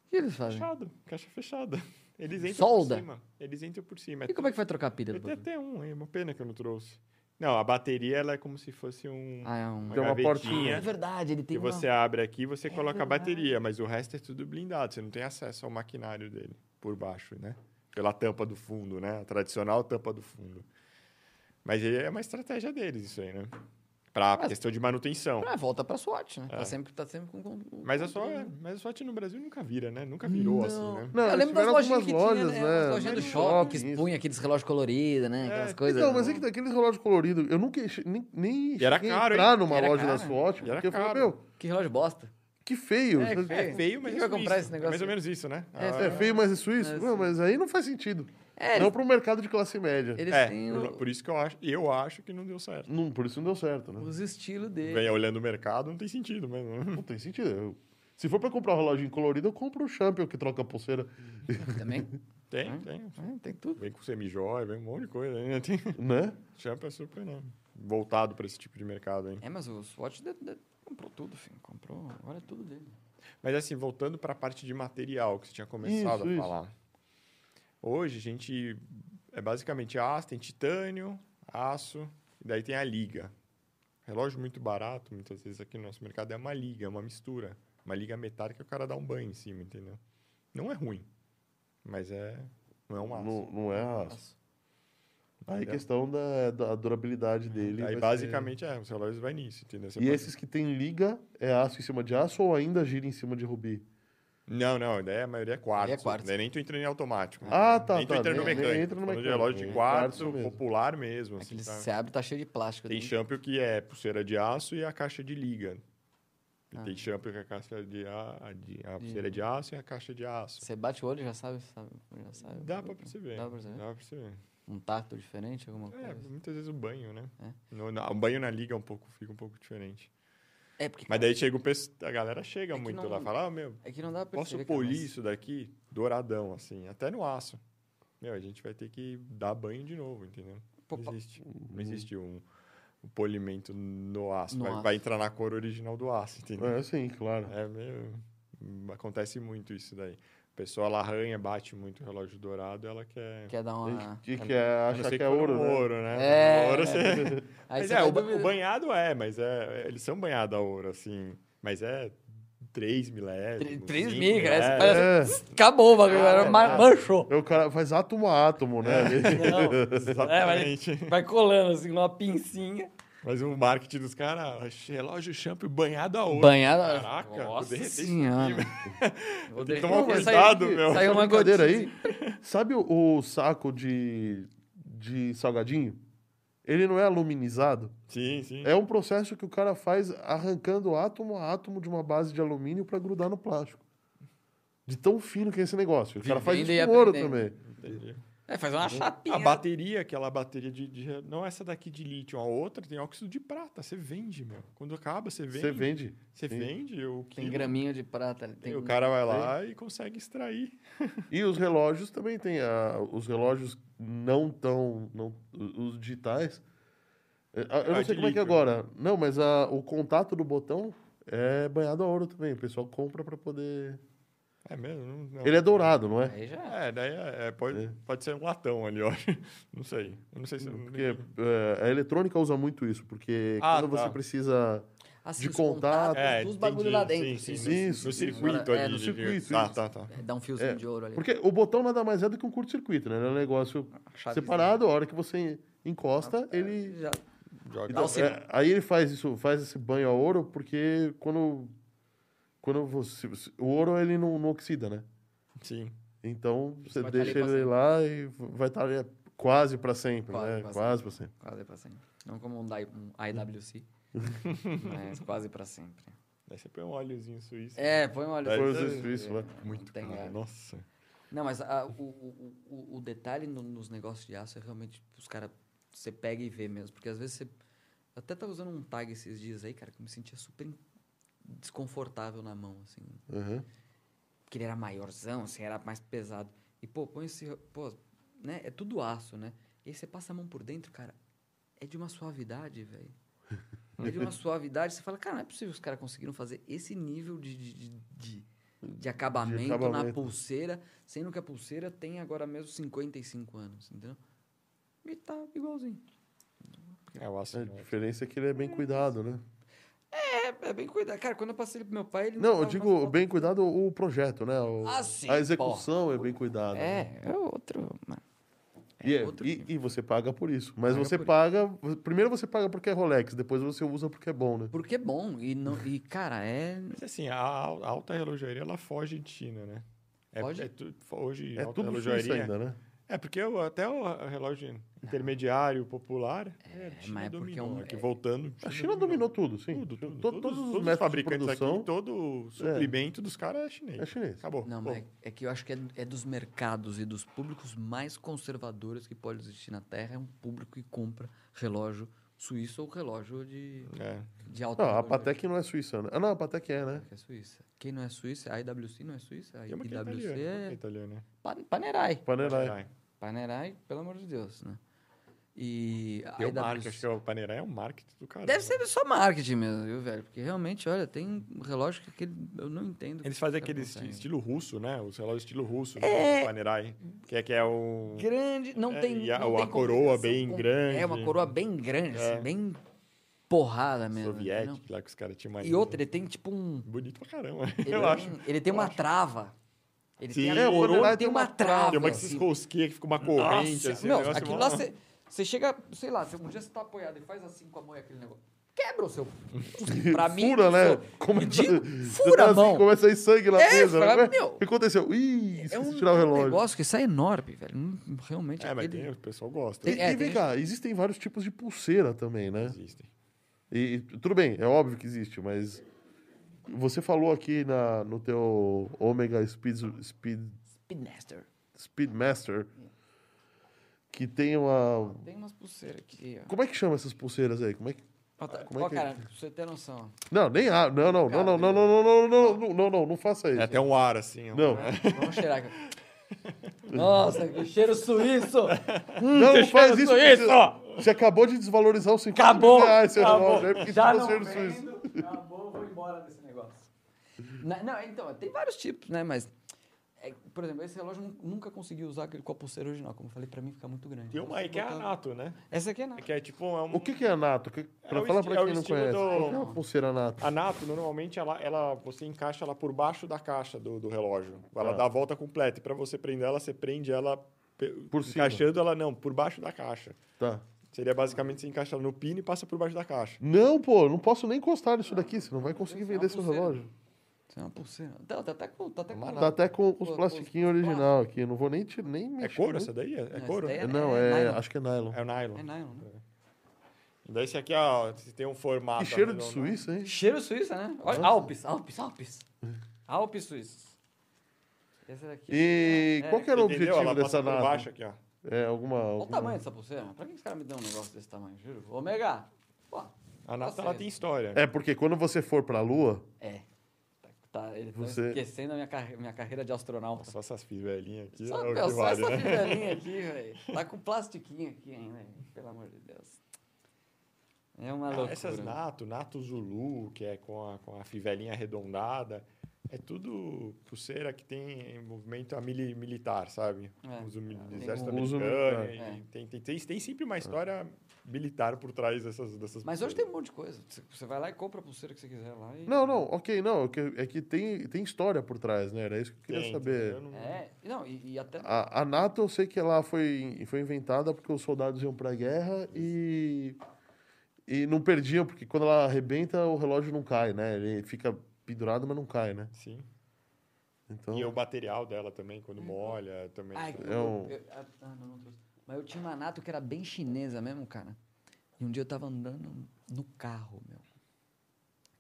O que eles fazem?
Fechado, caixa fechada. Eles entram
Solda?
por cima. Eles entram por cima.
E como é que vai trocar a pilha do
Eu tenho
bagulho?
até um, é uma pena que eu não trouxe. Não, a bateria ela é como se fosse um.
Ah, é um...
Tem uma
gavetinha
portinha.
É verdade, ele tem
Que
uma...
você abre aqui e você
É
coloca a
verdade.
bateria, mas o resto é tudo blindado. Você não tem acesso ao maquinário dele por baixo, né? Pela tampa do fundo, né? A tradicional tampa do fundo. Mas ele- é uma estratégia deles, isso aí, né? Pra
Mas-
questão de manutenção.
Ah, volta pra SWAT, né?
É.
Tá, sempre, tá sempre com... com- com
Mas a,
controle,
sua,
né?
mas a SWAT no Brasil nunca vira, né? Nunca virou assim, né?
Não,
eu
eles
lembro das
tiveram
lojinhas
algumas
que
lojas,
tinha,
né?
né? As lojinhas do
Mas
shopping, que
shopping,
expunha aqueles relógios coloridos, né? Aquelas coisas...
Então, mas é que daqueles relógios coloridos, eu nunca enche- nem, nem
E era
cheguei a
caro,
entrar
E
numa
era
loja da
caro.
SWOT,
E era
porque eu falei,
caro.
meu,
Que relógio bosta.
que feio.
É,
É,
feio.
feio.
É feio, mas
Quem vai
é
comprar
suíço.
esse
É
negócio
mais ou
aí?
menos isso, né?
É,
Ah,
é feio, mas é suíço?
É,
Não,
sim.
mas aí não faz sentido.
É,
não
eles,
pro mercado de classe média.
eles
é,
têm
por,
o-
por isso que eu acho, eu acho que não deu certo.
Não, por isso não deu certo, né?
os estilos dele.
Vem olhando o mercado, não tem sentido mesmo. né?
Não tem sentido. Eu- se for pra comprar um reloginho colorido, eu compro o Champion que troca a pulseira.
Também.
Tem,
Hã?
tem.
É, tem tudo.
Vem com semijóia, vem um monte de coisa. Né? Tem...
né?
Champ é super, né? Voltado pra esse tipo de mercado, hein?
É, mas o Swatch de- de- comprou tudo, filho. Comprou agora é tudo dele.
Mas assim, voltando pra parte de material que você tinha começado
Isso,
a
isso.
falar. Hoje a gente é basicamente aço, tem titânio, aço, e daí tem a liga. Relógio muito barato, muitas vezes aqui no nosso mercado é uma liga, é uma mistura. Uma liga metálica que o cara dá um banho em cima, entendeu? Não é ruim, mas é não é um aço.
Não, não é a... Aí
entendeu?
questão da, da durabilidade dele. vai
Aí
ser-
basicamente é, os relógios vai nisso, entendeu? Você
E
pode-
esses que tem liga, é aço em cima de aço ou ainda gira em cima de rubi?
Não, não, daí a maioria é quartzo.
É quartzo.
Daí nem tu entra em automático. né?
Ah, tá,
Nem tu
tá,
Uhum. entra no
nem- nem
mecânico.
entra no
Falando de
mecânico,
relógio
é
de
quartzo
quartzo,
mesmo.
popular mesmo. Assim,
Aquele
tá?
se abre, tá cheio de plástico.
Tem
dentro.
champion que é pulseira de aço e a caixa de liga. E
Ah.
tem champion que é a, caixa de, a, a de- a pulseira de aço e a caixa de aço.
Você bate o olho e já sabe, sabe, já sabe.
Dá pra perceber.
Dá pra perceber?
perceber.
Um tato diferente, alguma
É,
coisa.
muitas vezes o banho, né?
É.
No- na- o banho na liga é um pouco, fica um pouco diferente.
É, porque
Mas daí chega o pessoal, a galera chega
É que
muito
não-
lá e fala, ah, meu,
é que não dá pra
Posso
perceber. cara,
polir
mas-
isso daqui douradão, assim, até no aço. Meu, a gente vai ter que dar banho de novo, entendeu?
Pô,
não
pa-
existe, não existe um, um polimento no aço.
No
vai,
aço.
vai entrar na cor original do aço, entendeu?
É, sim, claro.
É, meio. hum, Acontece muito isso daí. A pessoa ela arranha, bate muito o relógio dourado, ela quer.
Quer dar uma.
E que é,
a não
achar
ser
que é
for um
ouro, né?
ouro, né?
É.
Ouro, você-
Aí
mas
você
é,
vai
o, ba- o
duvidar.
banhado é, mas é, eles são banhados a ouro, assim. Mas é 3
Tre-
milésimos.
Três
5
mil, cara. Você
milésimos.
faz
É.
assim, Acabou o bagulho,
Ah,
agora ma-
é.
manchou.
É, O cara faz
É.
átomo a átomo, né?
Não, É,
Exatamente.
vai colando assim numa pincinha.
Mas o marketing dos caras, relógio shampoo banhado a ouro.
Banhado a-
Caraca,
Nossa
eu derretei isso
senhora.
aqui,
Vou
Tem que
de-
tomar
Porque
cuidado,
saiu-
meu.
Saiu uma
brincadeira
goteira
aí. Sabe o, o saco de, de salgadinho? Ele não é aluminizado.
Sim, sim.
É um processo que o cara faz arrancando átomo a átomo de uma base de alumínio para grudar no plástico. De tão fino que é esse negócio. O cara faz
Vivendo
isso
e
com ouro
aprendendo.
também.
Entendi.
É, faz uma chapinha.
A bateria, aquela bateria de, de- Não essa daqui de lítio, a outra tem óxido de prata. Você vende, meu. Quando acaba, você vende.
Você vende.
Você
Sim.
vende o que.
Tem graminho de prata. ali, Tem... um
o cara vai lá e consegue extrair.
E os relógios também tem. A, os relógios não tão. Não, os digitais. É, a- Eu
Ah,
não
de
sei como é que é
líquio.
agora. Não, mas a- o contato do botão é banhado a ouro também. O pessoal compra para poder.
É mesmo? Não- não.
Ele é dourado, não é?
Aí já.
É, daí é- é, pode,
É.
pode ser um latão ali, ó. Não sei. Eu não sei se.
Porque é, a eletrônica usa muito isso, porque
Ah,
quando
tá.
você precisa.
Assim,
De
os
contato.
contatos,
É,
dos bagulho
entendi.
lá dentro.
Sim,
sim,
sim,
sim,
no,
sim.
no circuito
É,
ali.
no
de-
circuito,
Tá,
isso.
tá, tá.
É, Dá um fiozinho
É,
de ouro ali.
Porque o botão nada mais é do que um curto-circuito, né? Ele é um negócio
Ah, tá,
Chavezinho.
separado, a hora que você encosta, ele
Já...
Joga.
Então,
Dá o sinal.
é, aí ele faz isso, faz esse banho a ouro, porque quando, quando você, o ouro ele não, não oxida, né?
Sim.
Então você
vai tá
deixa
ali pra
ele
sempre.
lá e vai estar ali é quase para sempre,
Quase
né?
pra
quase para sempre.
Quase pra sempre. Não como um, Dai- um IWC. mas quase pra sempre.
Daí você põe um óleozinho suíço.
É, põe um olho.
Daí
Foi
você-
os suíços lá.
Muito
Tem,
caro.
é.
Nossa.
Não, mas a- o, o- o- o detalhe no- nos negócios de aço é realmente os caras. Você pega e vê mesmo. Porque às vezes você. Eu até tava usando um tag esses dias aí, cara, que eu me sentia super in- desconfortável na mão, assim.
Aham.
Porque ele era maiorzão, assim, era mais pesado. E, pô, põe esse. Pô, né? É tudo aço, né? E aí você passa a mão por dentro, cara. É de uma suavidade, velho. É de uma suavidade. Você fala, cara, não é possível os caras conseguiram fazer esse nível de, de, de, de- de acabamento, na
acabamento.
pulseira, sendo que a pulseira tem agora mesmo 55 anos, entendeu? E tá igualzinho.
É o aço.
A
novo.
diferença é que ele é bem cuidado, né?
É, é bem cuidado. Cara, quando eu passei ele pro meu pai, ele
Não, eu
tava fazendo
digo
falta.
bem cuidado o projeto, né? O-
Ah, sim,
a execução é bem cuidada. né?
É, é outro. mano.
E, é-
outro
e,
nível.
e você paga por isso. Mas
Paga
você
por isso.
paga. Primeiro você paga porque é Rolex, depois você usa porque é bom, né?
Porque é bom. E, não, e cara, é.
Mas assim, a al- a alta relojaria, ela foge de China, né? É,
Foge?
é tu- hoje,
É
alta
tudo suíço
relojaria.
ainda, né?
É, porque o- até o relógio intermediário popular é, a China
mas é porque é
dominou.
um-
aqui,
é-
voltando.
A China dominou tudo, sim.
Tudo, tudo,
To-
tudo,
todos os
todos
métodos
fabricantes
de produção
aqui, todo o suprimento dos caras é chinês.
é chinês.
Acabou.
Não,
Pô,
mas é que eu acho que é, é dos mercados e dos públicos mais conservadores que pode existir na Terra. É um público que compra relógio suíço ou relógio de,
é.
de alta
Não, a
tecnologia,
Patek não é suíça, né? Ah, não, a Patek é, né?
que é suíça. Quem não é suíça, a IWC não é suíça, a
Tem uma que é
IWC
italiana. uma que é
é
italiana.
Pan- Panerai.
Panerai.
Panerai, pelo amor de Deus, né? E a
Tem o
IWC
marketing, acho que é o Panerai é um marketing do cara.
Deve ser só marketing mesmo, viu, velho? Porque realmente, olha, tem relógio que aquele, eu não entendo.
Eles fazem
Cara,
aquele
não
esti-
sei.
estilo russo, né? Os relógios estilo russo, né? O Panerai. Que é, que é o...
grande, não
É,
tem.
e a-
não
a
tem
coroa
complicação
bem
com-
grande.
É, uma coroa bem grande,
É.
assim, bem porrada mesmo. entendeu?
soviético lá que os caras tinham mania.
E outra, ele tem tipo um.
Bonito pra caramba,
Ele
é.
um
eu
tem,
acho.
Ele tem
eu
uma
acho.
trava. Ele
Sim.
tem
É,
a
o
coroa
Panerai
e tem
tem
uma
uma
trava.
Tem uma que se
assim.
esrosqueia, que fica uma corrente,
Nossa,
assim.
meu,
um negócio
aquilo
mó-
lá você. Você chega, sei lá, cê- um dia você tá apoiado e faz assim com a mão e aquele negócio. Quebra o seu. Pra mim.
fura,
o
né?
seu
Começa,
medinho,
você
fura
tá
a
assim,
mão.
começa a ir sangue na
É,
mesa.
fala,
né?
meu.
O que aconteceu? Ih, esqueci
é um,
de tirar o
é um
relógio.
negócio que sai enorme, velho. Hum, Realmente.
É, mas
aquele-
tem, o pessoal gosta. né,
E,
Tem- é,
e vem
tem-
cá, existem vários tipos de pulseira também,
é
né?
Existem.
E, e tudo bem, é óbvio que existe, mas você falou aqui na, no teu Omega Speed, Speed,
Speedmaster.
Speedmaster que tem uma...
Tem umas pulseiras aqui, ó.
Como é que chama essas pulseiras aí? Como é que...
Ó, tá-
Como é
ó,
que é?
cara, pra você ter noção.
Não, nem há. Não, não, não, não, não, não, não, não, não, não, não, não faça
É
isso.
até um ar, assim. ó.
Não,
Vamos cheirar aqui. Nossa, que cheiro suíço!
não, não faz
cheiro
isso.
suíço,
porque
ó.
Você, você acabou de desvalorizar os 50
Acabou,
reais, seu
acabou.
relógio. É porque
Já
tá
não
sendo
vendo.
suíço.
Acabou, vou embora desse negócio. Não, então, tem vários tipos, né? Mas, é, por exemplo, esse relógio eu nun- nunca consegui usar aquele com a pulseira original. Como eu falei, pra mim fica muito grande.
Tem
Então,
uma aí
se
que é
botar-
anato, né?
Essa aqui é nada.
Que é tipo... É um...
O que, que é nato? Que, pra
o
falar
esti-
pra
é o
quem não
estilo
conhece.
do-
O que é uma pulseira nato?
A NATO, normalmente, ela, ela, você encaixa ela por baixo da caixa do, do relógio. Ela
Ah.
dá a volta completa. E para você prender ela, você prende ela... pe-
Por cima.
encaixando ela, não, por baixo da caixa.
Tá.
Seria basicamente se encaixar no pino e passa por baixo da caixa.
Não, pô, não posso nem encostar nisso daqui, você não vai conseguir vender seu relógio.
Isso é uma pulseira. Tá, tá até com, tá até com
Tá até com os
Pô,
plastiquinhos
os- os
original aqui, não vou nem, te- nem
É
mexer.
couro
né?
essa daí? É, é
essa
couro?
daí
É,
é-
Não, é,
nylon.
acho que é nylon.
o nylon.
É nylon, né?
E daí esse aqui, ó, se tem um formato...
Que cheiro de
arredondado.
suíça, hein?
Cheiro suíça, né? Olha,
Nossa.
Alpes, Alpes, Alpes. Alpes suíços. Esse daqui.
E
É,
qual que era o
Entendeu?
objetivo
Ela
dessa
passa por baixo
nave?
aqui, ó.
É, alguma...
Olha o
alguma-
tamanho dessa pulseira. Pra que os caras me dão um negócio desse tamanho, juro? Ômega! Pô,
A nave,
Nossa,
ela
é.
tem história.
É, porque quando você for pra Lua,
é. Tá, tá, eles estão
Você-
esquecendo a minha, carre- minha carreira de astronauta.
Só essas velhinhas aqui
Só,
é o
meu,
que
só
vale,
essa
né?
fivelinha aqui, velho. Tá com plastiquinho aqui ainda, hein? pelo amor de Deus. É uma
Ah,
loucura.
essas nato, nato Zulu, que é com a, com a fivelinha arredondada, é tudo pulseira que tem movimento a mili- militar, sabe?
É.
Uso mili- do
Tem
exército
um uso
americano.
militar.
e Tem, tem, tem, tem sempre uma história militar por trás dessas, dessas
Mas hoje tem
pulseiras.
um monte de coisa. Você- Você vai lá e compra a pulseira que você quiser lá e...
Não, não, ok, não. é que- É que tem, tem história por trás, né? Era isso que eu queria
Tem,
saber.
entendeu? Não-
É, e não, e, e até...
A, a NATO, eu sei que ela foi, foi inventada porque os soldados iam pra guerra e, e não perdiam, porque quando ela arrebenta, o relógio não cai, né? Ele fica pendurado, mas não cai, né?
Sim.
Então,
E o material dela também, quando molha, também.
Uhum. Ai,
É
eu,
um-
eu- ah, ah, não, não trouxe. Mas eu tinha uma nato que era bem chinesa mesmo, cara. E um dia eu tava andando no carro, meu.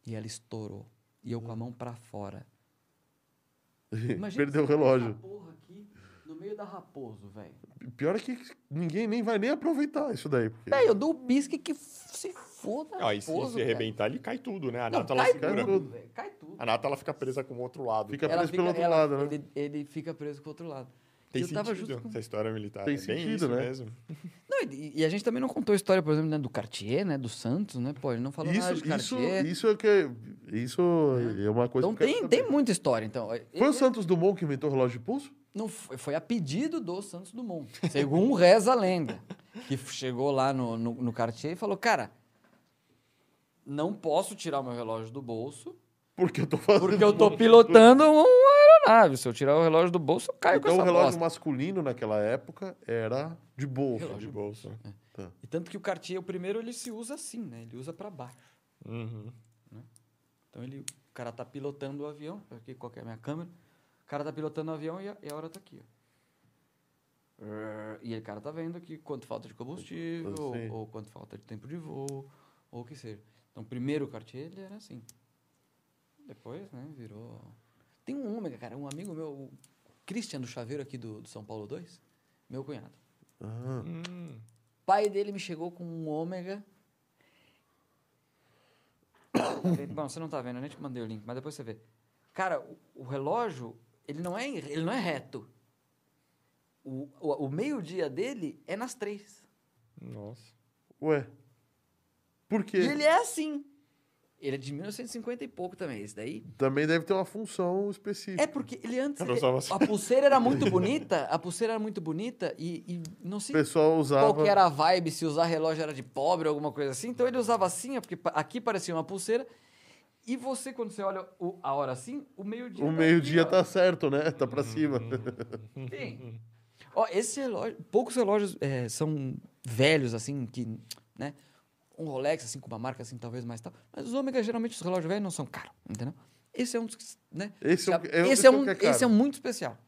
E ela estourou. E eu com a mão pra fora.
perdeu o
você tá
relógio.
nessa porra aqui, no meio da Raposo, velho.
Pior é que ninguém nem vai nem aproveitar isso daí. Porque...
Velho, eu dou É, o bisque que se foda.
Ah, e se,
Raposo,
se
É cara.
arrebentar, ele cai tudo, né? A
Não,
nata, ela
cai
segura.
tudo, velho. Cai tudo.
A nata, ela fica presa com o outro lado.
Fica-
Ela
preso pelo outro
ela-
lado, né?
Ele, ele fica preso com o outro lado.
Tem
E eu tava
sentido
justo com-
essa história militar.
Tem
é bem
sentido,
isso
né?
mesmo.
Não, e, e a gente também não contou a história, por exemplo, né, do Cartier, né? Do Santos, né? Pô, ele não falou nada
Isso,
de
isso,
Cartier. né?
isso é que. Isso é uma coisa
então
que eu quero
tem,
saber.
tem muita história, então.
Foi
Ele-
o Santos Dumont que inventou o relógio de pulso?
Não foi, foi a pedido do Santos Dumont. Segundo reza a lenda. Que f- chegou lá no, no, no Cartier e falou, cara, não posso tirar meu relógio do bolso,
Porque eu tô fazendo.
porque eu tô
um-
pilotando uma aeronave. Se eu tirar o relógio do bolso, eu caio
Então
Ah, é com
o
essa
relógio
bosta.
masculino naquela época era de bolso.
De bolso.
E tanto que o Cartier, o primeiro, ele se usa assim, né? Ele usa pra baixo.
Uhum.
Então ele, o cara tá pilotando o avião, aqui qual que é a minha câmera? O cara tá pilotando o avião e a, e a hora tá aqui, ó. Rrr, E o cara tá vendo aqui quanto falta de combustível,
Eu sei.
ou, ou quanto falta de tempo de voo, ou o que seja. Então primeiro o Cartier ele era assim. Depois, né, virou... Tem um ômega, cara, um amigo meu, o Christian do Chaveiro aqui do, do São Paulo 2, meu cunhado
Ah,
Hum.
pai dele me chegou com um ômega. Tá vendo? Bom, você não tá vendo, eu nem te mandei o link, mas depois você vê. Cara, o, o relógio, ele não é, em- ele não é reto. O, o- o meio-dia dele é nas três.
Nossa.
ué. Por quê?
E ele é assim. Ele é de 1950 e pouco também, esse daí.
Também deve ter uma função específica.
É porque ele antes.
Eu usava assim.
a pulseira era muito bonita, a pulseira era muito bonita e, e não
O
sei
pessoal usava.
qual que era a vibe, se usar relógio era de pobre ou alguma coisa assim. Então ele usava assim, ó, porque pa- aqui parecia uma pulseira. E você, quando você olha o- a hora assim, o meio-dia.
O
tá
meio-dia
aqui, ó.
tá certo, né? Tá pra cima.
Sim. Ó, esse relógio. Poucos relógios eh, são velhos, assim, que. né? Um Rolex, assim, com uma marca assim, talvez mais tal. Mas os ômega, geralmente, os relógios velhos não são caros, entendeu? Esse é um dos que. s- Né?
Esse é o
Sabe?
que- é o-
esse
esse
é
é o
um,
que é caro.
esse é um muito especial.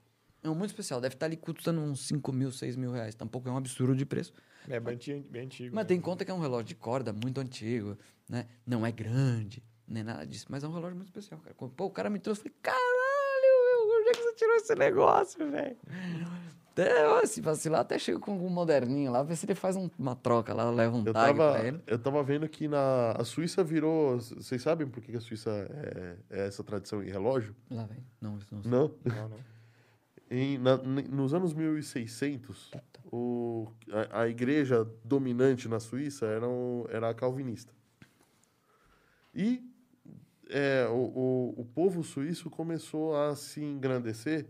É um muito especial. Deve estar ali custando uns 5 mil, 6 mil reais. Tampouco é um absurdo de preço.
É bem, anti- bem antigo.
Mas
né?
tem em conta que é um relógio de corda muito antigo, né? Não é grande, nem nada disso, mas é um relógio muito especial, cara. Pô, o cara me trouxe, falei, caralho, meu, onde é que você tirou esse negócio, velho? Até, ó, se vacilar, até chego com algum moderninho lá, ver se ele faz um- uma troca lá, leva um
Eu
tag
tava,
pra ele.
eu tava vendo que na, a Suíça virou. c- Vocês sabem por que que a Suíça é, é essa tradição em relógio?
Lá, vem. Não, isso não.
Não.
Não, não.
Em, na- n- nos anos 1600, o, a, a igreja dominante na Suíça era, um- era a calvinista. E é, o, o, o povo suíço começou a se engrandecer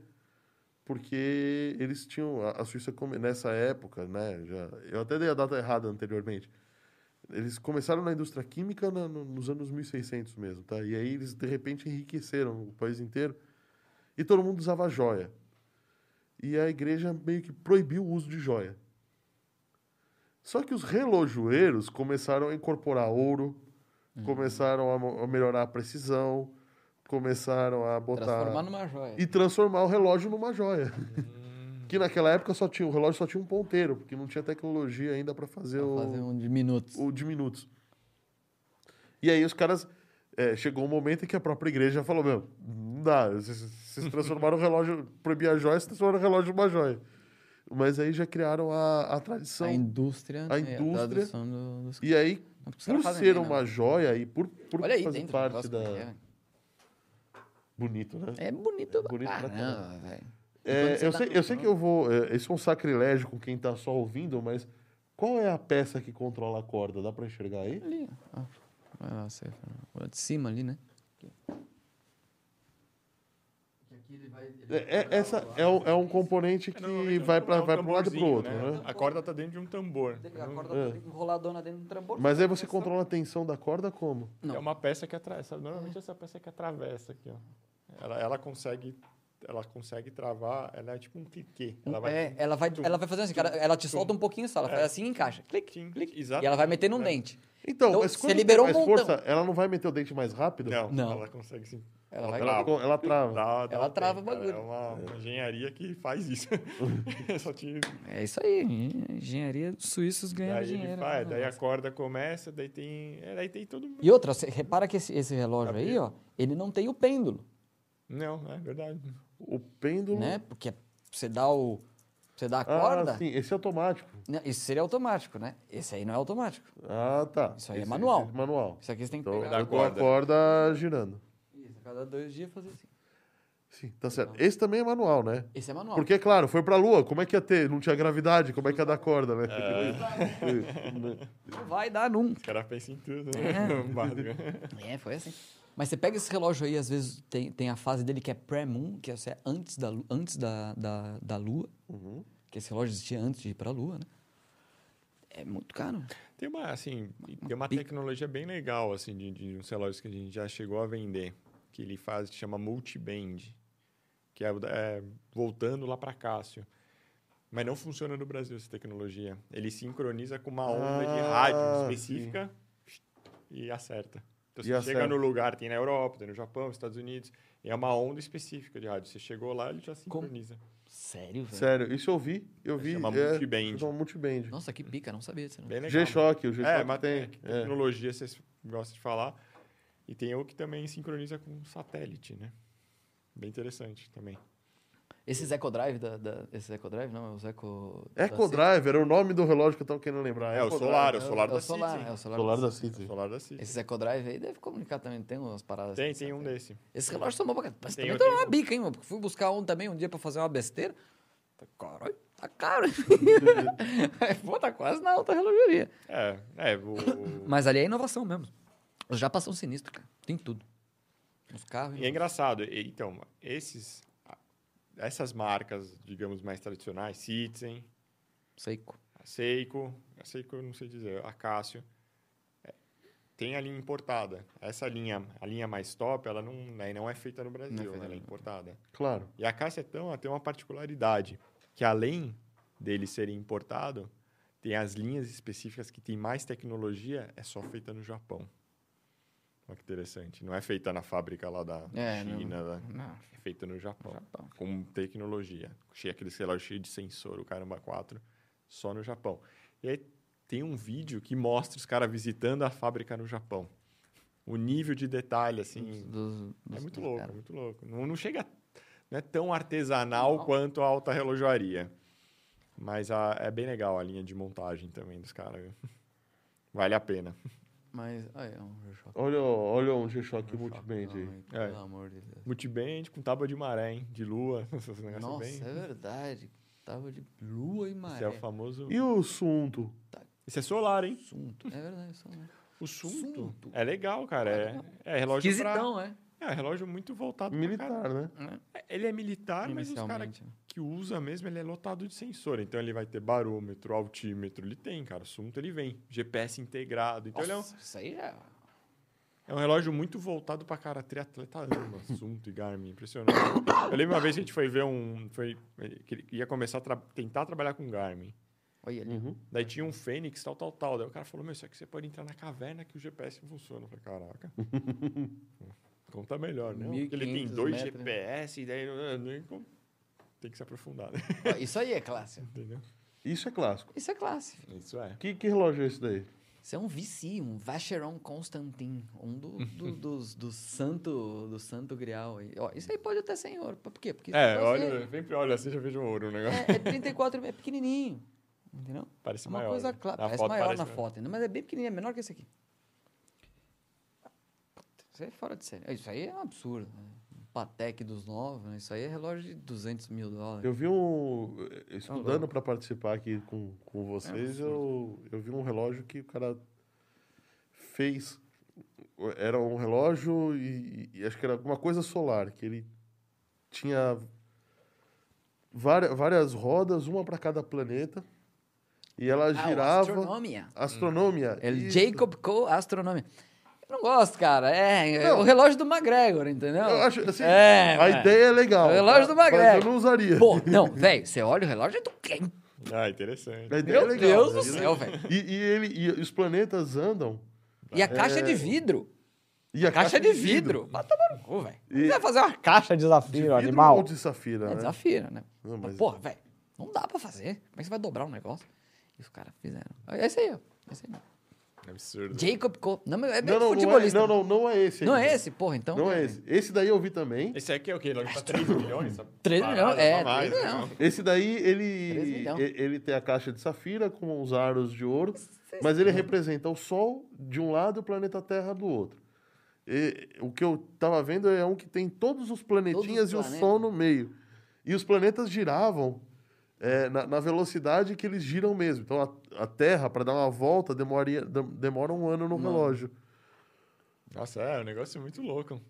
porque eles tinham... A, a Suíça, come- nessa época, né? Já, eu até dei a data errada anteriormente. Eles começaram na indústria química na- no- nos anos 1600 mesmo, tá? E aí eles, de repente, enriqueceram o país inteiro e todo mundo usava joia e a igreja meio que proibiu o uso de joia. Só que os relojoeiros começaram a incorporar ouro, começaram a, mo- a melhorar a precisão, começaram a botar.
Transformar numa joia.
E transformar o relógio numa joia. que naquela época só tinha, o relógio só tinha um ponteiro, porque não tinha tecnologia ainda para fazer,
Pra
o,
Fazer um de minutos.
o de minutos. E aí os caras. é, chegou um momento em que a própria igreja falou: Meu, não dá, vocês, vocês transformaram o relógio, proibir a joia, vocês transformaram o relógio numa joia. Mas aí já criaram a, a tradição.
a indústria.
a
é,
indústria-
tradução do- dos-
E aí,
Não, porque os
por
caras fazem
ser
bem, né?
uma joia e por, por
Olha aí
fazer
dentro.
parte
negócio,
da.
como é
Bonito, né?
que É, é bonito,
É bonito pra
pra
caramba.
caramba, velho.
É,
Enquanto você
eu,
tá
sei,
no
eu sei que
jogo.
eu vou. é, isso é um sacrilégio com quem tá só ouvindo, mas qual é a peça que controla a corda? Dá pra enxergar aí?
Ali. ó. Vai lá, você. O de cima ali, né?
É, é- essa é, um- é um componente que vai para
para
vai pra um lado e pro outro, né?
A corda tá dentro de um tambor.
A corda enroladona dentro do tambor.
É. Mas aí você controla a tensão da corda como?
Não.
É uma peça que atravessa. Normalmente essa peça que atravessa aqui, ó. Ela, ela consegue ela consegue travar, ela é tipo um cliquê. Ela vai É.
é, ela vai, ela vai fazer assim, cara, ela te solta um pouquinho só, ela faz assim e encaixa. Clique,
Sim,
clique.
exatamente,
E ela vai meter num
né?
dente.
Então,
Então,
mas
você
quando
liberou
tem
um
mais
montão.
força, ela não vai meter o dente mais rápido?
Não,
Não.
ela consegue sim.
Ela vai-
Ela, co- ela trava.
Dá- dá
Ela
um
trava o
tempo, cara.
bagulho.
É uma, uma engenharia que faz isso. Só te
É isso aí. Engenharia dos suíços ganhando
Daí ele
dinheiro.
faz,
né?
daí a corda começa, daí tem. É, daí tem todo mundo.
E outra, você repara que esse, esse relógio aí,
Cabelo.
ó, ele não tem o pêndulo,
Não, é verdade.
O pêndulo.
né? Porque você dá o. Você dá a corda,
Ah, sim, esse é automático.
né? isso seria automático, né? Esse aí não é automático.
Ah, tá.
Isso aí é
Esse-
manual.
esse é manual.
Isso aqui você tem que
Então, eu
pegar.
dá
tô com a
corda.
corda girando.
Isso, a cada dois dias fazer assim.
Sim, tá certo. Esse também é manual, né?
Esse é manual.
Porque, claro, foi pra lua, como é que ia ter? Não tinha gravidade, como é que ia dar corda, né?
É.
Não vai dar nunca.
Os caras pensam em tudo, né? Básico.
É, foi assim. Mas você pega esse relógio aí, às vezes tem, tem a fase dele que é pré-moon, que é você- antes, da, lu- antes da, da, da lua.
Uhum.
Que esse relógio existia antes de ir pra lua, né? É muito caro.
Tem uma, assim, tem uma tecnologia bem legal, assim, de, de uns relógios que a gente já chegou a vender, que ele faz, que chama multiband, que é, o da- é, voltando lá para Cássio. Mas não funciona no Brasil essa tecnologia. Ele sincroniza com uma onda de
Ah,
rádio específica e acerta. Então,
E
você chega
acerta.
no lugar, tem na Europa, tem no Japão, Estados Unidos, e é uma onda específica de rádio. Você chegou lá, ele já sincroniza.
Sério, velho?
Sério, isso eu vi, eu vi.
Chama
é,
multiband.
Chama multiband.
Nossa, que pica, não sabia disso. né? Não.
Bem legal.
G-Shock, o G-Shock
É, mas
tem.
tem
é.
tecnologia, vocês gostam de falar. E tem o que também sincroniza com satélite, né? Bem interessante também.
Esses Eco Drive, da, da, esses Eco Drive, não, é os Eco... da
Tá
Eco
City.
Drive era é o nome do relógio que eu tava querendo lembrar.
É, o
Eco
solar,
Drive.
é o solar
é o
da
Solar,
City.
é o Solar.
Solar da
O
City.
solar da City.
Esses Eco Drive aí deve comunicar também, tem umas paradas.
Tem,
assim,
tem um
sabe?
desse.
Esse relógio tomou pra... Mas
Tem,
também
eu
tomou
tenho
uma bica, hein, mano? Porque Fui buscar um também um dia pra fazer uma besteira. Tá- Caralho, tá caro. Pô, tá quase na alta relogeria.
É, é, o,
Mas ali é inovação mesmo. Os Japas são sinistros, cara. Tem tudo. Os carros...
E é engraçado, e- então, esses, essas marcas, digamos, mais tradicionais, Citizen,
Seiko.
a Seiko, a Seiko eu não sei dizer, a Cássio, é, tem a linha importada. Essa linha, a linha mais top, ela não, né, não é feita no Brasil,
feita
ela é importada.
Claro.
E a Cassetão ela tem uma particularidade, que além dele ser importado, tem as linhas específicas que tem mais tecnologia, é só feita no Japão. Olha que interessante. Não é feita na fábrica lá da
É, não-
China, da-
Não,
é feita no Japão.
Japão.
Com tecnologia. Cheio, aquele relógio cheio de sensor, o caramba 4, só no Japão. E aí tem um vídeo que mostra os caras visitando a fábrica no Japão. O nível de detalhe, assim,
Dos- dos-
é muito
dos
louco,
caras.
é muito louco. Não, não chega. Não é tão artesanal quanto a alta relojoaria. Mas a- é bem legal a linha de montagem também dos caras. viu? Vale a pena.
Mas, olha, é um G-Shock.
Olha, o- olha um G-Shock multiband aí.
Não,
É.
Pelo amor de Deus.
Multiband com tábua de maré, hein? De lua. Esses negócios
Nossa,
bem-
é verdade. Tava de lua e
Esse é o
maré.
famoso.
E o Sunto?
Esse é solar, hein?
Assunto. É verdade, isso né?
O sunto.
Sunto.
É legal, cara. É, é relógio pra-
Esquisitão, é?
É, relógio muito voltado pra cara.
Militar, né?
É, Ele é militar, mas os caras
Inicialmente. né?
que usa mesmo, ele é lotado de sensor. Então ele vai ter barômetro, altímetro, ele tem, cara. Assunto ele vem. GPS integrado. Então ele é um,
Nossa, isso aí é...
é um relógio muito voltado pra cara triatleta ama. Assunto e Garmin, impressionante. Eu lembro uma vez que a gente foi ver um. Foi, ele queria- ia começar a tra- tentar trabalhar com Garmin.
Olha ali.
Uhum.
Daí tinha um Fênix, tal, tal, tal. Daí o cara falou, meu, isso aqui você pode entrar na caverna que o GPS não funciona. Eu falei, caraca. Conta melhor, né? Porque ele tem
1.500
dois
metros.
GPS, daí eh, nem com- tem que se aprofundar, né?
Ó, Isso aí é classe.
Entendeu?
Isso é clássico.
Isso é classe. filho.
Isso é.
Que, que relógio é esse daí?
Isso é um VC, um Vacheron Constantin, um do, do- dos, do santo do santo grial. aí. Ó, isso aí pode até ser em ouro. Por quê? Porque isso
É,
pra você
olha, sempre olha assim, já vejo ouro o negócio.
É, é 34, é pequenininho. Entendeu?
Parece
É uma
maior.
coisa
né?
clara.
Na
Parece
foto
maior
parece
na
maior.
foto, ainda, mas é bem pequenininho, é menor que esse aqui. Puta, Isso aí é fora de série. Isso aí é um absurdo. Né? Um Patek dos novos, né? isso aí é relógio de 200 mil dólares.
Eu vi um. Estudando
louco.
para participar aqui com,
É
com vocês, eu, eu vi um relógio que o cara fez. Era um relógio e, e acho que era alguma coisa solar, que ele tinha várias, várias rodas, uma para cada planeta, e ela
Ah, o
girava.
Astronomia.
Astronomia.
É
isso.
Jacob Cole Astronomia. Eu não gosto, cara. É, é
Não.
o relógio do McGregor, entendeu?
Eu acho, assim,
É,
a
é.
ideia é legal.
O relógio do
mas
Magrelo.
eu não usaria.
Pô, não, velho, você olha o relógio e tu.
Ah, interessante.
a ideia é
Meu
legal,
Deus
né?
do céu, velho.
E, e ele, e os planetas andam.
E a caixa é de vidro.
E a
Caixa, de vidro. Vai tomar no cu, velho.
E-
Você vai fazer uma caixa.
Caixa de
De
desafio,
vidro
animal.
ou de safira,
É
né?
desafio, né?
Não, mas-
Porra, velho, não dá pra fazer. Como é que você vai dobrar um negócio? E os caras fizeram. É esse aí, ó. É esse aí. mesmo.
Absurdo.
Jacob Cole. Não, mas é bem
Não, não, não, é,
futebolista.
não, não, não é esse.
Não
ainda.
é esse, porra, então.
Não é esse. Esse daí eu vi também.
Esse aqui é o quê? Ele tá 3 milhões? essa
3
parada,
milhões, é,
pra mais,
3
né?
milhões.
Esse daí,
Três
ele,
milhão.
e- ele tem a caixa de safira com os aros de ouro, mas ele representa o Sol de um lado e o planeta Terra do outro. E o que eu tava vendo é um que tem todos os planetinhas
os
e o
planetas.
Sol no meio. E os planetas giravam é, na, na velocidade que eles giram mesmo. Então, a, a Terra, para dar uma volta, demoraria- dem- demora um ano no relógio.
Nossa, é um negócio muito louco.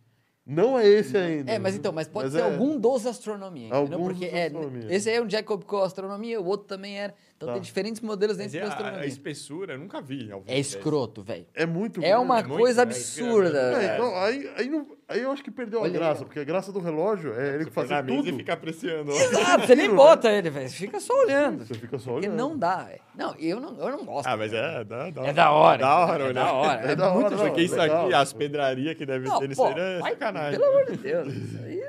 Não é esse ainda.
É, mas então, mas pode
Mas
ser
é-
algum dos astronomia, entendeu?
Alguns
Porque
dos
é,
astronomia.
esse aí é um Jacob Cole astronomia, o outro também era. Então
Tá.
tem diferentes modelos
Mas
dentro
é
da
a, a
astronomia.
espessura, eu nunca vi. ao vivo
É escroto, velho.
É muito
É
grande.
uma
muito,
coisa
né?
absurda.
É,
É,
velho.
então, aí, aí, não- aí eu acho que perdeu
Olha aí,
a graça,
ó.
porque a graça do relógio é ele
Você põe na
fazer
mesa
tudo.
e fica apreciando.
Exato, você nem
né?
bota ele, velho. Fica só olhando.
Você fica só
Porque
olhando.
não dá, velho. Não, eu não, eu não gosto.
Ah, mas é, dá, dá
É da hora.
Da hora,
é
olha.
da hora.
É da hora,
muito
não,
Porque
é
isso
legal.
aqui, as pedrarias que devem ter
Não,
nisso
pô,
aí, é
vai-
sacanagem.
pelo amor de Deus. Isso aí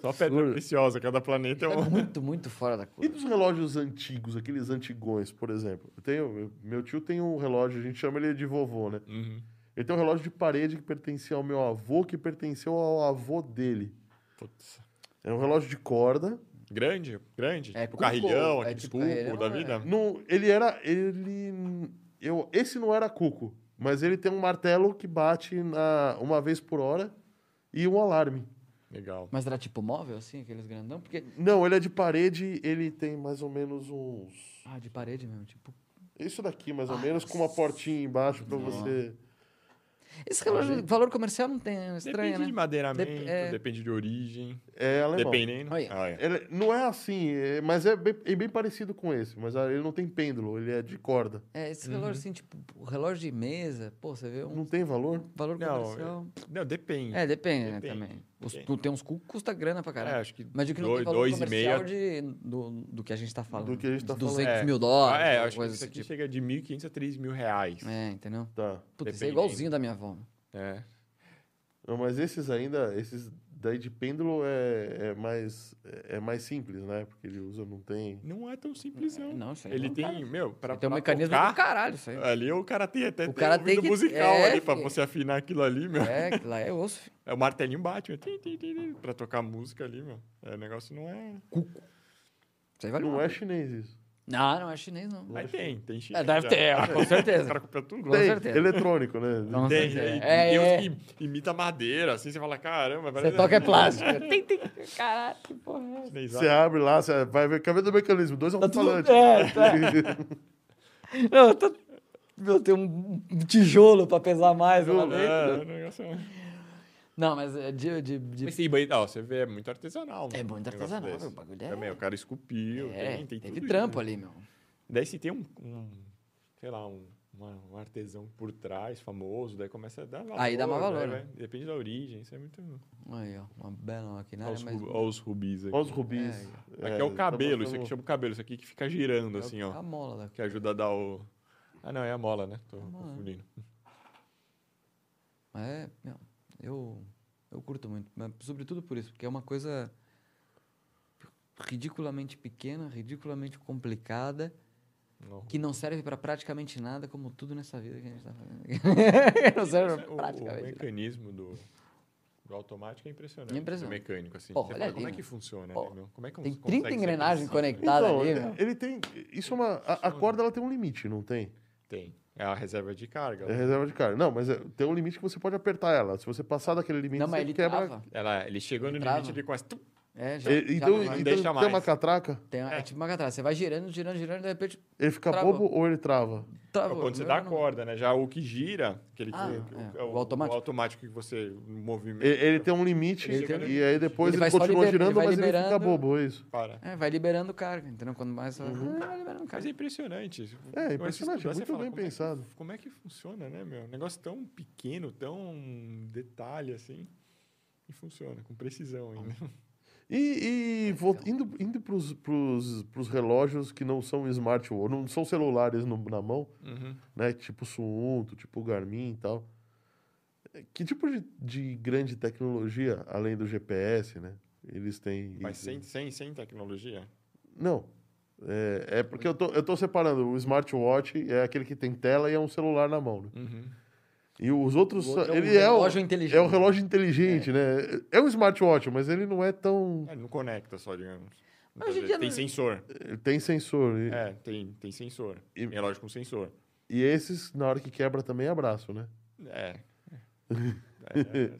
Só pedra preciosa, cada planeta é
é
um.
muito, muito fora da
E
curva.
dos relógios antigos, aqueles antigões, por exemplo? Eu tenho, eu- meu tio tem um relógio, a gente chama ele de vovô, né?
Uhum.
Ele tem um relógio de parede que pertencia ao meu avô, que pertenceu ao avô dele.
Putz.
Era um relógio de corda.
Grande, grande.
É,
tipo
cuco,
carrilhão,
é
aqueles
tipo
cuco
carrilhão,
da
é.
vida.
Não, ele era. Ele. Eu, esse não era cuco, mas ele tem um martelo que bate na, uma vez por hora e um alarme.
Legal.
Mas era tipo móvel, assim, aqueles grandão? Porque.
Não, ele é de parede, ele tem mais ou menos uns.
Ah, de parede mesmo, tipo.
Isso daqui, mais ou
Ah,
menos, com uma portinha embaixo pra você.
Esse relógio, de valor comercial não tem, é estranho,
depende de
né?
madeiramento,
Dep- é.
depende de origem.
É alemão.
Dependendo.
Olha.
Ah, é.
Ele- não é assim, é- mas é bem, é bem parecido com esse. Mas ah, ele não tem pêndulo, ele é de corda.
É, esse
Uhum.
relógio, assim, tipo, o relógio de mesa, pô, você vê um
Não tem valor?
valor
Não,
comercial.
Não, depende.
É, depende, né,
Depende,
também. Os,
depende.
Tem uns cu que custa grana pra
É,
caralho.
acho que
Mas o que não
dois,
tem valor
dois e
comercial de,
meio.
do, do que a gente tá falando.
Do que a gente
de
tá falando.
200
É.
mil dólares,
Ah, é,
alguma
acho que
coisa
isso
desse
aqui
tipo.
chega de 1.500 a 3 mil reais.
É, entendeu?
Tá.
Puta, isso é
Depende.
igualzinho da minha avó.
É.
Não, mas esses ainda, esses daí de pêndulo é, é mais, é é mais simples, né? Porque ele usa, não tem.
Não é tão simples, não.
não, isso aí
Ele
não
tem,
tá.
meu, pra,
Ele tem um
pra
mecanismo do
tocar,
caralho, isso aí.
Ali o cara tem até
O
tem
cara
um
tem
ouvido
que-
musical
é,
ali pra
que-
você afinar aquilo ali, meu. É,
É, que lá é osso, filho.
o martelinho bate, meu. Tim, tim, tim, tim, pra tocar música ali, meu. É, o negócio não é...
Isso aí vale
Não
uma-
é chinês isso.
Não, não é chinês, não.
Mas tem, tem
É,
chinês.
deve
já.
ter, com
O
certeza.
cara compra tudo.
Com
tem,
certeza.
eletrônico, né?
Com
Tem,
certeza.
tem,
É,
tem
é.
uns que imita madeira, assim, você fala, caramba...
Você
parece-
toca é plástico. Tem, tem. Caralho, que porra é essa?
né?"
Você abre lá, você vai ver. Quer ver do mecanismo? Dois
Tá tudo-
alto-falantes.
é, Não, eu tô... Meu, tem um um tijolo pra pesar mais lá
É,
dentro.
o negócio é...
Não, mas é de... de, de-
Esse banho, ó, você vê, é muito artesanal.
É muito
um negócio
artesanal,
desse.
o bagulho é-
Também, o cara esculpiu,
É,
tem, né? tem
teve
tudo
trampo né?
isso.
ali, meu.
Daí se tem um, um, sei lá, um, uma- um artesão por trás, famoso, daí começa a dar valor.
Aí dá mais
né,
valor,
velho? Depende da origem, isso é muito.
Aí, ó, uma bela
Olha
maquinária,
os,
mas...
ru- ó os rubis aqui.
Olha os rubis.
Aqui é, o
tá
cabelo, isso
mostrando-
aqui chama o cabelo, isso aqui que fica girando,
é
assim,
o-
ó.
é A mola da...
Que ajuda a dar o. Ah, não, é a mola, né? Tô
a mola, né?
confundindo.
Mas é, meu, eu, eu curto muito, mas sobretudo por isso, porque é uma coisa ridiculamente pequena, ridiculamente complicada,
Não.
que não serve pra praticamente nada, como tudo nessa vida que a gente tá fazendo. não serve
é, O-
pra
O,
praticamente nada.
mecanismo do, do automático é impressionante.
É impressionante.
Do mecânico, assim.
Pô,
Você
olha
fala,
ali,
como é
né?
que funciona,
Pô,
né, meu? Como é que
Tem
cons-
30
consegue ser
engrenagens
preciso, né?
conectadas Tá ali,
Então, ele-
meu.
ele tem. Isso é uma. A, a corda ela tem um limite, não tem?
Tem. É a reserva de carga.
É reserva de carga. Não, mas é- tem um limite que você pode apertar ela. Se você passar daquele limite,
Não,
você
mas ele
quebra.
trava.
Ela, ele chegou no
Ele trava.
limite, ele quase... tum,
É, já,
E-
já
então,
não vai.
então
deixa
tem uma
mais.
catraca,
Tem- é tipo uma catraca. Você vai girando, girando, girando, de repente...
ele fica
Travou.
bobo ou ele trava?
Travou.
é Quando você
Meu
dá a
Ah, não-
corda, né? Já o que gira, aquele que,
Ah,
o,
é,
o-
o automático.
o automático que você movimenta.
E- Ele, tem um limite
Ele tem um
e aí depois
Ele
ele,
vai só
continua
liber-
girando,
ele vai
mas ele fica
liberando.
bobo, é isso.
Para.
É, vai liberando carga, entendeu? Quando mais... você vai- Ah, vai liberando
Mas
carga.
é impressionante. isso.
É,
Você
impressionante,
estudar, você
muito bem
como é que-
pensado.
como é que funciona, né, meu? Um negócio tão pequeno, tão detalhe assim. E funciona, com precisão ainda.
Uhum. E, e vol- indo, indo pros, pros, pros relógios que não são smartwatch, não são celulares no- na mão,
Uhum.
né? Tipo Suunto, tipo Garmin e tal. Que tipo de, de grande tecnologia, além do GPS, né? Eles têm.
Mas
isso?
sem, sem, sem tecnologia?
Não. É, é porque eu tô, eu tô separando. O smartwatch é aquele que tem tela e é um celular na mão. né? E os outros.
O outro
são-
é um
ele é o,
relógio inteligente.
é o relógio inteligente, né? É um smartwatch, mas ele não é tão.
É, não conecta só, digamos.
Mas hoje em
Muitas
dia
vezes tem
não-
sensor.
Ele tem sensor. E,
É, tem, tem sensor.
E-
Relógio com sensor.
e esses, na hora que quebra, também abraço, né?
É.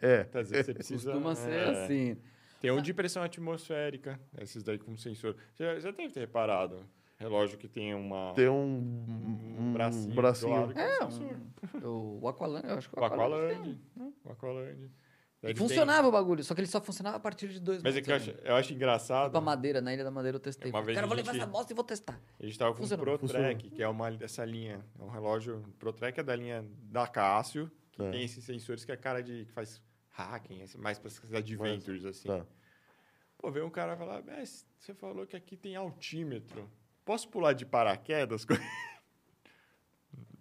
É.
Quer dizer, você precisa.
Costuma ser
é.
assim.
Tem um de pressão atmosférica, esses daí com sensor. Já, já deve ter reparado. Relógio que tem uma.
Tem um, um,
um bracinho. do lado com
É,
sensor.
O o Aqualand, eu acho que o
O
Aqualand tem. né?
Aqualand. O Aqualand. Daí
E
ele tem-
funcionava o bagulho, só que ele só funcionava a partir de dois
Mas é
metros
que eu
também.
acho, eu acho engraçado.
Tipo a madeira, na Ilha da Madeira eu testei.
Uma
Falei,
vez
Cara,
a
eu vou levar
gente-
essa bosta e vou testar.
A gente tava com um
Funcionou.
ProTrek, que é uma dessa linha. É um relógio. ProTrek é da linha da Cássio, que
Tá.
tem esses sensores que é a cara de. que faz hacking, assim, mais para essas adventures, assim.
Tá.
Pô, veio um cara falar, mas você falou que aqui tem altímetro. Posso pular de paraquedas?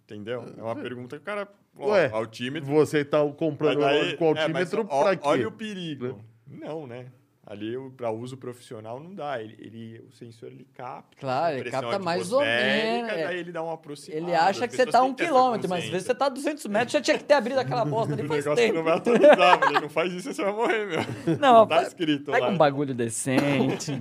Entendeu? É uma pergunta que o cara. Ó,
Ué,
altímetro.
Você tá comprando um
Mas
relógio com
é, mas
altímetro
ó-
pra quê?
Olha o perigo. Não, né? Ali para uso profissional não dá. Ele, ele- o sensor ele capta.
Claro,
a
Ah, ele
pressão
capta mais ou
atmosférica,
menos, é.
Daí ele dá uma aproximada.
Ele acha
As
que você
pessoas
tá
têm
um
que ter essa
quilômetro, mas às
consciência.
vezes você tá 200 metros, já tinha que ter abrido aquela bosta ali
O
faz
negócio não
tempo.
vai atualizar, mano. Ele não faz isso, você vai morrer, meu.
Não,
tá
faz-
escrito
Pega
lá.
um bagulho decente.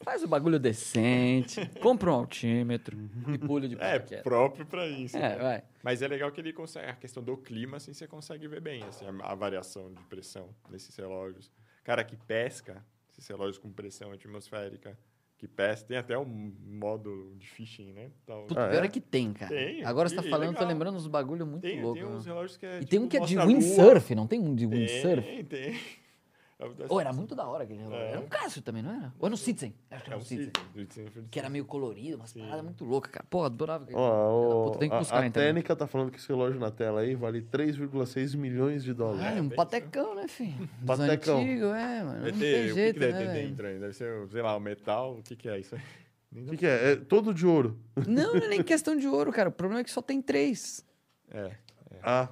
Faz o bagulho decente. Compra um altímetro e pula de
É,
paraquedas.
próprio para isso.
É,
né?
vai.
Mas é legal que ele consegue. A questão do clima, assim, você consegue ver bem assim, a, a variação de pressão nesses relógios. Cara que pesca, esses relógios com pressão atmosférica, que pesca, tem até um modo de fishing, né? Tal.
Puta,
Ah,
pior
é?
é que tem, cara.
Tem,
Agora você
e
tá
é
falando, tô
legal.
lembrando uns bagulho muito
tem,
louco.
tem uns
né?
relógios que é.
E tem um
tipo,
que é de
mostra a lua.
windsurf, não tem um de windsurf?
Tem, tem. É um
Ou era muito da hora aquele relógio.
É.
Era um Cássio também, não era? Ou era um Citizen? Acho que
É
era
um
um Citizen.
Citizen.
Que era meio colorido, umas paradas muito loucas, cara. Pô, adorava aquele.
Ó,
Puta, tem que
a-
buscar
a,
na internet.
técnica tá falando que esse relógio na tela aí vale 3,6 milhões de dólares.
Caralho, um
É, bem
patecão, né, filho? Dos
Patecão.
antigos, é, mano. Não
Deve
tem
ter, o que,
jeito,
que deve
né,
ter
velho?
dentro aí? Deve ser, sei lá, o metal, o que, que é isso aí?
O que, que é? É todo de ouro.
Não, não é nem questão de ouro, cara. O problema é que só tem três.
É.
Ah,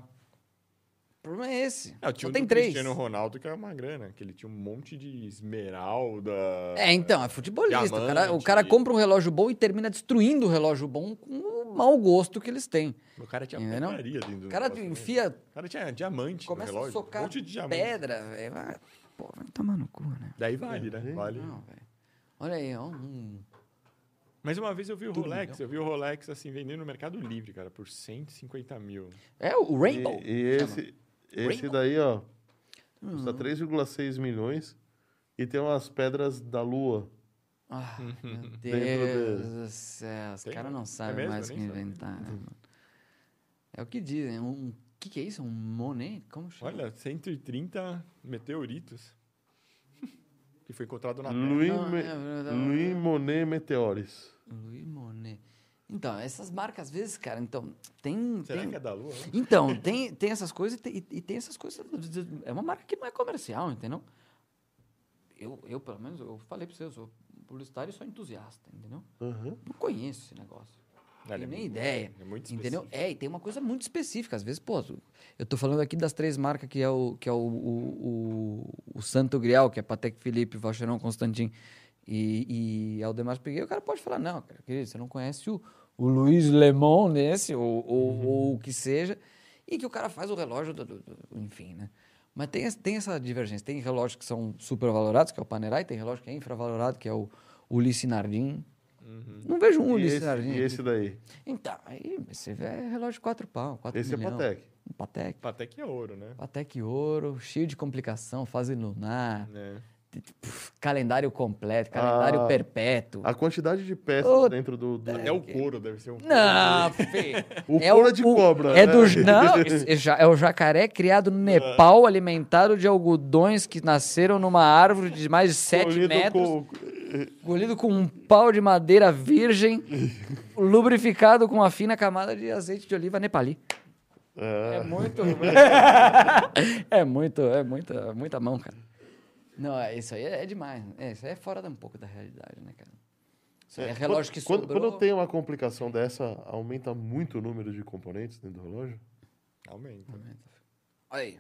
O problema é esse.
Ah,
só
um
tem
do
três.
Cristiano Ronaldo que é uma grana, que ele tinha um monte de esmeralda.
É, então, é futebolista. O cara, o
Diamante.
cara compra um relógio bom e termina destruindo o relógio bom com o mau gosto que eles têm.
O cara tinha
Entendeu?
porcaria dentro é do
O cara
negócio, né?
enfia,
O cara tinha diamante
começa
no relógio.
a socar
um monte de diamante.
pedra, velho. Ah, Pô, vai tomar no cu, né?
Daí vale, né? Vale.
Não, velho. Olha aí, ó. Um...
Mas uma vez eu vi o
Tudo
Rolex,
milhão.
eu vi o Rolex assim vendendo no Mercado Livre, cara, por 150 mil.
É o
e,
Rainbow.
e esse, esse daí, ó,
Hum.
custa 3,6 milhões e tem umas pedras da lua.
Ah, meu
dele.
Deus do céu. Os
Tem,
caras
né?
não
É
sabem
mesmo?
mais o
Eu
que
nem sabia.
inventar, né, mano? É o que dizem. Um... que, que é isso? Um Monet? Como chama?
Olha, 130 meteoritos. que foi encontrado na Terra.
Louis,
Não,
Me-
é, não, não, não.
Louis Monet Meteores.
Louis Monet. Então, essas marcas, às vezes, cara, então, tem.
Será
tem-
que é da Lua?
Então, tem, tem essas coisas e tem, e- e tem essas coisas. É uma marca que não é comercial, entendeu? Eu, eu pelo menos, eu falei pra você, eu sou publicitário e sou entusiasta, entendeu?
Uhum.
Não conheço esse negócio.
Não,
Tenho
ele é
nem
muito-
ideia.
É muito
Entendeu?
específico.
É, e tem uma coisa muito específica. Às vezes, pô, tu- eu tô falando aqui das três marcas que é o, que é o, o, o- o Santo Grial, que é Patek Felipe, Vacheron Constantin e, e Aldemar Piguet. O cara pode falar, não, cara, querido, você não conhece o, o Luiz Lemon nesse, ou, ou,
Uhum.
ou o que seja, e que o cara faz o relógio, do, do- do- enfim, né? Mas tem, es- tem essa divergência. Tem relógios que são supervalorados, que é o Panerai, tem relógio que é infravalorado, que é o Ulisses Nardim.
Uhum.
Não vejo um
E,
Ulisses
esse,
Nardim.
e
aqui.
esse daí?
Então, aí você vê relógio de 4 pau, 4
Esse é
milhão.
Patek.
Um Patek.
Patek é ouro, né?
Patek ouro, cheio de complicação, fase lunar,
né?
t- t- puf, calendário completo, calendário
Ah.
perpétuo.
A quantidade de peças
Ô,
dentro do. do-
É o couro, deve ser um couro.
Não, filho.
O couro é de cobra,
É,
né?
do, não, esse é ja- é o jacaré criado no
Ah.
Nepal, alimentado de algodões que nasceram numa árvore de mais de 7
colhido
metros.
com-
Engolido com um pau de madeira virgem, lubrificado com uma fina camada de azeite de oliva nepali. É, muito. é muito, é muita, é muita mão, cara. Não, é- isso aí é, é demais. né? É, isso aí é fora da- um pouco da realidade, né, cara? Isso aí é, relógio que
quando,
sobrou.
quando tem uma complicação dessa, aumenta muito o número de componentes dentro do relógio?
Aumenta.
Olha aí.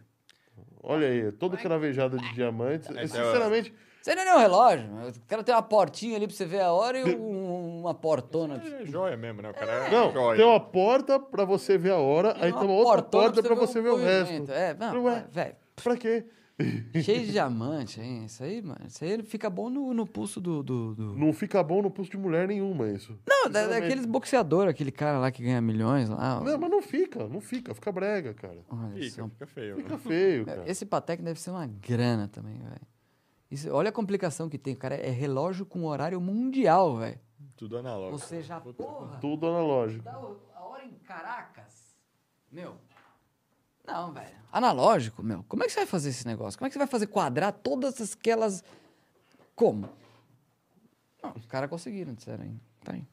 Olha aí, todo cravejado de diamantes.
É,
Sinceramente,
Você não é um relógio. Eu quero ter uma portinha ali pra você ver a hora e um- uma portona. pra-
É joia mesmo, né? O cara é
não,
joia.
tem uma porta pra você ver a hora, aí
uma
tem uma outra
portona
porta pra você ver o
movimento.
resto.
É, não,
Ué.
velho.
Pra quê?
Cheio de diamante, hein? Isso aí, mano. Isso aí ele fica bom no, no pulso do. do, do-
Não fica bom no pulso de mulher nenhuma isso.
Não, é da, daqueles boxeador, aquele cara lá que ganha milhões lá. ó.
Ah, Não, mas não fica, não fica, fica brega, cara.
Olha
Fica,
só.
fica feio.
Fica
né?
feio,
Meu,
cara.
Esse Patek deve ser uma grana também, velho. Isso- Olha a complicação que tem, cara. É relógio com horário mundial, velho.
Tudo analógico.
Ou seja, a
Puta.
porra,
Tudo analógico.
dá Tá o- a hora em Caracas. Meu. Não, velho. Analógico, meu. Como é que você vai fazer esse negócio? Como é que você vai fazer quadrar todas aquelas. Como? Não, os caras conseguiram, disseram aí. Tá aí.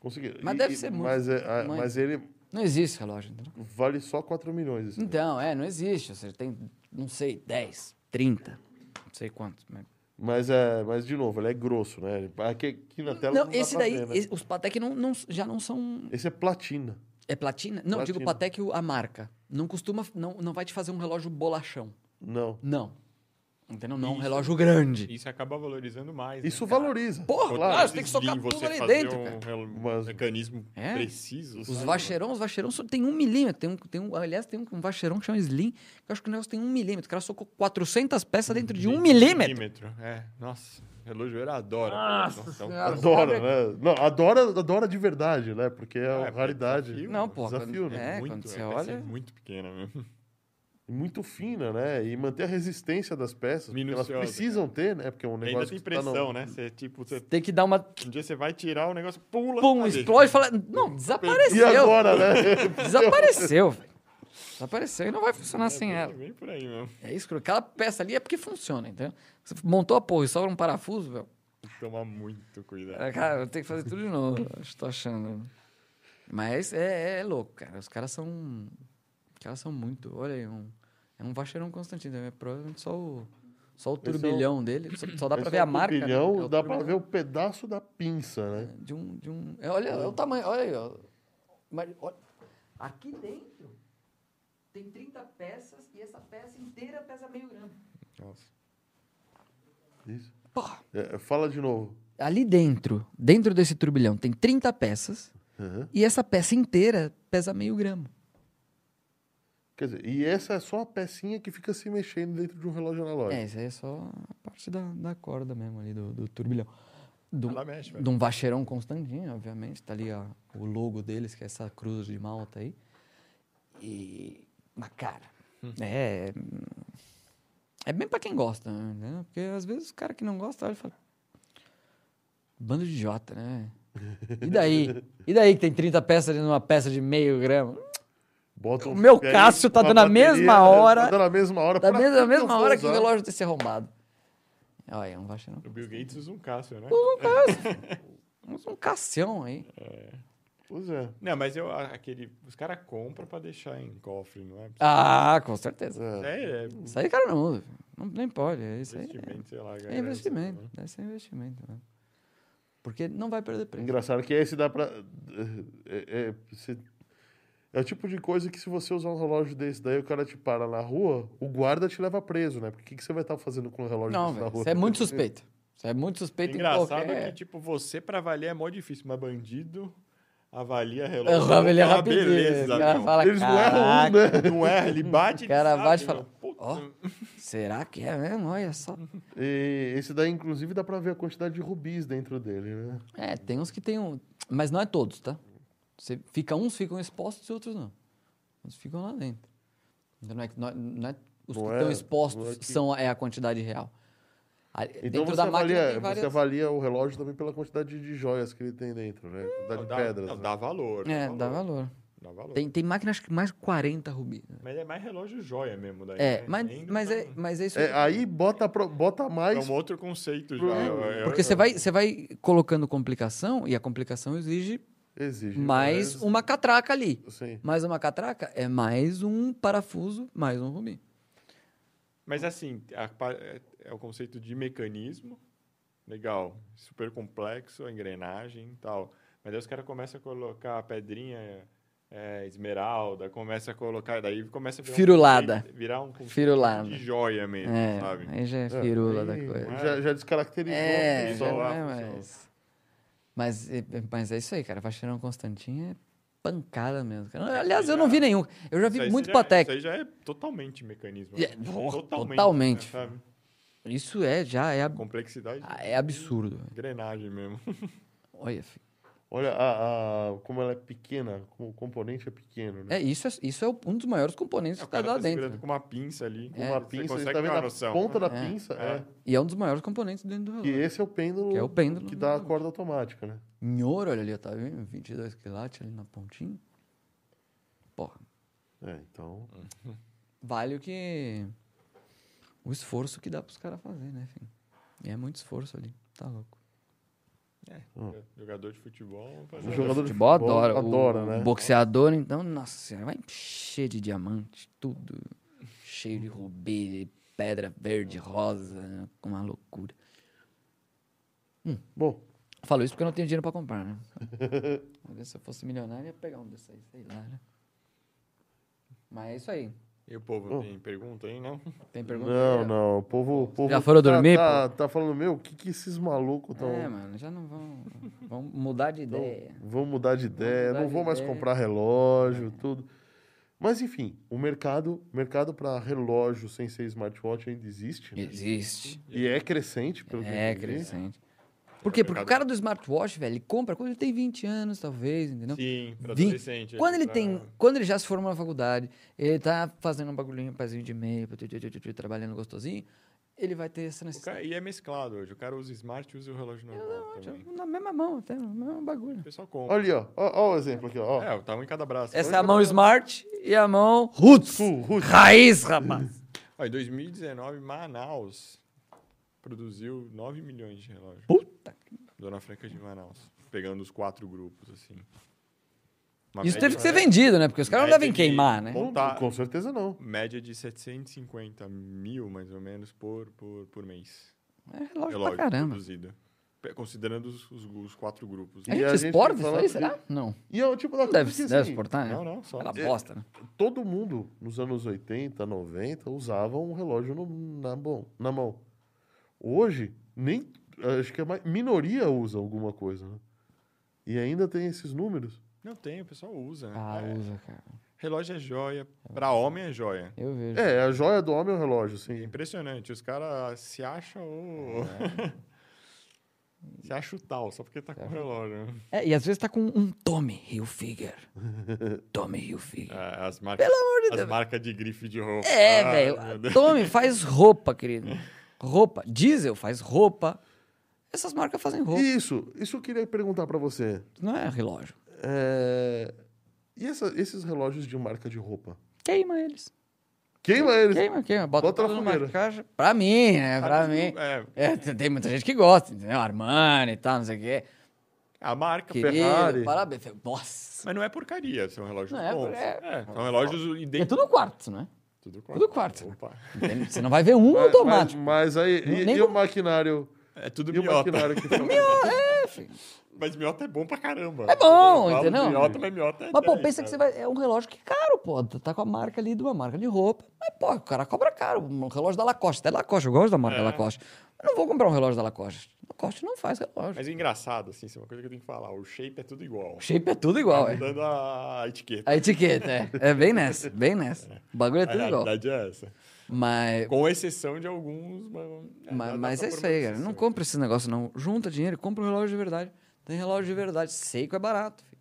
Conseguiu.
Mas
E-
deve
e-
ser muito
Mas, é- a-
tamanho.
mas ele
Não existe relógio, entendeu?
vale só 4 milhões. assim. esse
Então, é, não existe. Ou seja, tem, não sei, 10, 30, não sei quantos. Mas...
Mas, é, mas, de novo, ele é grosso, né? Aqui, aqui na tela não,
Não,
dá
esse
pra
daí,
ver, né?
esse- os Patek não, não- já não são.
Esse é platina.
É platina? Não, eu digo
Platina.
Patek o- a marca. Não costuma. Não, não vai te fazer um relógio bolachão.
Não.
Não. Entendeu? Não é um
Isso.
relógio grande.
Isso acaba valorizando mais. né,
Isso
cara?
valoriza.
é Porra,
Quanto
claro, você tem que
desvio
socar tudo
você
ali
fazer
dentro,
um
cara.
rel-
Mas-
mecanismo
É.
preciso.
Os
sabe?
vacheirão, os vacheirão só tem um milímetro. Tem um, tem um, aliás, tem um, um vacheirão que chama Slim, que eu acho que o negócio tem um milímetro. O cara socou 400 peças dentro de um milímetro.
É, nossa. Relógio eu adora. Nossa, é um
Senhora.
nossa,
Adora, né? Não, adora, adora de verdade, né? Porque é, uma
é
raridade.
desafio.
Não, pô.
Desafio,
quando,
né?
É,
muito,
quando você
é,
olha.
peça muito pequena mesmo.
Muito fina, né? E manter a resistência das peças. porque Elas
Minuciosa,
precisam ter, né? Porque é um
E Ainda
negócio
tem
que tá no-
pressão, né? Você, tipo, você-
Tem que dar uma.
um dia você vai tirar o negócio, pula.
Pum,
cadê?
explode e fala. Não, desapareceu.
E agora, né?
Desapareceu, velho. Desapareceu e não vai funcionar sem
É,
ela.
bem, bem por aí mesmo.
É isso, cara. aquela peça ali é porque funciona, entendeu? Você montou a porra e sobra um parafuso, velho.
Tem que tomar muito cuidado.
É, Cara, eu tenho que fazer tudo de novo. eu acho que Tô achando. Mas é, é louco, cara. Os caras são. Os caras são muito. Olha aí, um, é um vacheirão Constantino. É provavelmente só o, só o
é o-
turbilhão dele. Só, só dá pra
Esse
ver
é
a
um
marca. né?
turbilhão,
É o
dá pra
turbilhão.
ver o pedaço da pinça, né?
De um. De um... é, olha, olha o tamanho, olha aí, ó. Mas, olha. Aqui dentro tem 30 peças e essa peça inteira pesa meio grama.
Nossa.
Isso.
Porra!
É, fala de novo.
Ali dentro, dentro desse turbilhão, tem 30 peças
Uhum.
e essa peça inteira pesa meio grama.
Quer dizer, e essa é só a pecinha que fica se mexendo dentro de um relógio analógico.
É, isso aí é só a parte da, da corda mesmo ali do, do turbilhão. Do,
Ela mexe, velho.
de um vacheirão Constantino, obviamente. Tá ali a- o logo deles, que é essa cruz de malta aí. E. Mas, cara, é. É bem pra quem gosta, né? Porque às vezes o cara que não gosta olha e fala. Bando de idiota, né? E daí? E daí que tem 30 peças ali numa peça de meio grama?
Bota
O
um
meu
fio aí,
Cássio tá
uma
dando a
bateria,
mesma hora-
Tá dando a mesma hora.
Da
pra
mesma,
eu
mesma
vou
hora que o
usar?
relógio desse arrombado. Olha, aí, um vacheirão. Uh.
O Bill Gates usa um Cássio, né?
Usa um Cássio. Usa um Cassião aí.
Pois é.
Não, mas eu, a- aquele. Os caras compram pra deixar em cofre, não é?
Ah, com certeza.
é.
É, é
Isso aí, cara, não muda. Não, nem pode. é Isso aí é-
investimento, sei lá. Né?
é, investimento. Deve ser investimento. Né? Porque não vai perder preço.
Engraçado que esse dá pra. É, é, se- é o tipo de coisa que se você usar um relógio desse daí, o cara te para na rua, o guarda te leva preso, né? Porque o que, que você vai estar fazendo com um relógio
Não,
desse na
velho.
rua?
Isso é muito suspeito. Isso é muito suspeito
Engraçado
em qualquer...
é que, tipo, você pra avaliar é mó difícil, mas bandido avalia relógio.
Eu tava ele é
Ah,
rapidinho.
Beleza,
o cara
meu.
fala,
Eles não erram um, né?
Não erra, ele bate,
O cara
ele sabe,
bate e
meu.
fala,
Puta,
ó. será que é mesmo? Olha só.
E esse daí, inclusive, dá pra ver a quantidade de rubis dentro dele, né?
É, tem uns que tem um... Mas não é todos, tá? Você fica, uns ficam expostos e outros não. Uns ficam lá dentro. Então não é, que- não é- não é os
Não
que
é-
estão
não é
expostos
que-
são, é a quantidade real. Ali-
Então
dentro
você
da máquina
avalia,
tem várias...
você avalia o relógio também pela quantidade de joias que ele tem dentro, né? Quantidade
Não,
de
dá,
pedras.
não,
né?
dá valor.
É, dá valor.
Dá valor.
Tem, tem máquina, acho que mais 40 rubi.
Mas é mais relógio joia mesmo daí.
É,
né?
mas,
Ainda
mas,
tá
é,
um-
mas é isso
É, aí bota, pro- bota
É
mais.
um outro conceito já.
Pro-
eu- eu-
Uhum. Porque você vai, você vai colocando complicação e a complicação exige
Exige. né? assim,
mais um uma catraca ali.
Sim.
Mais uma catraca é mais um parafuso, mais um rubi.
Mas assim, a pa- é- é o conceito de mecanismo, legal, super complexo, a engrenagem e tal. Mas daí os caras começam a colocar pedrinha, é, esmeralda, começa a colocar, daí começa a virar um
Firulada.
conceito- virar um conceito
Firulada.
de joia mesmo,
É,
sabe?
aí já é firula da
aí um
coisa.
Já, já descaracterizou.
É,
né?
já
Só-
não é
funcionou.
mais. Mas, é- mas é isso aí, cara. Vacheirão Constantin é pancada mesmo. cara. Aliás, eu não vi nenhum. Eu já
Isso
vi
aí
muito
já é-
Patek.
Isso aí já é totalmente mecanismo.
É,
né?
porra,
totalmente.
totalmente.
né, sabe?
Isso é, já é, ab-
Complexidade,
é absurdo. velho.
engrenagem mesmo.
Olha, filho.
Olha a, a- como ela é pequena, como o componente é pequeno, né?
É, isso é, isso é o- um dos maiores
É,
componentes
O
que tá
cara
lá
tá
dentro.
segurando com uma pinça ali.
Com uma
você
pinça, você
consegue
tá
ter
vendo
uma
a
noção.
ponta da
É,
pinça?
é.
É.
E é um dos maiores componentes dentro do
Que
relógio.
esse é o pêndulo
Que é o pêndulo.
que dá a corda automática, né?
Em ouro, olha ali, ó, tá vendo? 22 quilates ali na pontinha. Porra,
É, então.
Hum.
vale o que... O esforço que dá pros caras fazer, né, filho? E é muito esforço ali, tá louco.
Jogador de futebol.
O
fazer-
jogador de
Futebol
futebol
adora.
adora,
o,
né?
o boxeador, então, nossa senhora, vai cheio de diamante, tudo. Cheio
Uhum.
de rubi, de pedra verde, rosa, né? uma loucura.
Bom,
Falo isso porque eu não tenho dinheiro pra comprar, né? Mas se eu fosse milionário, eu ia pegar um desses aí, sei lá, né? Mas é isso aí.
E o povo
Oh.
tem pergunta aí, não?
Tem pergunta?
não,
aí, ó?
não. O povo. o povo
Já foram
tá,
dormir,
Tá, tá falando, meu, o que, que esses malucos estão.
É, mano, já não vão. Vão mudar de
Então,
ideia.
Vamos mudar de ideia,
mudar
não
de
vou mais
ideia.
comprar relógio, tudo. Mas enfim, o mercado, mercado para relógio sem ser smartwatch ainda existe, né?
Existe.
E é crescente,
Então,
pelo que eu
É,
entendi.
crescente. Por quê? Porque o cara do smartwatch, velho, ele compra quando ele tem 20 anos, talvez, entendeu?
Sim, pra
Vinte-
adolescente.
Quando ele
pra-
tem. Quando ele já se formou na faculdade, ele tá fazendo um bagulhinho, um pezinho de meia, tu, tu, tu, tu, tu, trabalhando gostosinho, ele vai ter essa
O
necessidade.
cara- E é mesclado hoje. O cara usa smart e usa o relógio normal também.
Na mesma mão, até, no mesmo bagulho.
O pessoal compra.
Olha ali, ó. Ó, ó o exemplo aqui, ó. ó.
É, tá um em cada braço.
Essa é a mão smart e a mão roots.
Cool, roots.
Raiz, rapaz.
Ó, em 2019, Manaus produziu 9 milhões de relógios.
Puta.
Dona Franca de Manaus. Pegando os quatro grupos, assim. Uma
Isso
média-
teve que ser vendido, né? Porque os caras não
Média
devem
de-
queimar, né?
Bom, tá.
Com certeza não.
Média de 750 mil, mais ou menos, por, por, por mês.
É relógio pra caramba.
produzido. Pe- Considerando os, os- os quatro grupos.
A
E
gente,
a gente
exporta
tá
isso
falando
aí,
de-
será? Não.
E é o tipo da
Não
coisa
deve,
que,
deve
assim,
exportar, né?
Não, não, só.
Ela
É,
bosta, né?
todo mundo nos anos 80, 90 usava um relógio no- na, mão, na mão. Hoje, nem. Acho que a ma- minoria usa alguma coisa, né? E ainda tem esses números.
Não tem, o pessoal usa. né?
Ah,
É,
usa, cara.
Relógio é joia. Pra homem é joia.
Eu vejo.
É, a joia do homem é o relógio, sim.
Impressionante. Os caras se acham o.
É.
se acha o tal, só porque tá com o relógio. né?
É, e às vezes tá com um Tommy Hilfiger. Tommy Hilfiger.
É, As marcas, as marcas de grife de roupa.
É,
Ah, meu
velho.
Deus.
Tommy faz roupa, querido. Roupa. Diesel faz roupa. Essas marcas fazem roupa.
Isso, isso eu queria perguntar pra você.
Não é relógio.
É, E essa- esses relógios de marca de roupa?
Queima eles.
Queima eles.
Queima, queima. Bota,
Bota na
tudo numa
fogueira.
caixa. Pra mim, né? Pra
Mas não-
mim.
É,
É, tem tem muita gente que gosta, entendeu? Armani e tal, não sei o quê.
A marca.
Que- Ferrari.
Parabéns. Fe- Nossa.
Mas não é porcaria, são relógios
Não é,
bons.
é-
são relógios
É
idênticos.
tudo quartzo, né?
Tudo quarto.
tudo quarto.
Opa.
Tem- Você não vai ver um automático.
Mas, mas aí, e,
Nem
e o
com-
maquinário?
É tudo
E o
miota.
maquinário que fica-
É, filho.
Mas miota é bom pra caramba.
É bom,
Eu falo
entendeu?
Miota, mas miota é
Mas, pô,
10,
pensa que você
sabe?
vai. É um relógio que é caro, pô. Tá com a marca ali de uma marca de roupa. Mas, pô, o cara cobra caro. Um relógio da Lacoste. Até Lacoste, eu gosto da marca
É.
Lacoste. Eu não vou comprar um relógio da Lacoste. Lacoste não faz relógio.
Mas o engraçado, assim, isso é uma coisa que eu tenho que falar. O shape é tudo igual.
O shape é tudo igual, é.
Tá Mudando a etiqueta.
A etiqueta, é. É bem nessa, bem nessa. O bagulho é
a
tudo igual.
realidade é essa.
Mas,
Com exceção de alguns, mas...
ma-
dá-
mas,
dá pra
é isso
pôr uma
aí, cara. Não
exceção.
compra esse negócio, não. Junta dinheiro e compra um relógio de verdade. Tem relógio de verdade. Seiko é barato, filho.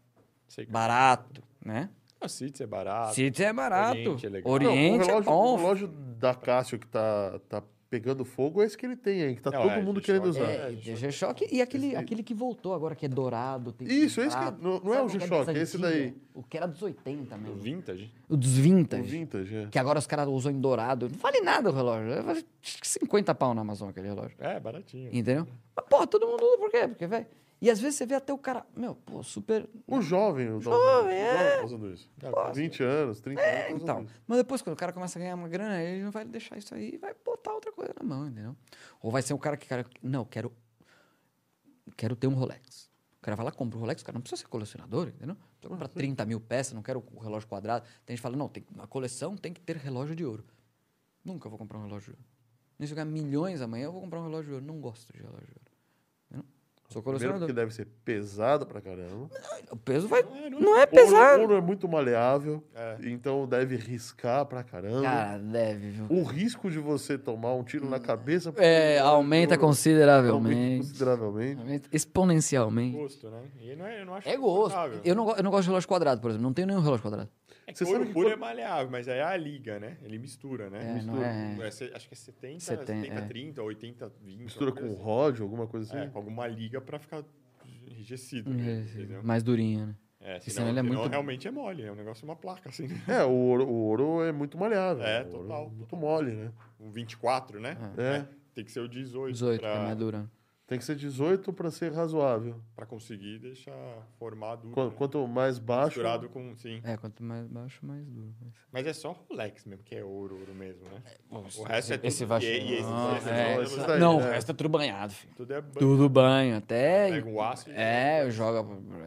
Sei que-
Barato, né?
Ah, Seats é barato.
City é barato.
Oriente é legal.
Não, o
Oriente é
relógio, o
bom.
relógio da Cássio que tá, tá pegando fogo é esse que ele tem aí, que tá
Não,
todo
é,
mundo
gente,
querendo
olha,
usar.
É, e o G-Shock e aquele, aquele que voltou agora, que é dourado. tem
Isso, esse
prato.
que é- não- não é o
Sabe qual que
G-Shock,
das
esse
antigas?
daí.
O que era dos 80
O
mesmo.
vintage?
O dos vintage.
O vintage, é.
Que agora os caras usam em dourado. Não vale nada o relógio. É, Vale 50 pau na Amazon aquele relógio.
É, baratinho.
Entendeu? Mas, porra, todo mundo usa por quê? Porque, velho. E às vezes você vê até o cara, meu, pô, super.
O jovem, o
Jovem,
o
é.
tá usando isso. 20 anos, 30 anos. tá usando
Então,
isso.
mas depois quando o cara começa a ganhar uma grana, ele não vai deixar isso aí, vai botar outra coisa na mão, entendeu? Ou vai ser um cara que, cara, não, eu quero quero ter um Rolex. O cara vai lá, compra o Rolex, o cara não precisa ser colecionador, entendeu? Precisa comprar 30 mil peças, não quero o relógio quadrado. Tem gente que fala, não, tem, na coleção tem que ter relógio de ouro. Nunca vou comprar um relógio de ouro. Nem se eu ganhar milhões amanhã, eu vou comprar um relógio de ouro. Não gosto de relógio de ouro. Entendeu? Sou
Primeiro
colecionador.
porque deve ser pesado pra caramba.
O peso vai.
Não é, não é.
Não é
Ouro-
pesado.
Ouro é muito maleável,
É.
então deve riscar pra caramba.
Cara, Ah, deve, viu?
O risco de você tomar um tiro na cabeça...
É, aumenta
Ouro aumenta
consideravelmente.
consideravelmente.
Aumenta exponencialmente.
Gosto, né? E não é, eu não acho
É gosto.
confortável.
Eu não, go- eu não gosto de relógio quadrado, por exemplo. Não tenho nenhum relógio quadrado.
É que
Você
o ouro
sabe que
puro
quando-
é maleável, mas aí é a liga, né? Ele mistura, né?
É, não
mistura.
é-
É se- acho que é 70,
70,
70
é.
30, 80, 20.
Mistura
alguma
com
coisa
rod, alguma coisa
assim. É,
assim.
com alguma liga pra ficar enrijecido.
Hum, é,
né? Entendeu?
Mais durinho, né?
É,
Porque
senão,
senão ele é
senão
muito-
realmente é mole. É um negócio, uma placa, assim. né?
É, o ouro, o ouro é muito maleável.
É,
né? O ouro
total.
muito mole, né?
Um 24, né?
É.
Tem que ser o 18,
18, que é
pra,
mais dura.
Tem que ser 18 pra ser razoável.
pra conseguir deixar formar duro.
Quan-
né?
Quanto mais baixo.
Misturado com, sim.
É, quanto mais baixo, mais duro.
Mas é só Rolex mesmo, que é ouro, ouro mesmo, né?
Nossa,
o resto é tudo...
Esse vai
e- e esse-
chegar.
esse-
É,
não,
esse-
esse daí,
Não, o
é.
resto é tudo banhado, filho.
Tudo é... ban-
Tudo banho, até.
né? Pega um né? o aço e-
É, joga.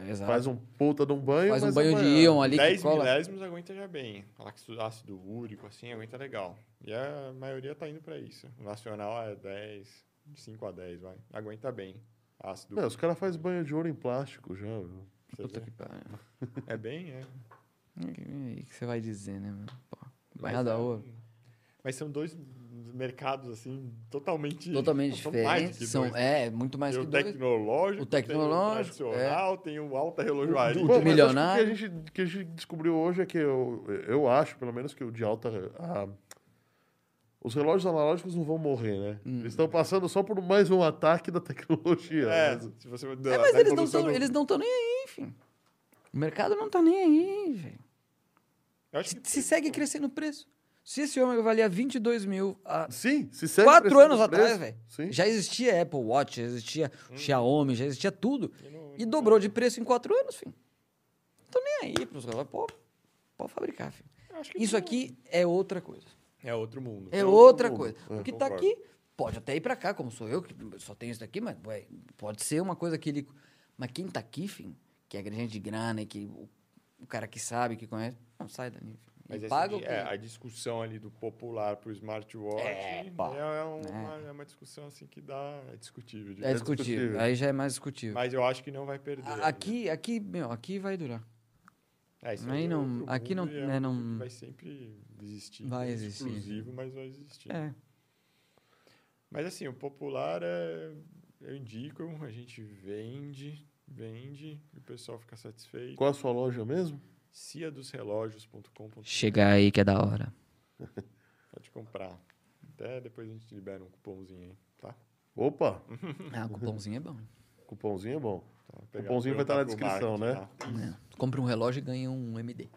Exato.
Faz um puta de um banho.
Faz um
mas
banho
é
de
maior.
íon ali que
10
cola.
milésimos aguenta já bem. Laxo- Ácido úrico, assim, aguenta legal. E a maioria tá indo pra isso. O nacional é 10, de 5 a 10, vai. Aguenta bem. Ácido
é.
Meu,
úrico.
É, os caras fazem banho de ouro em plástico já. meu.
você
Puta
vê.
que pariu.
É bem, é.
E aí que você vai dizer, né, mano? Pô,
Mas
Banhado
é
a
um-
ouro.
Mas são dois mercados, assim, totalmente...
Totalmente
são mais do
diferente.
que
São,
dois. né?
é, muito mais
Tem
que
o
dois.
tecnológico,
O tecnológico, é.
tem o tradicional, tem o alta relojoaria.
do-
Pô, mas
milionário.
acho que O que a, gente, que a gente descobriu hoje é que eu, eu acho, pelo menos, que o de alta. a- os relógios analógicos não vão morrer, né?
Hum.
Eles estão passando só por mais um ataque da tecnologia. né?
É,
mas-
se você...
É, mas eles não tão- eles não estão nem aí, enfim. O mercado não tá nem aí, velho.
Eu acho
Se,
que
se segue crescendo o preço. Se esse homem valia 22 mil há
Sim, se segue
quatro
crescendo
anos
o
atrás,
preço,
velho,
Sim.
já existia Apple Watch, já existia Xiaomi, já existia tudo.
Eu não-
E dobrou de preço em quatro anos, filho. Não tô nem aí pros caras. Pô, pode fabricar, filho.
eu acho que
Isso aqui é outra coisa.
é outro mundo.
É outra
mundo.
coisa. O que tá
Concordo.
aqui pode até ir pra cá, como sou eu, que só tenho isso daqui, mas ué, pode ser uma coisa que ele. Mas quem tá aqui, fim, que é gente de grana e que o, o cara que sabe, que conhece, não sai dali. Filho.
Mas
E
essa
paga o
di-
que.
é, a discussão ali do popular pro smartwatch
É,
é,
pá, Né?
é uma, é uma discussão assim que dá é discutível.
É
digamos.
discutível.
discutível.
Aí já é mais discutível.
Mas eu acho que não vai perder. né?
A- aqui, aqui, meu, aqui vai durar.
É, isso
aí
é
não-
outro
aqui não-
mundo e é
né,
uma
não-
coisa que vai sempre existir.
Vai
é
existir.
Exclusivo, mas vai existir.
É.
Mas assim, o popular é, eu indico, a gente vende, vende e o pessoal fica satisfeito.
Qual a sua loja mesmo?
ciadosrelógios.com.br
Chega aí que é da hora.
Pode comprar. Até depois a gente libera um cupomzinho aí, tá?
Opa,
Ah, o cupomzinho é bom.
cupomzinho é bom.
Tá,
O cupomzinho vai estar na descrição, né?
Compra um relógio e ganha um MD.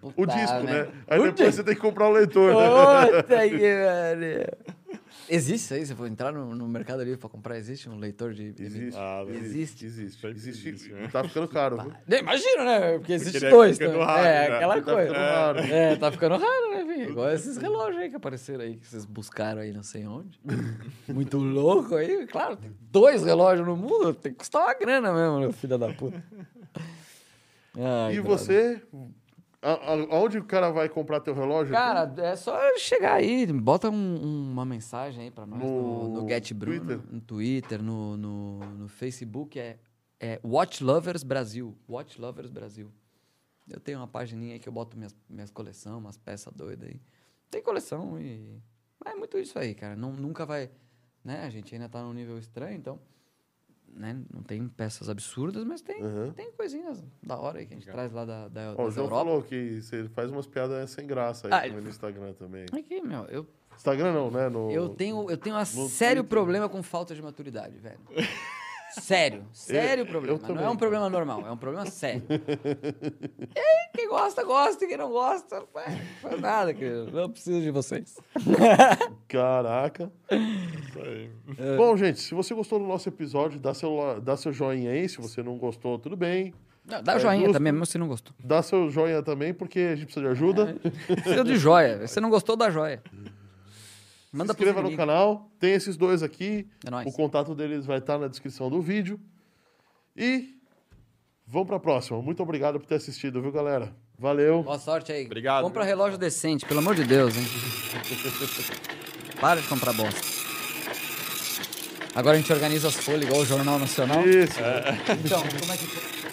O
Puta
disco,
merda.
né? Aí
O
depois
disco.
você tem que comprar o leitor, né?
Puta que pariu. Existe isso aí? Você for entrar no, no Mercado Livre pra comprar, existe um leitor de...
Existe.
Ah, velho.
Existe.
Existe.
Sempre
Existe.
existe, né?
Tá ficando caro, viu?
Né, Imagina, né? Porque existe
ele é
dois.
ficando
também.
raro,
é,
né?
aquela
Ele
tá
coisa.
ficando raro.
É, tá ficando raro, né, filho? Igual esses relógios aí que apareceram aí, que vocês buscaram aí não sei onde. Muito louco aí. Claro, tem dois relógios no mundo, tem que custar uma grana mesmo, né, filha da puta. Ai,
E
brother.
você, a- a- aonde o cara vai comprar teu relógio?
Cara, é só chegar aí, bota um- uma mensagem aí pra nós no,
No
no Get Bruno,
Twitter?
no Twitter, no, no, no Facebook, é, é Watch Lovers Brasil, Watch Lovers Brasil. Eu tenho uma pagininha aí que eu boto minhas, minhas coleções, umas peças doidas aí. Tem coleção e... mas é muito isso aí, cara, Não- nunca vai... Né, a gente ainda tá num nível estranho, então... Né, não tem peças absurdas, mas tem,
Uhum.
tem coisinhas da hora aí que a gente
Legal.
traz lá da, da,
Ó, o
das
João
Europa.
falou que você faz umas piadas sem graça aí
Ah,
também
ele-
no Instagram também.
Aqui, meu, eu
Instagram não, né? No...
Eu tenho, eu tenho um
Twitter.
sério problema com falta de maturidade, velho. Sério, sério problema.
também,
não é um
cara.
problema normal, é um problema sério. e aí, quem gosta, gosta, e quem não gosta, ué, não faz nada, querido. Não preciso de vocês.
Caraca.
Isso aí.
É.
Bom, gente, se você gostou do nosso episódio, dá seu, lo- dá seu joinha aí. Se você não gostou, tudo bem.
Não, dá
É
o joinha
justo.
também, mesmo se não gostou.
Dá seu joinha também, porque a gente precisa de ajuda.
É, Precisa de joia. Se não gostou, dá joia. Manda
se
pro
inscreva no canal. Tem esses dois aqui.
É nóis.
O contato deles vai estar na descrição do vídeo. E vamos pra próxima. Muito obrigado por ter assistido, viu, galera? Valeu.
Boa sorte aí.
Obrigado,
Compra
viu?
relógio decente, pelo amor de Deus, hein? Para de comprar bosta. Agora a gente organiza as folhas igual o Jornal Nacional.
Isso.
Então, como é que.